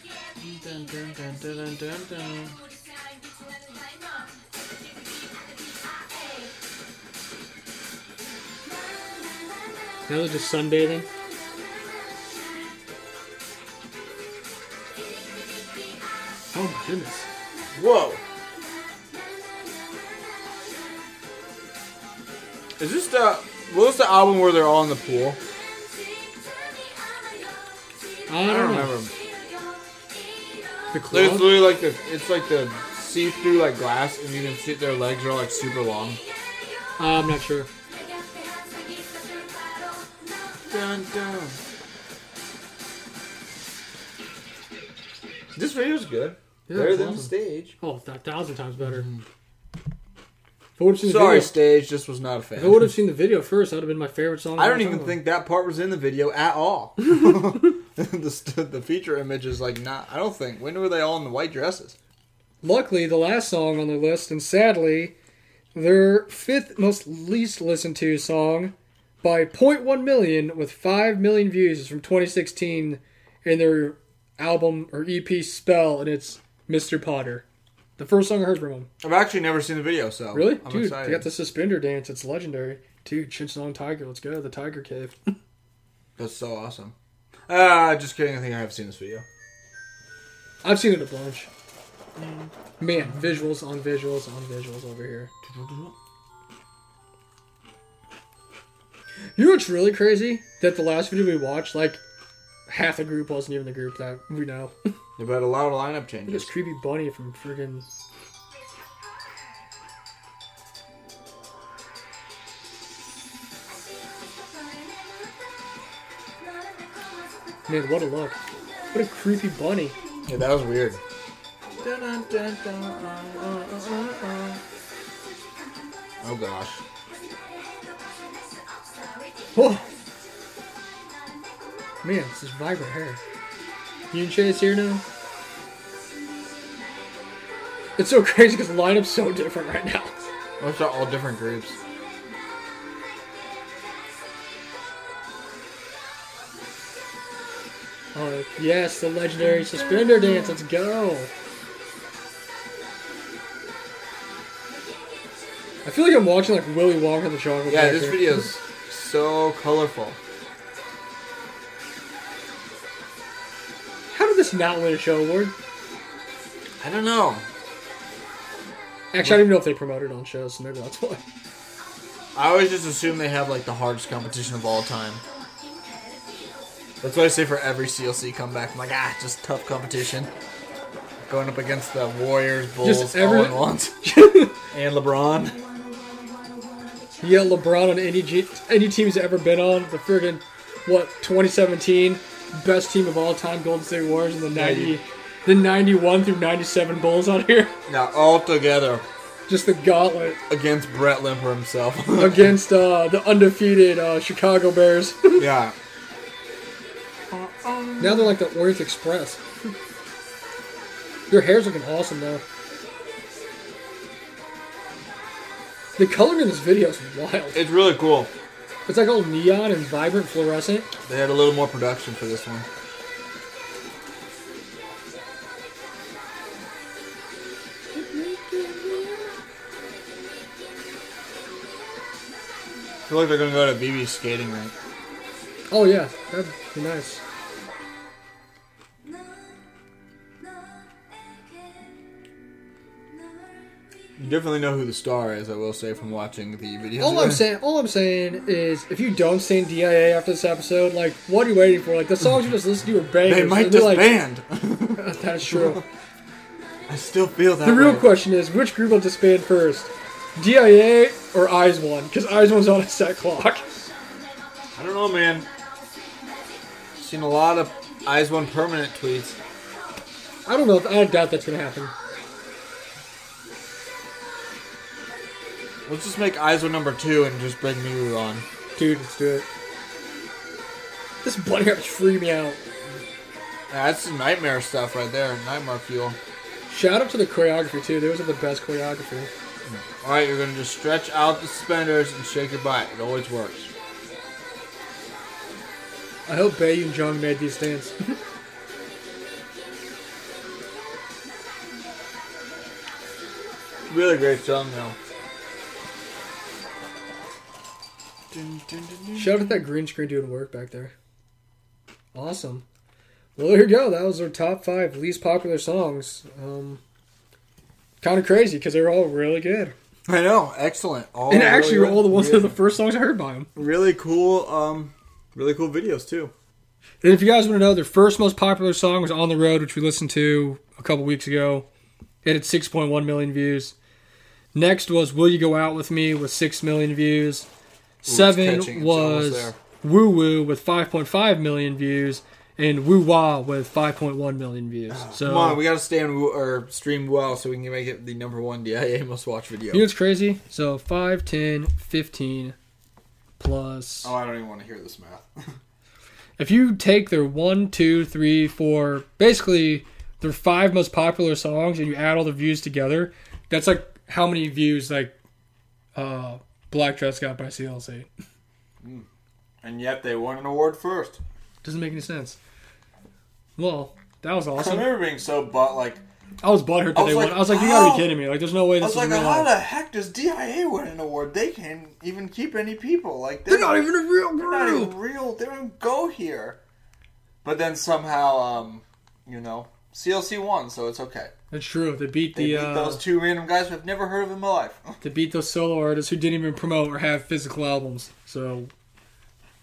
[SPEAKER 2] Now they're just sunbathing. Oh my goodness.
[SPEAKER 1] Whoa. Is this the what was the album where they're all in the pool?
[SPEAKER 2] I
[SPEAKER 1] I
[SPEAKER 2] don't,
[SPEAKER 1] don't
[SPEAKER 2] know.
[SPEAKER 1] remember.
[SPEAKER 2] The
[SPEAKER 1] It's
[SPEAKER 2] club?
[SPEAKER 1] literally like the it's like the see through like glass and you can see their legs are like super long.
[SPEAKER 2] Uh, I'm not sure.
[SPEAKER 1] Dun, dun. This video's good.
[SPEAKER 2] Yeah,
[SPEAKER 1] Better
[SPEAKER 2] it's
[SPEAKER 1] than
[SPEAKER 2] awesome.
[SPEAKER 1] stage.
[SPEAKER 2] Oh, a thousand times better. If I would have seen, the
[SPEAKER 1] Hmm. Sorry,
[SPEAKER 2] video-
[SPEAKER 1] stage just was not a fan.
[SPEAKER 2] if I would have seen the video first, that would have been my favorite song. of
[SPEAKER 1] I
[SPEAKER 2] all
[SPEAKER 1] don't even
[SPEAKER 2] time.
[SPEAKER 1] think that part was in the video at all. the, st- the feature image is like not. I don't think. When were they all in the white dresses?
[SPEAKER 2] Luckily, the last song on their list, and sadly, their fifth most least listened to song by 0.1 million with 5 million views is from 2016 in their album or EP Spell, and it's Mr. Potter. The first song I heard from him.
[SPEAKER 1] I've actually never seen the video, so
[SPEAKER 2] Really?
[SPEAKER 1] I'm
[SPEAKER 2] Dude,
[SPEAKER 1] excited.
[SPEAKER 2] they got the suspender dance. It's legendary. Dude, Chinchillon Tiger, let's go. The Tiger Cave.
[SPEAKER 1] That's so awesome. Ah, just kidding. I think I have seen this video.
[SPEAKER 2] I've seen it a bunch. Man, visuals on visuals on visuals over here. You know what's really crazy? That the last video we watched, like half the group wasn't even the group that we know. Look
[SPEAKER 1] About a lot of lineup
[SPEAKER 2] at this
[SPEAKER 1] changes.
[SPEAKER 2] creepy bunny from friggin' man, what a look! What a creepy bunny.
[SPEAKER 1] Yeah, that was weird. Oh gosh.
[SPEAKER 2] Whoa, Oh! man, this is vibrant hair. You and Chase here now. It's so crazy because the lineup's so different right now.
[SPEAKER 1] Oh, it's all different groups.
[SPEAKER 2] Oh yes, the legendary suspender dance. Let's go. I feel like I'm watching like Willy Wonka and the Chocolate
[SPEAKER 1] Yeah,
[SPEAKER 2] Factory.
[SPEAKER 1] this video's so colorful.
[SPEAKER 2] How did this not win a show award?
[SPEAKER 1] I don't know.
[SPEAKER 2] Actually, I don't even know if they promoted it on shows, so maybe that's why.
[SPEAKER 1] I always just assume they have like the hardest competition of all time. That's what I say for every CLC comeback. I'm like, ah, just tough competition. Going up against the Warriors, Bulls,
[SPEAKER 2] Just every-
[SPEAKER 1] all at once. and LeBron.
[SPEAKER 2] Yeah, LeBron on any G- any team he's ever been on. The friggin' what 2017 best team of all time, Golden State Warriors, and the 90, the 91 through 97 Bulls on here.
[SPEAKER 1] Now all together
[SPEAKER 2] Just the gauntlet.
[SPEAKER 1] against Brett Limper himself.
[SPEAKER 2] against uh, the undefeated uh, Chicago Bears.
[SPEAKER 1] yeah.
[SPEAKER 2] now they're like the Orient Express. Their hair's looking awesome though. The coloring in this video is wild.
[SPEAKER 1] It's really cool.
[SPEAKER 2] It's like all neon and vibrant fluorescent.
[SPEAKER 1] They had a little more production for this one. I feel like they're gonna go to BB's skating rink.
[SPEAKER 2] Oh yeah, that'd be nice.
[SPEAKER 1] You definitely know who the star is, I will say, from watching the video.
[SPEAKER 2] All I'm saying, all I'm saying is, if you don't sing DIA after this episode, like, what are you waiting for? Like, the songs you just listened to were bangers.
[SPEAKER 1] they might
[SPEAKER 2] and you're
[SPEAKER 1] disband.
[SPEAKER 2] Like, That's true.
[SPEAKER 1] I still feel that.
[SPEAKER 2] The real
[SPEAKER 1] way.
[SPEAKER 2] question is, which group will disband first, DIA or Eyes One? Because Eyes One's on a set clock.
[SPEAKER 1] I don't know, man. Seen a lot of Eyes One Permanent tweets.
[SPEAKER 2] I don't know. If, I doubt that's gonna happen.
[SPEAKER 1] Let's just make Eyes One number two and just bring Miru on.
[SPEAKER 2] Dude, let's do it. This bloody hair's freaking me out.
[SPEAKER 1] Yeah, that's some nightmare stuff right there. Nightmare fuel.
[SPEAKER 2] Shout out to the choreography too. Those are the best choreography.
[SPEAKER 1] All right, you're gonna just stretch out the suspenders and shake your butt. It always works.
[SPEAKER 2] I hope Bae and Jung made these dance.
[SPEAKER 1] really great song though.
[SPEAKER 2] Shout out that green screen doing work back there. Awesome. Well, there you go. That was our top five least popular songs. Um, kind of crazy because they were all really good.
[SPEAKER 1] I know, excellent. All
[SPEAKER 2] and actually,
[SPEAKER 1] really-
[SPEAKER 2] were all the ones that
[SPEAKER 1] really,
[SPEAKER 2] were the first songs I heard by them.
[SPEAKER 1] really cool, um, really cool videos too.
[SPEAKER 2] And if you guys want to know, their first most popular song was "On the Road," which we listened to a couple weeks ago. It had 6.1 million views. Next was "Will You Go Out with Me" with 6 million views. Seven
[SPEAKER 1] catching. It's almost
[SPEAKER 2] was
[SPEAKER 1] there.
[SPEAKER 2] "Woo Woo" with 5.5 million views, and "Woo Wah" with 5.1 million views. So
[SPEAKER 1] Ah, Come on, we gotta stay on Wo- or stream well so we can make it the number one DIA must watch video.
[SPEAKER 2] you know what's crazy? So 5, 10, 15 plus.
[SPEAKER 1] oh, I don't even want to hear this math.
[SPEAKER 2] if you take their one, two, three, four, basically their five most popular songs, and you add all the views together, that's like how many views like uh, Black Dress got by CLC.
[SPEAKER 1] and yet they won an award first.
[SPEAKER 2] Doesn't make any sense. Well, that was
[SPEAKER 1] I
[SPEAKER 2] awesome.
[SPEAKER 1] remember being so but like
[SPEAKER 2] I was butthurt
[SPEAKER 1] I
[SPEAKER 2] that
[SPEAKER 1] was
[SPEAKER 2] they
[SPEAKER 1] like,
[SPEAKER 2] won. I was like, you gotta
[SPEAKER 1] how?
[SPEAKER 2] be kidding me! Like, there's no way
[SPEAKER 1] I
[SPEAKER 2] this
[SPEAKER 1] was
[SPEAKER 2] is
[SPEAKER 1] like,
[SPEAKER 2] real.
[SPEAKER 1] how
[SPEAKER 2] life.
[SPEAKER 1] the heck does DIA win an award? They can't even keep any people. Like
[SPEAKER 2] They're not even a real
[SPEAKER 1] they're not even
[SPEAKER 2] group.
[SPEAKER 1] real. They don't go here. But then somehow, um, you know, CLC won, so it's okay.
[SPEAKER 2] That's true. They beat
[SPEAKER 1] They
[SPEAKER 2] the
[SPEAKER 1] beat
[SPEAKER 2] uh,
[SPEAKER 1] those two random guys who I've never heard of in my life.
[SPEAKER 2] they beat those solo artists who didn't even promote or have physical albums. So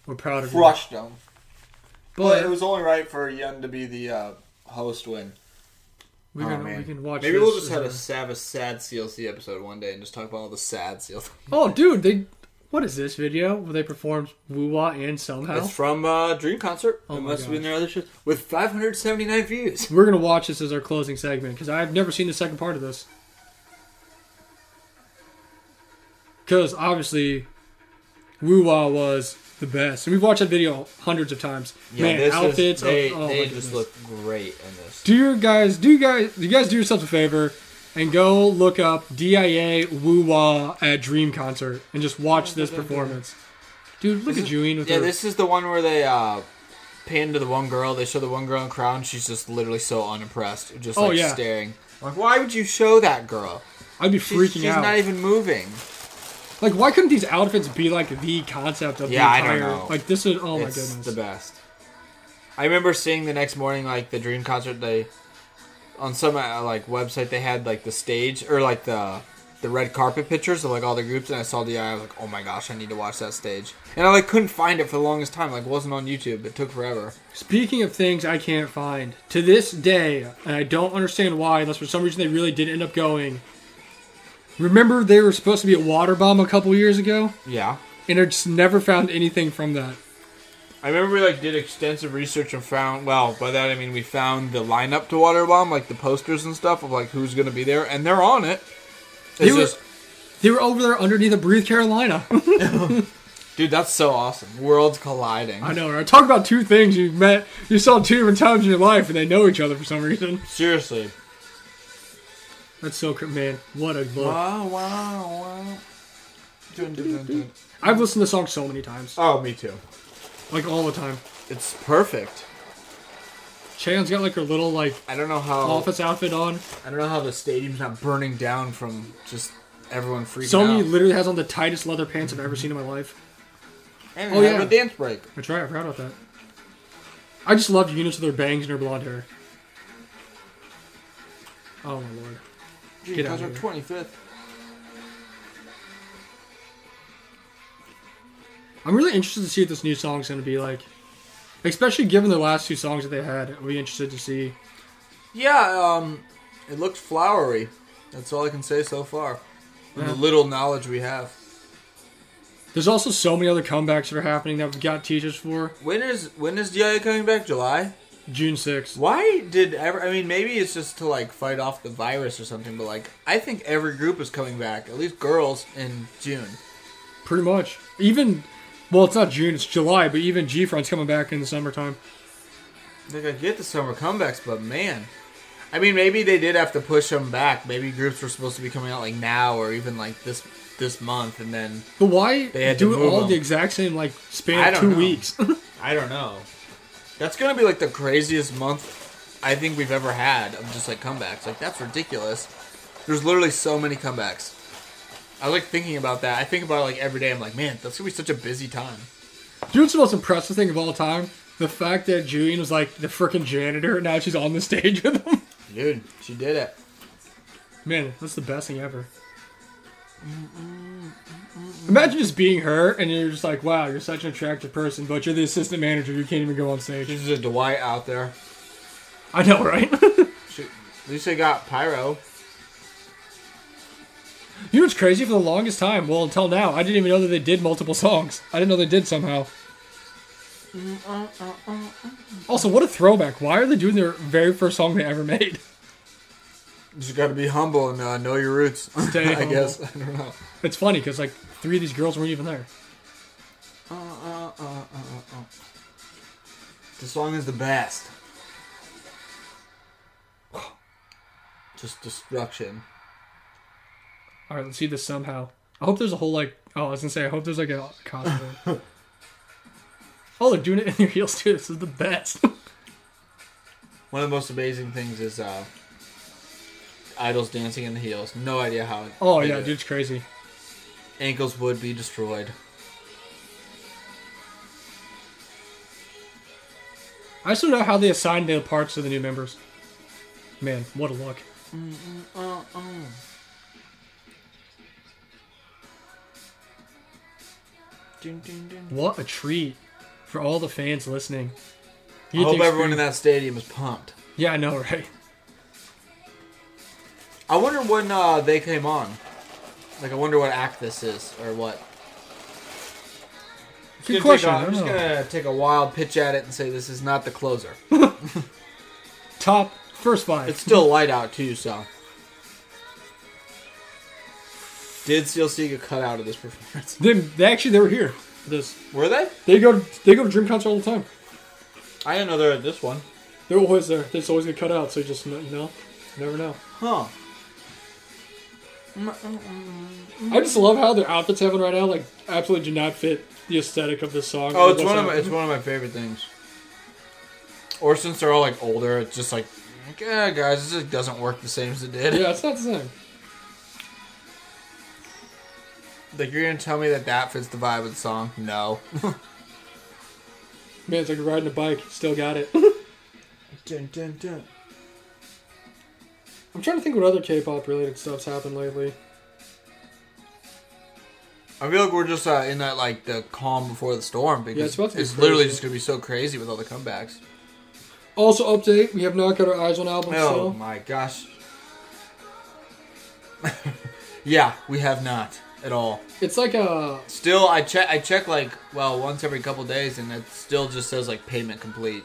[SPEAKER 2] we're proud of you.
[SPEAKER 1] Crushed them. But
[SPEAKER 2] But
[SPEAKER 1] it was only right for Yen to be the uh, host when.
[SPEAKER 2] we
[SPEAKER 1] Oh,
[SPEAKER 2] can
[SPEAKER 1] man.
[SPEAKER 2] we can watch.
[SPEAKER 1] Maybe we'll
[SPEAKER 2] this
[SPEAKER 1] just
[SPEAKER 2] as
[SPEAKER 1] have
[SPEAKER 2] a-
[SPEAKER 1] a, have a sad CLC episode one day and just talk about all the sad CLC.
[SPEAKER 2] Oh, dude, they. What is this video where they performed Woo Wah and Somehow?
[SPEAKER 1] It's from uh, Dream Concert.
[SPEAKER 2] Oh
[SPEAKER 1] it
[SPEAKER 2] my
[SPEAKER 1] must have been
[SPEAKER 2] gosh.
[SPEAKER 1] their other show. With 579 views.
[SPEAKER 2] We're gonna watch this as our closing segment because I've never seen the second part of this. Because obviously, Woo Wah was the best, and we've watched that video hundreds of times. Man, outfits,
[SPEAKER 1] they,
[SPEAKER 2] oh, oh my
[SPEAKER 1] they
[SPEAKER 2] goodness.
[SPEAKER 1] just look great in this.
[SPEAKER 2] Do your guys, do you guys, do you guys do yourselves a favor and go look up DIA Woo Wah at Dream Concert and just watch this performance. Dude, look at Julian with
[SPEAKER 1] Yeah,
[SPEAKER 2] her.
[SPEAKER 1] Oh, this is the one where they uh, pan to the one girl. They show the one girl in crown. She's just literally so unimpressed, just
[SPEAKER 2] Oh,
[SPEAKER 1] like
[SPEAKER 2] yeah.
[SPEAKER 1] staring. Like, why would you show that girl?
[SPEAKER 2] I'd be
[SPEAKER 1] She's,
[SPEAKER 2] freaking
[SPEAKER 1] she's
[SPEAKER 2] out.
[SPEAKER 1] not e- even moving.
[SPEAKER 2] Like, why couldn't these outfits be like the concept of
[SPEAKER 1] Yeah, I
[SPEAKER 2] the
[SPEAKER 1] don't
[SPEAKER 2] entire?
[SPEAKER 1] know.
[SPEAKER 2] Like, this is oh my
[SPEAKER 1] it's
[SPEAKER 2] goodness.
[SPEAKER 1] the best. I remember seeing the next morning, like the Dream concert. They on some uh, like website they had like the stage or like the the red carpet pictures of like all the groups, and I saw the I was like, oh my gosh, I need to watch that stage. And I like couldn't find it for the longest time. Like wasn't on YouTube. It took forever.
[SPEAKER 2] Speaking of things I can't find to this day, and I don't understand why, unless for some reason they really did end up going. Remember, they were supposed to be at Waterbomb a couple years ago,
[SPEAKER 1] Yeah.
[SPEAKER 2] and I just never found anything from that.
[SPEAKER 1] I remember we like did extensive research and found well by that I mean we found the lineup to Waterbomb like the posters and stuff of like who's gonna be there and they're on it.
[SPEAKER 2] They
[SPEAKER 1] It's
[SPEAKER 2] were,
[SPEAKER 1] just
[SPEAKER 2] they were over there underneath the Breathe Carolina.
[SPEAKER 1] dude that's so awesome worlds colliding
[SPEAKER 2] I know. Right? Talk about two things you met, you saw two different times in your life, and they know each other for some reason.
[SPEAKER 1] seriously
[SPEAKER 2] That's so cr- man. What a look.
[SPEAKER 1] wow wow wow Dun, dun, dun, dun.
[SPEAKER 2] I've listened to the song so many times,
[SPEAKER 1] oh me too
[SPEAKER 2] like all the time.
[SPEAKER 1] it's perfect
[SPEAKER 2] Chan's got like her little like
[SPEAKER 1] I don't know how
[SPEAKER 2] office outfit on.
[SPEAKER 1] I don't know how the stadium's not burning down from just everyone freaking
[SPEAKER 2] Sony
[SPEAKER 1] out
[SPEAKER 2] literally has on the tightest leather pants I've ever seen in my life.
[SPEAKER 1] and
[SPEAKER 2] Oh,
[SPEAKER 1] oh have
[SPEAKER 2] yeah.
[SPEAKER 1] a dance break
[SPEAKER 2] That's right, I forgot about that. I just love Eunice with her bangs and her blonde hair. Oh my lord.
[SPEAKER 1] Gee,
[SPEAKER 2] Get out
[SPEAKER 1] because
[SPEAKER 2] of
[SPEAKER 1] we're
[SPEAKER 2] here.
[SPEAKER 1] 25th
[SPEAKER 2] I'm really interested to see what this new song's gonna be like. Especially given the last two songs that they had, I'll be interested to see.
[SPEAKER 1] Yeah, um, it looked flowery. That's all I can say so far. With
[SPEAKER 2] Yeah.
[SPEAKER 1] The little knowledge we have.
[SPEAKER 2] There's also so many other comebacks that are happening that we've got teachers for.
[SPEAKER 1] When is when is DIA coming back? July.
[SPEAKER 2] June 6th.
[SPEAKER 1] Why did ever? I mean, maybe it's just to like fight off the virus or something. But like, I think every group is coming back. At least girls in June.
[SPEAKER 2] Pretty much. Even, well, it's not June, it's July, but even G Front's coming back in the summertime.
[SPEAKER 1] Like, I get the summer comebacks, but man, I mean, maybe they did have to push them back. Maybe groups were supposed to be coming out like now or even like this this month, and then
[SPEAKER 2] But why
[SPEAKER 1] They had
[SPEAKER 2] do
[SPEAKER 1] to
[SPEAKER 2] it
[SPEAKER 1] move
[SPEAKER 2] all
[SPEAKER 1] them.
[SPEAKER 2] the exact same like
[SPEAKER 1] I
[SPEAKER 2] span of
[SPEAKER 1] don't
[SPEAKER 2] two
[SPEAKER 1] know.
[SPEAKER 2] weeks?
[SPEAKER 1] I don't know. That's gonna be like the craziest month I think we've ever had of just like comebacks. Like that's ridiculous. There's literally so many comebacks. I like thinking about that. I think about it like every day. I'm like, man, that's gonna be such a busy time.
[SPEAKER 2] You know what's the most impressive thing of all time? The fact that Julian was like the freaking janitor, and now she's on the stage with him.
[SPEAKER 1] Dude, she did it.
[SPEAKER 2] Man, that's the best thing ever. Imagine just being her, and you're just like, wow, you're such an attractive person, but you're the assistant manager. You can't even go on stage.
[SPEAKER 1] She's a Dwight out there.
[SPEAKER 2] I know, right?
[SPEAKER 1] She, at least they got Pyro.
[SPEAKER 2] you know what's crazy? For the longest time, well, until now, I didn't even know that they did multiple songs. I didn't know they did somehow. Also, what a throwback. Why are they doing their very first song they ever made?
[SPEAKER 1] Just gotta be humble and uh, know your roots.
[SPEAKER 2] Stay
[SPEAKER 1] I
[SPEAKER 2] humble.
[SPEAKER 1] guess. I don't know.
[SPEAKER 2] It's funny because like three of these girls weren't even there.
[SPEAKER 1] The song is the best. Just destruction.
[SPEAKER 2] All right, let's see this somehow. I hope there's a whole like. Oh, I was gonna say I hope there's like a cosplay. oh, they're doing it in their heels too. This is the best.
[SPEAKER 1] One of the most amazing things is uh, idols dancing in the heels. No idea how.
[SPEAKER 2] Oh
[SPEAKER 1] they
[SPEAKER 2] yeah,
[SPEAKER 1] do it.
[SPEAKER 2] dude, it's crazy.
[SPEAKER 1] Ankles would be destroyed.
[SPEAKER 2] I just don't know how they assigned the parts to the new members. Man, what a look.
[SPEAKER 1] Uh, Dun, dun, dun.
[SPEAKER 2] What a treat for all the fans listening.
[SPEAKER 1] I
[SPEAKER 2] You
[SPEAKER 1] hope
[SPEAKER 2] think-
[SPEAKER 1] everyone in that stadium is pumped.
[SPEAKER 2] Yeah, I know, right?
[SPEAKER 1] I wonder when uh, they came on. Like, I wonder what act this is or what. It's
[SPEAKER 2] Good
[SPEAKER 1] gonna
[SPEAKER 2] question.
[SPEAKER 1] Take a,
[SPEAKER 2] I
[SPEAKER 1] I'm
[SPEAKER 2] don't
[SPEAKER 1] just
[SPEAKER 2] know.
[SPEAKER 1] gonna take a wild pitch at it and say this is not the closer.
[SPEAKER 2] Top first five.
[SPEAKER 1] It's still light out too, so. Did Seal Seek a cutout of this performance?
[SPEAKER 2] Them- they actually they were here. for This
[SPEAKER 1] Were they?
[SPEAKER 2] they go to, they go to Dream Concert all the time.
[SPEAKER 1] I didn't know they were at this one.
[SPEAKER 2] They're always there. They just always get cut out. So you just n- you know, you never know.
[SPEAKER 1] Huh. Mm,
[SPEAKER 2] I just love how their outfits having right now like absolutely do not fit the aesthetic of this song.
[SPEAKER 1] Oh,
[SPEAKER 2] Or
[SPEAKER 1] it's
[SPEAKER 2] what's
[SPEAKER 1] one of my,
[SPEAKER 2] happening.
[SPEAKER 1] it's one of my favorite things. Or since they're all like older, it's just like, yeah, guys, this just doesn't work the same as it did.
[SPEAKER 2] yeah, it's not the same.
[SPEAKER 1] Like you're gonna tell me that that fits the vibe of the song? No.
[SPEAKER 2] Man, it's like riding a bike. Still got it.
[SPEAKER 1] dun, dun, dun.
[SPEAKER 2] I'm trying to think what other K-pop related stuff's happened lately.
[SPEAKER 1] I feel like we're just uh, in that like the calm before the storm because
[SPEAKER 2] it's about to be
[SPEAKER 1] it's literally
[SPEAKER 2] crazy.
[SPEAKER 1] just gonna be so crazy with all the comebacks.
[SPEAKER 2] Also, update: we have not got our eyes on album
[SPEAKER 1] Oh
[SPEAKER 2] still.
[SPEAKER 1] my gosh. yeah, we have not at all.
[SPEAKER 2] It's like a
[SPEAKER 1] Still, I check. I check like well once every couple days, and it still just says like payment complete.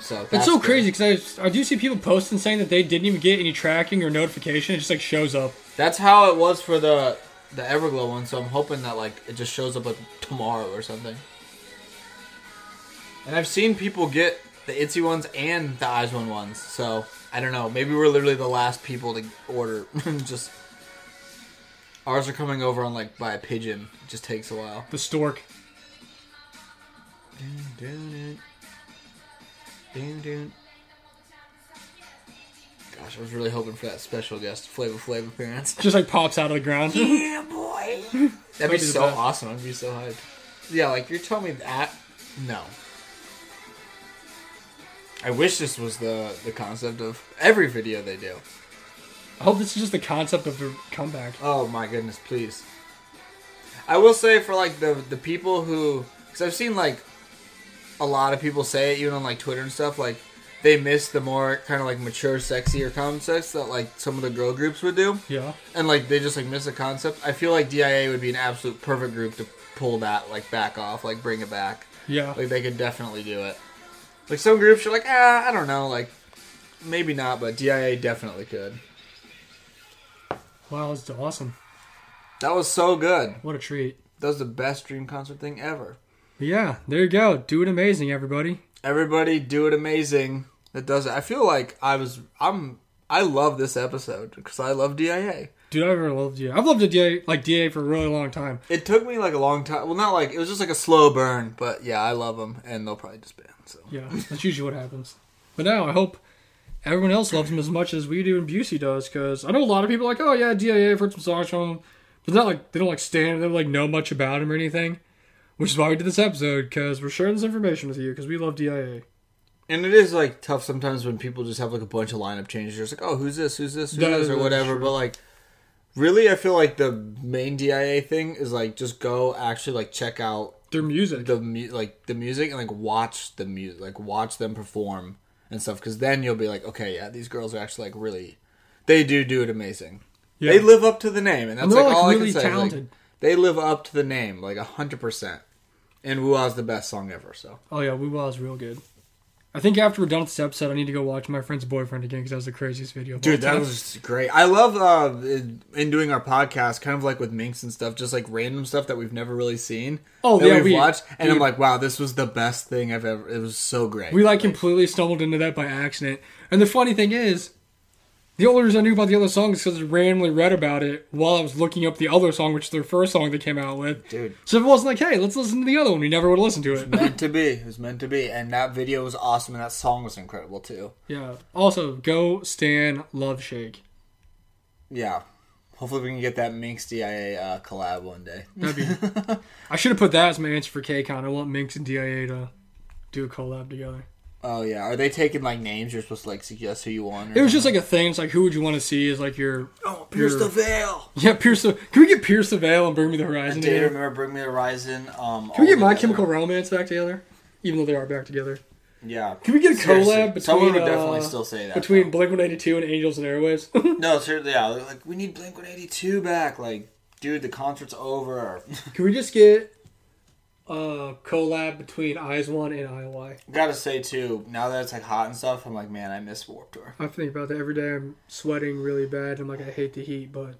[SPEAKER 1] So
[SPEAKER 2] it's
[SPEAKER 1] that's
[SPEAKER 2] so
[SPEAKER 1] good.
[SPEAKER 2] crazy because I I do see people posting saying that they didn't even get any tracking or notification. It just like shows up.
[SPEAKER 1] That's how it was for the the Everglow one. So I'm hoping that like it just shows up like tomorrow or something. And I've seen people get the Itzy ones and the Eyes One ones. So I don't know. Maybe we're literally the last people to order. just ours are coming over on like by a pigeon. It just takes a while.
[SPEAKER 2] The stork.
[SPEAKER 1] Gosh, I was really hoping for that special guest Flavor Flav appearance.
[SPEAKER 2] Just like pops out of the ground.
[SPEAKER 1] Yeah, boy. That'd be
[SPEAKER 2] That'd be the
[SPEAKER 1] so
[SPEAKER 2] best.
[SPEAKER 1] awesome. I'd be so hyped. Yeah, like you're telling me that? No. I wish this was the the concept of every video they do.
[SPEAKER 2] I hope this is just the concept of the comeback.
[SPEAKER 1] Oh my goodness, please. I will say for like the the people who, because I've seen like a lot of people say it, even on like Twitter and stuff, like they miss the more kind of like mature, sexier concepts that like some of the girl groups would do
[SPEAKER 2] Yeah.
[SPEAKER 1] and like they just like miss the concept. I feel like DIA would be an absolute perfect group to pull that like back off, like bring it back.
[SPEAKER 2] Yeah.
[SPEAKER 1] Like they could definitely do it. Like some groups are like, ah, I don't know, like maybe not, but DIA definitely could.
[SPEAKER 2] Wow, that's awesome.
[SPEAKER 1] That was so good.
[SPEAKER 2] What a treat.
[SPEAKER 1] That was the best dream concert thing ever.
[SPEAKER 2] But yeah, there you go. Doing amazing, everybody.
[SPEAKER 1] Everybody do it amazing. That does it. I feel like I was I'm I love this episode because I love DIA.
[SPEAKER 2] Dude, I've ever loved you. I've loved a DA like DA for a really long time.
[SPEAKER 1] It took me like a long time. Well, not like it was just like a slow burn, but yeah, I love them, and they'll probably disband. So
[SPEAKER 2] Yeah, that's usually what happens. But now I hope everyone else loves him as much as we do and Busey does. Because I know a lot of people are like, oh yeah, DIA, I've heard some songs from him, but not like they don't like stand, they don't like know much about him or anything. Which is why we did this episode because we're sharing this information with you because we love DIA.
[SPEAKER 1] And it is like tough sometimes when people just have like a bunch of lineup changes. You're just like, oh, who's this? Who's this? Who's
[SPEAKER 2] Yeah,
[SPEAKER 1] this? Or
[SPEAKER 2] yeah,
[SPEAKER 1] whatever.
[SPEAKER 2] sure.
[SPEAKER 1] But like, really, I feel like the main DIA thing is like just go actually like check out
[SPEAKER 2] Their music.
[SPEAKER 1] the mu- like the music and like watch the music, like watch them perform and stuff. Because then you'll be like, okay, yeah, these girls are actually like really, they do do it amazing.
[SPEAKER 2] yeah.
[SPEAKER 1] They live up to the name, and that's
[SPEAKER 2] And they're
[SPEAKER 1] like,
[SPEAKER 2] all,
[SPEAKER 1] all
[SPEAKER 2] like,
[SPEAKER 1] I
[SPEAKER 2] really
[SPEAKER 1] can say. is, like,
[SPEAKER 2] talented.
[SPEAKER 1] they live up to the name, like hundred percent. And Wua's the best song ever. So
[SPEAKER 2] oh yeah, We Was real good. I think after we're done with this episode, I need to go watch my friend's boyfriend again because that was the craziest video. of all
[SPEAKER 1] Dude, that
[SPEAKER 2] time.
[SPEAKER 1] was great. I love uh, in- in doing our podcast, kind of like with Minx and stuff, just like random stuff that we've never really seen.
[SPEAKER 2] Oh,
[SPEAKER 1] that
[SPEAKER 2] yeah,
[SPEAKER 1] we've
[SPEAKER 2] we-
[SPEAKER 1] watched, and I'm
[SPEAKER 2] dude.
[SPEAKER 1] like, wow, this was the best thing I've ever. It was so great.
[SPEAKER 2] We like completely stumbled into that by accident. And the funny thing is, the only reason I knew about the other song is because I randomly read about it while I was looking up the other song, which is their first song they came out with.
[SPEAKER 1] Dude.
[SPEAKER 2] So if it wasn't like, hey, let's listen to the other one, we never would have listened to it.
[SPEAKER 1] meant to be. It was meant to be, and that video was awesome, and that song was incredible too.
[SPEAKER 2] yeah. Also, go Stan Love Shake.
[SPEAKER 1] Yeah. Hopefully, we can get that Minx DIA uh, collab one day.
[SPEAKER 2] That'd be. I should have put that as my answer for KCON. I want Minx and DIA to do a collab together.
[SPEAKER 1] Oh yeah, are they taking like names? You're supposed to like suggest who you want. Or
[SPEAKER 2] It was just like a thing. It's like, who would you want to see as like your.
[SPEAKER 1] oh, Pierce the
[SPEAKER 2] your-
[SPEAKER 1] Veil.
[SPEAKER 2] Yeah, Pierce the. Can we get Pierce the Veil and Bring Me the Horizon?
[SPEAKER 1] Data,
[SPEAKER 2] together?
[SPEAKER 1] remember, Bring Me the Horizon. Um,
[SPEAKER 2] Can we
[SPEAKER 1] all
[SPEAKER 2] get My
[SPEAKER 1] together.
[SPEAKER 2] Chemical Romance back together? Even though they are back together.
[SPEAKER 1] Yeah.
[SPEAKER 2] Can we get a
[SPEAKER 1] Seriously,
[SPEAKER 2] collab between
[SPEAKER 1] Someone would
[SPEAKER 2] uh,
[SPEAKER 1] definitely still say that
[SPEAKER 2] between Blink One Eighty Two and Angels and Airways? Can
[SPEAKER 1] No, seriously, yeah. Like we need Blink One Eighty Two back. Like, dude, the concert's over.
[SPEAKER 2] we just get a collab between Eyes One and IY?
[SPEAKER 1] Gotta say too, now that it's like hot and stuff, I'm like, man, I miss Warp Tour.
[SPEAKER 2] I think about that every day. I'm sweating really bad. I'm like, I hate the heat, but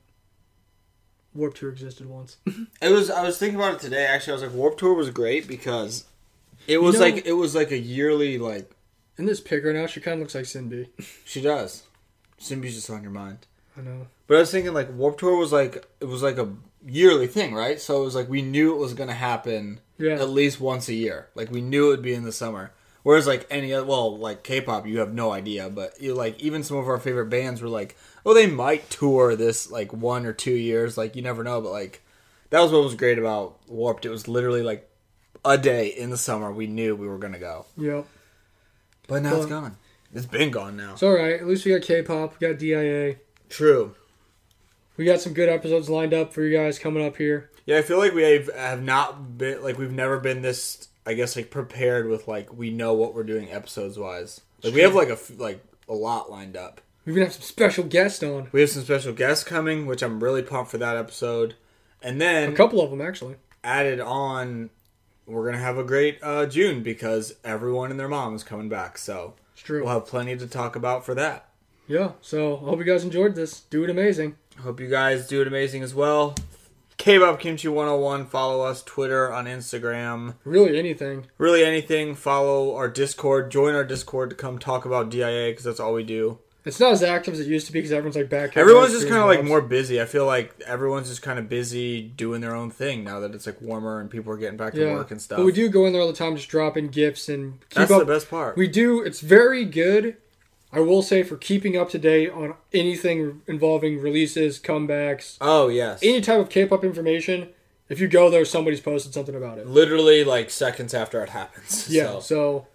[SPEAKER 2] Warp Tour existed once.
[SPEAKER 1] It was. I was thinking about it today. Actually, I was like, Warp Tour was great because it was
[SPEAKER 2] know-
[SPEAKER 1] like it was like a yearly like.
[SPEAKER 2] In this pic right now, she kind of looks like Cindy.
[SPEAKER 1] She does. Simbi's just on your mind.
[SPEAKER 2] I know.
[SPEAKER 1] But I was thinking like Warp Tour was like it was like a yearly thing, right? So it was like we knew it was gonna happen
[SPEAKER 2] Yeah.
[SPEAKER 1] at least once a year. Like we knew it would be in the summer. Whereas like any other well, like K pop you have no idea, but you like even some of our favorite bands were like, Oh, they might tour this like one or two years, like you never know, but like that was what was great about Warped. It was literally like a day in the summer we knew we were gonna go.
[SPEAKER 2] Yep.
[SPEAKER 1] But now it's
[SPEAKER 2] Well-
[SPEAKER 1] gone. It's been gone now.
[SPEAKER 2] It's all right. At least we got K-pop. We got DIA.
[SPEAKER 1] True.
[SPEAKER 2] We got some good episodes lined up for you guys coming up here.
[SPEAKER 1] Yeah, I feel like we have, have not been like we've never been this. I guess like prepared with like we know what we're doing episodes wise. Like we have like a f- like a lot lined up.
[SPEAKER 2] We're gonna have some special guests on.
[SPEAKER 1] We have some special guests coming, which I'm really pumped for that episode. And
[SPEAKER 2] A
[SPEAKER 1] then
[SPEAKER 2] couple of them actually.
[SPEAKER 1] added on, we're gonna have a great uh, June because everyone and their mom is coming back. So
[SPEAKER 2] It's true.
[SPEAKER 1] we'll have plenty to talk about for that.
[SPEAKER 2] Yeah, so I hope you guys enjoyed this. Do it amazing.
[SPEAKER 1] Hope you guys do it amazing as well. Kbop Kimchi 101. Follow us Twitter on Instagram.
[SPEAKER 2] Really anything.
[SPEAKER 1] really anything follow our discord join our discord to come talk about dia because that's all we do
[SPEAKER 2] It's not as active as it used to be because everyone's like back. here
[SPEAKER 1] everyone's
[SPEAKER 2] doing
[SPEAKER 1] just
[SPEAKER 2] stream
[SPEAKER 1] kind of like
[SPEAKER 2] jobs.
[SPEAKER 1] more busy i feel like everyone's just kind of busy doing their own thing now that it's like warmer and people are getting back to
[SPEAKER 2] yeah.
[SPEAKER 1] work and stuff
[SPEAKER 2] But we do go in there all the time, just dropping gifts and keep
[SPEAKER 1] that's
[SPEAKER 2] up.
[SPEAKER 1] the best part
[SPEAKER 2] We do. It's very good. I will say for keeping up to date on anything involving releases, comebacks,
[SPEAKER 1] oh yes
[SPEAKER 2] any type of K-pop information. If you go there, somebody's posted something about it.
[SPEAKER 1] literally like seconds after it happens
[SPEAKER 2] Yeah. So,
[SPEAKER 1] so.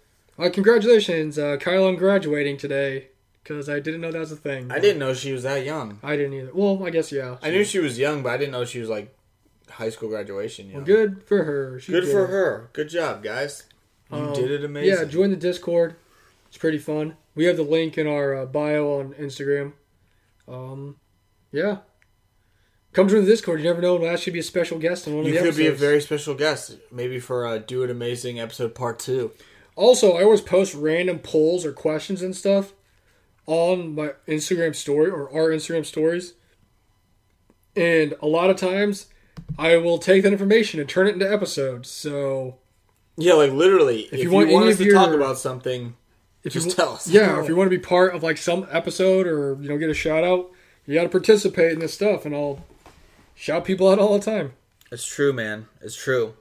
[SPEAKER 2] uh, congratulations, uh, Kylan, graduating today because I didn't know that was a thing.
[SPEAKER 1] i didn't know she was that young
[SPEAKER 2] I didn't either. Well, I guess yeah.
[SPEAKER 1] i knew she was young but i didn't know she was like high school graduation young.
[SPEAKER 2] Well, good for her. She
[SPEAKER 1] Good
[SPEAKER 2] did
[SPEAKER 1] for
[SPEAKER 2] it.
[SPEAKER 1] her good job guys you
[SPEAKER 2] Um,
[SPEAKER 1] did it amazing
[SPEAKER 2] Yeah, join the Discord. It's pretty fun. We have the link in our uh, bio on Instagram. Um, yeah. Come join the Discord. You never know. Last should be a special guest on one
[SPEAKER 1] you
[SPEAKER 2] of the
[SPEAKER 1] could be a
[SPEAKER 2] episodes.
[SPEAKER 1] very special guest maybe for uh, do it amazing episode part two
[SPEAKER 2] Also, I always post random polls or questions and stuff on my Instagram story or our Instagram stories. And a lot of times, I will take that information and turn it into episodes. So
[SPEAKER 1] Yeah, like literally, if, you want,
[SPEAKER 2] any
[SPEAKER 1] us
[SPEAKER 2] of
[SPEAKER 1] to talk
[SPEAKER 2] your-
[SPEAKER 1] about something,
[SPEAKER 2] if
[SPEAKER 1] Just
[SPEAKER 2] you,
[SPEAKER 1] tell us.
[SPEAKER 2] Yeah, or if you want to be part of like some episode or you know get a shout out, you got to participate in this stuff, and I'll shout people out all the time.
[SPEAKER 1] it's true, man. It's true.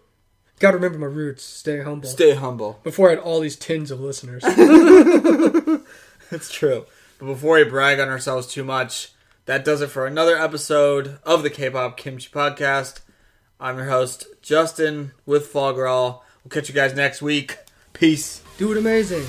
[SPEAKER 2] Got to remember my roots. Stay humble.
[SPEAKER 1] Stay humble.
[SPEAKER 2] Before I had all these tins of listeners.
[SPEAKER 1] It's true. But before we brag on ourselves too much, that does it for another episode of the K-pop Kimchi Podcast. I'm your host Justin with Fogral. We'll catch you guys next week. Peace.
[SPEAKER 2] Do it amazing.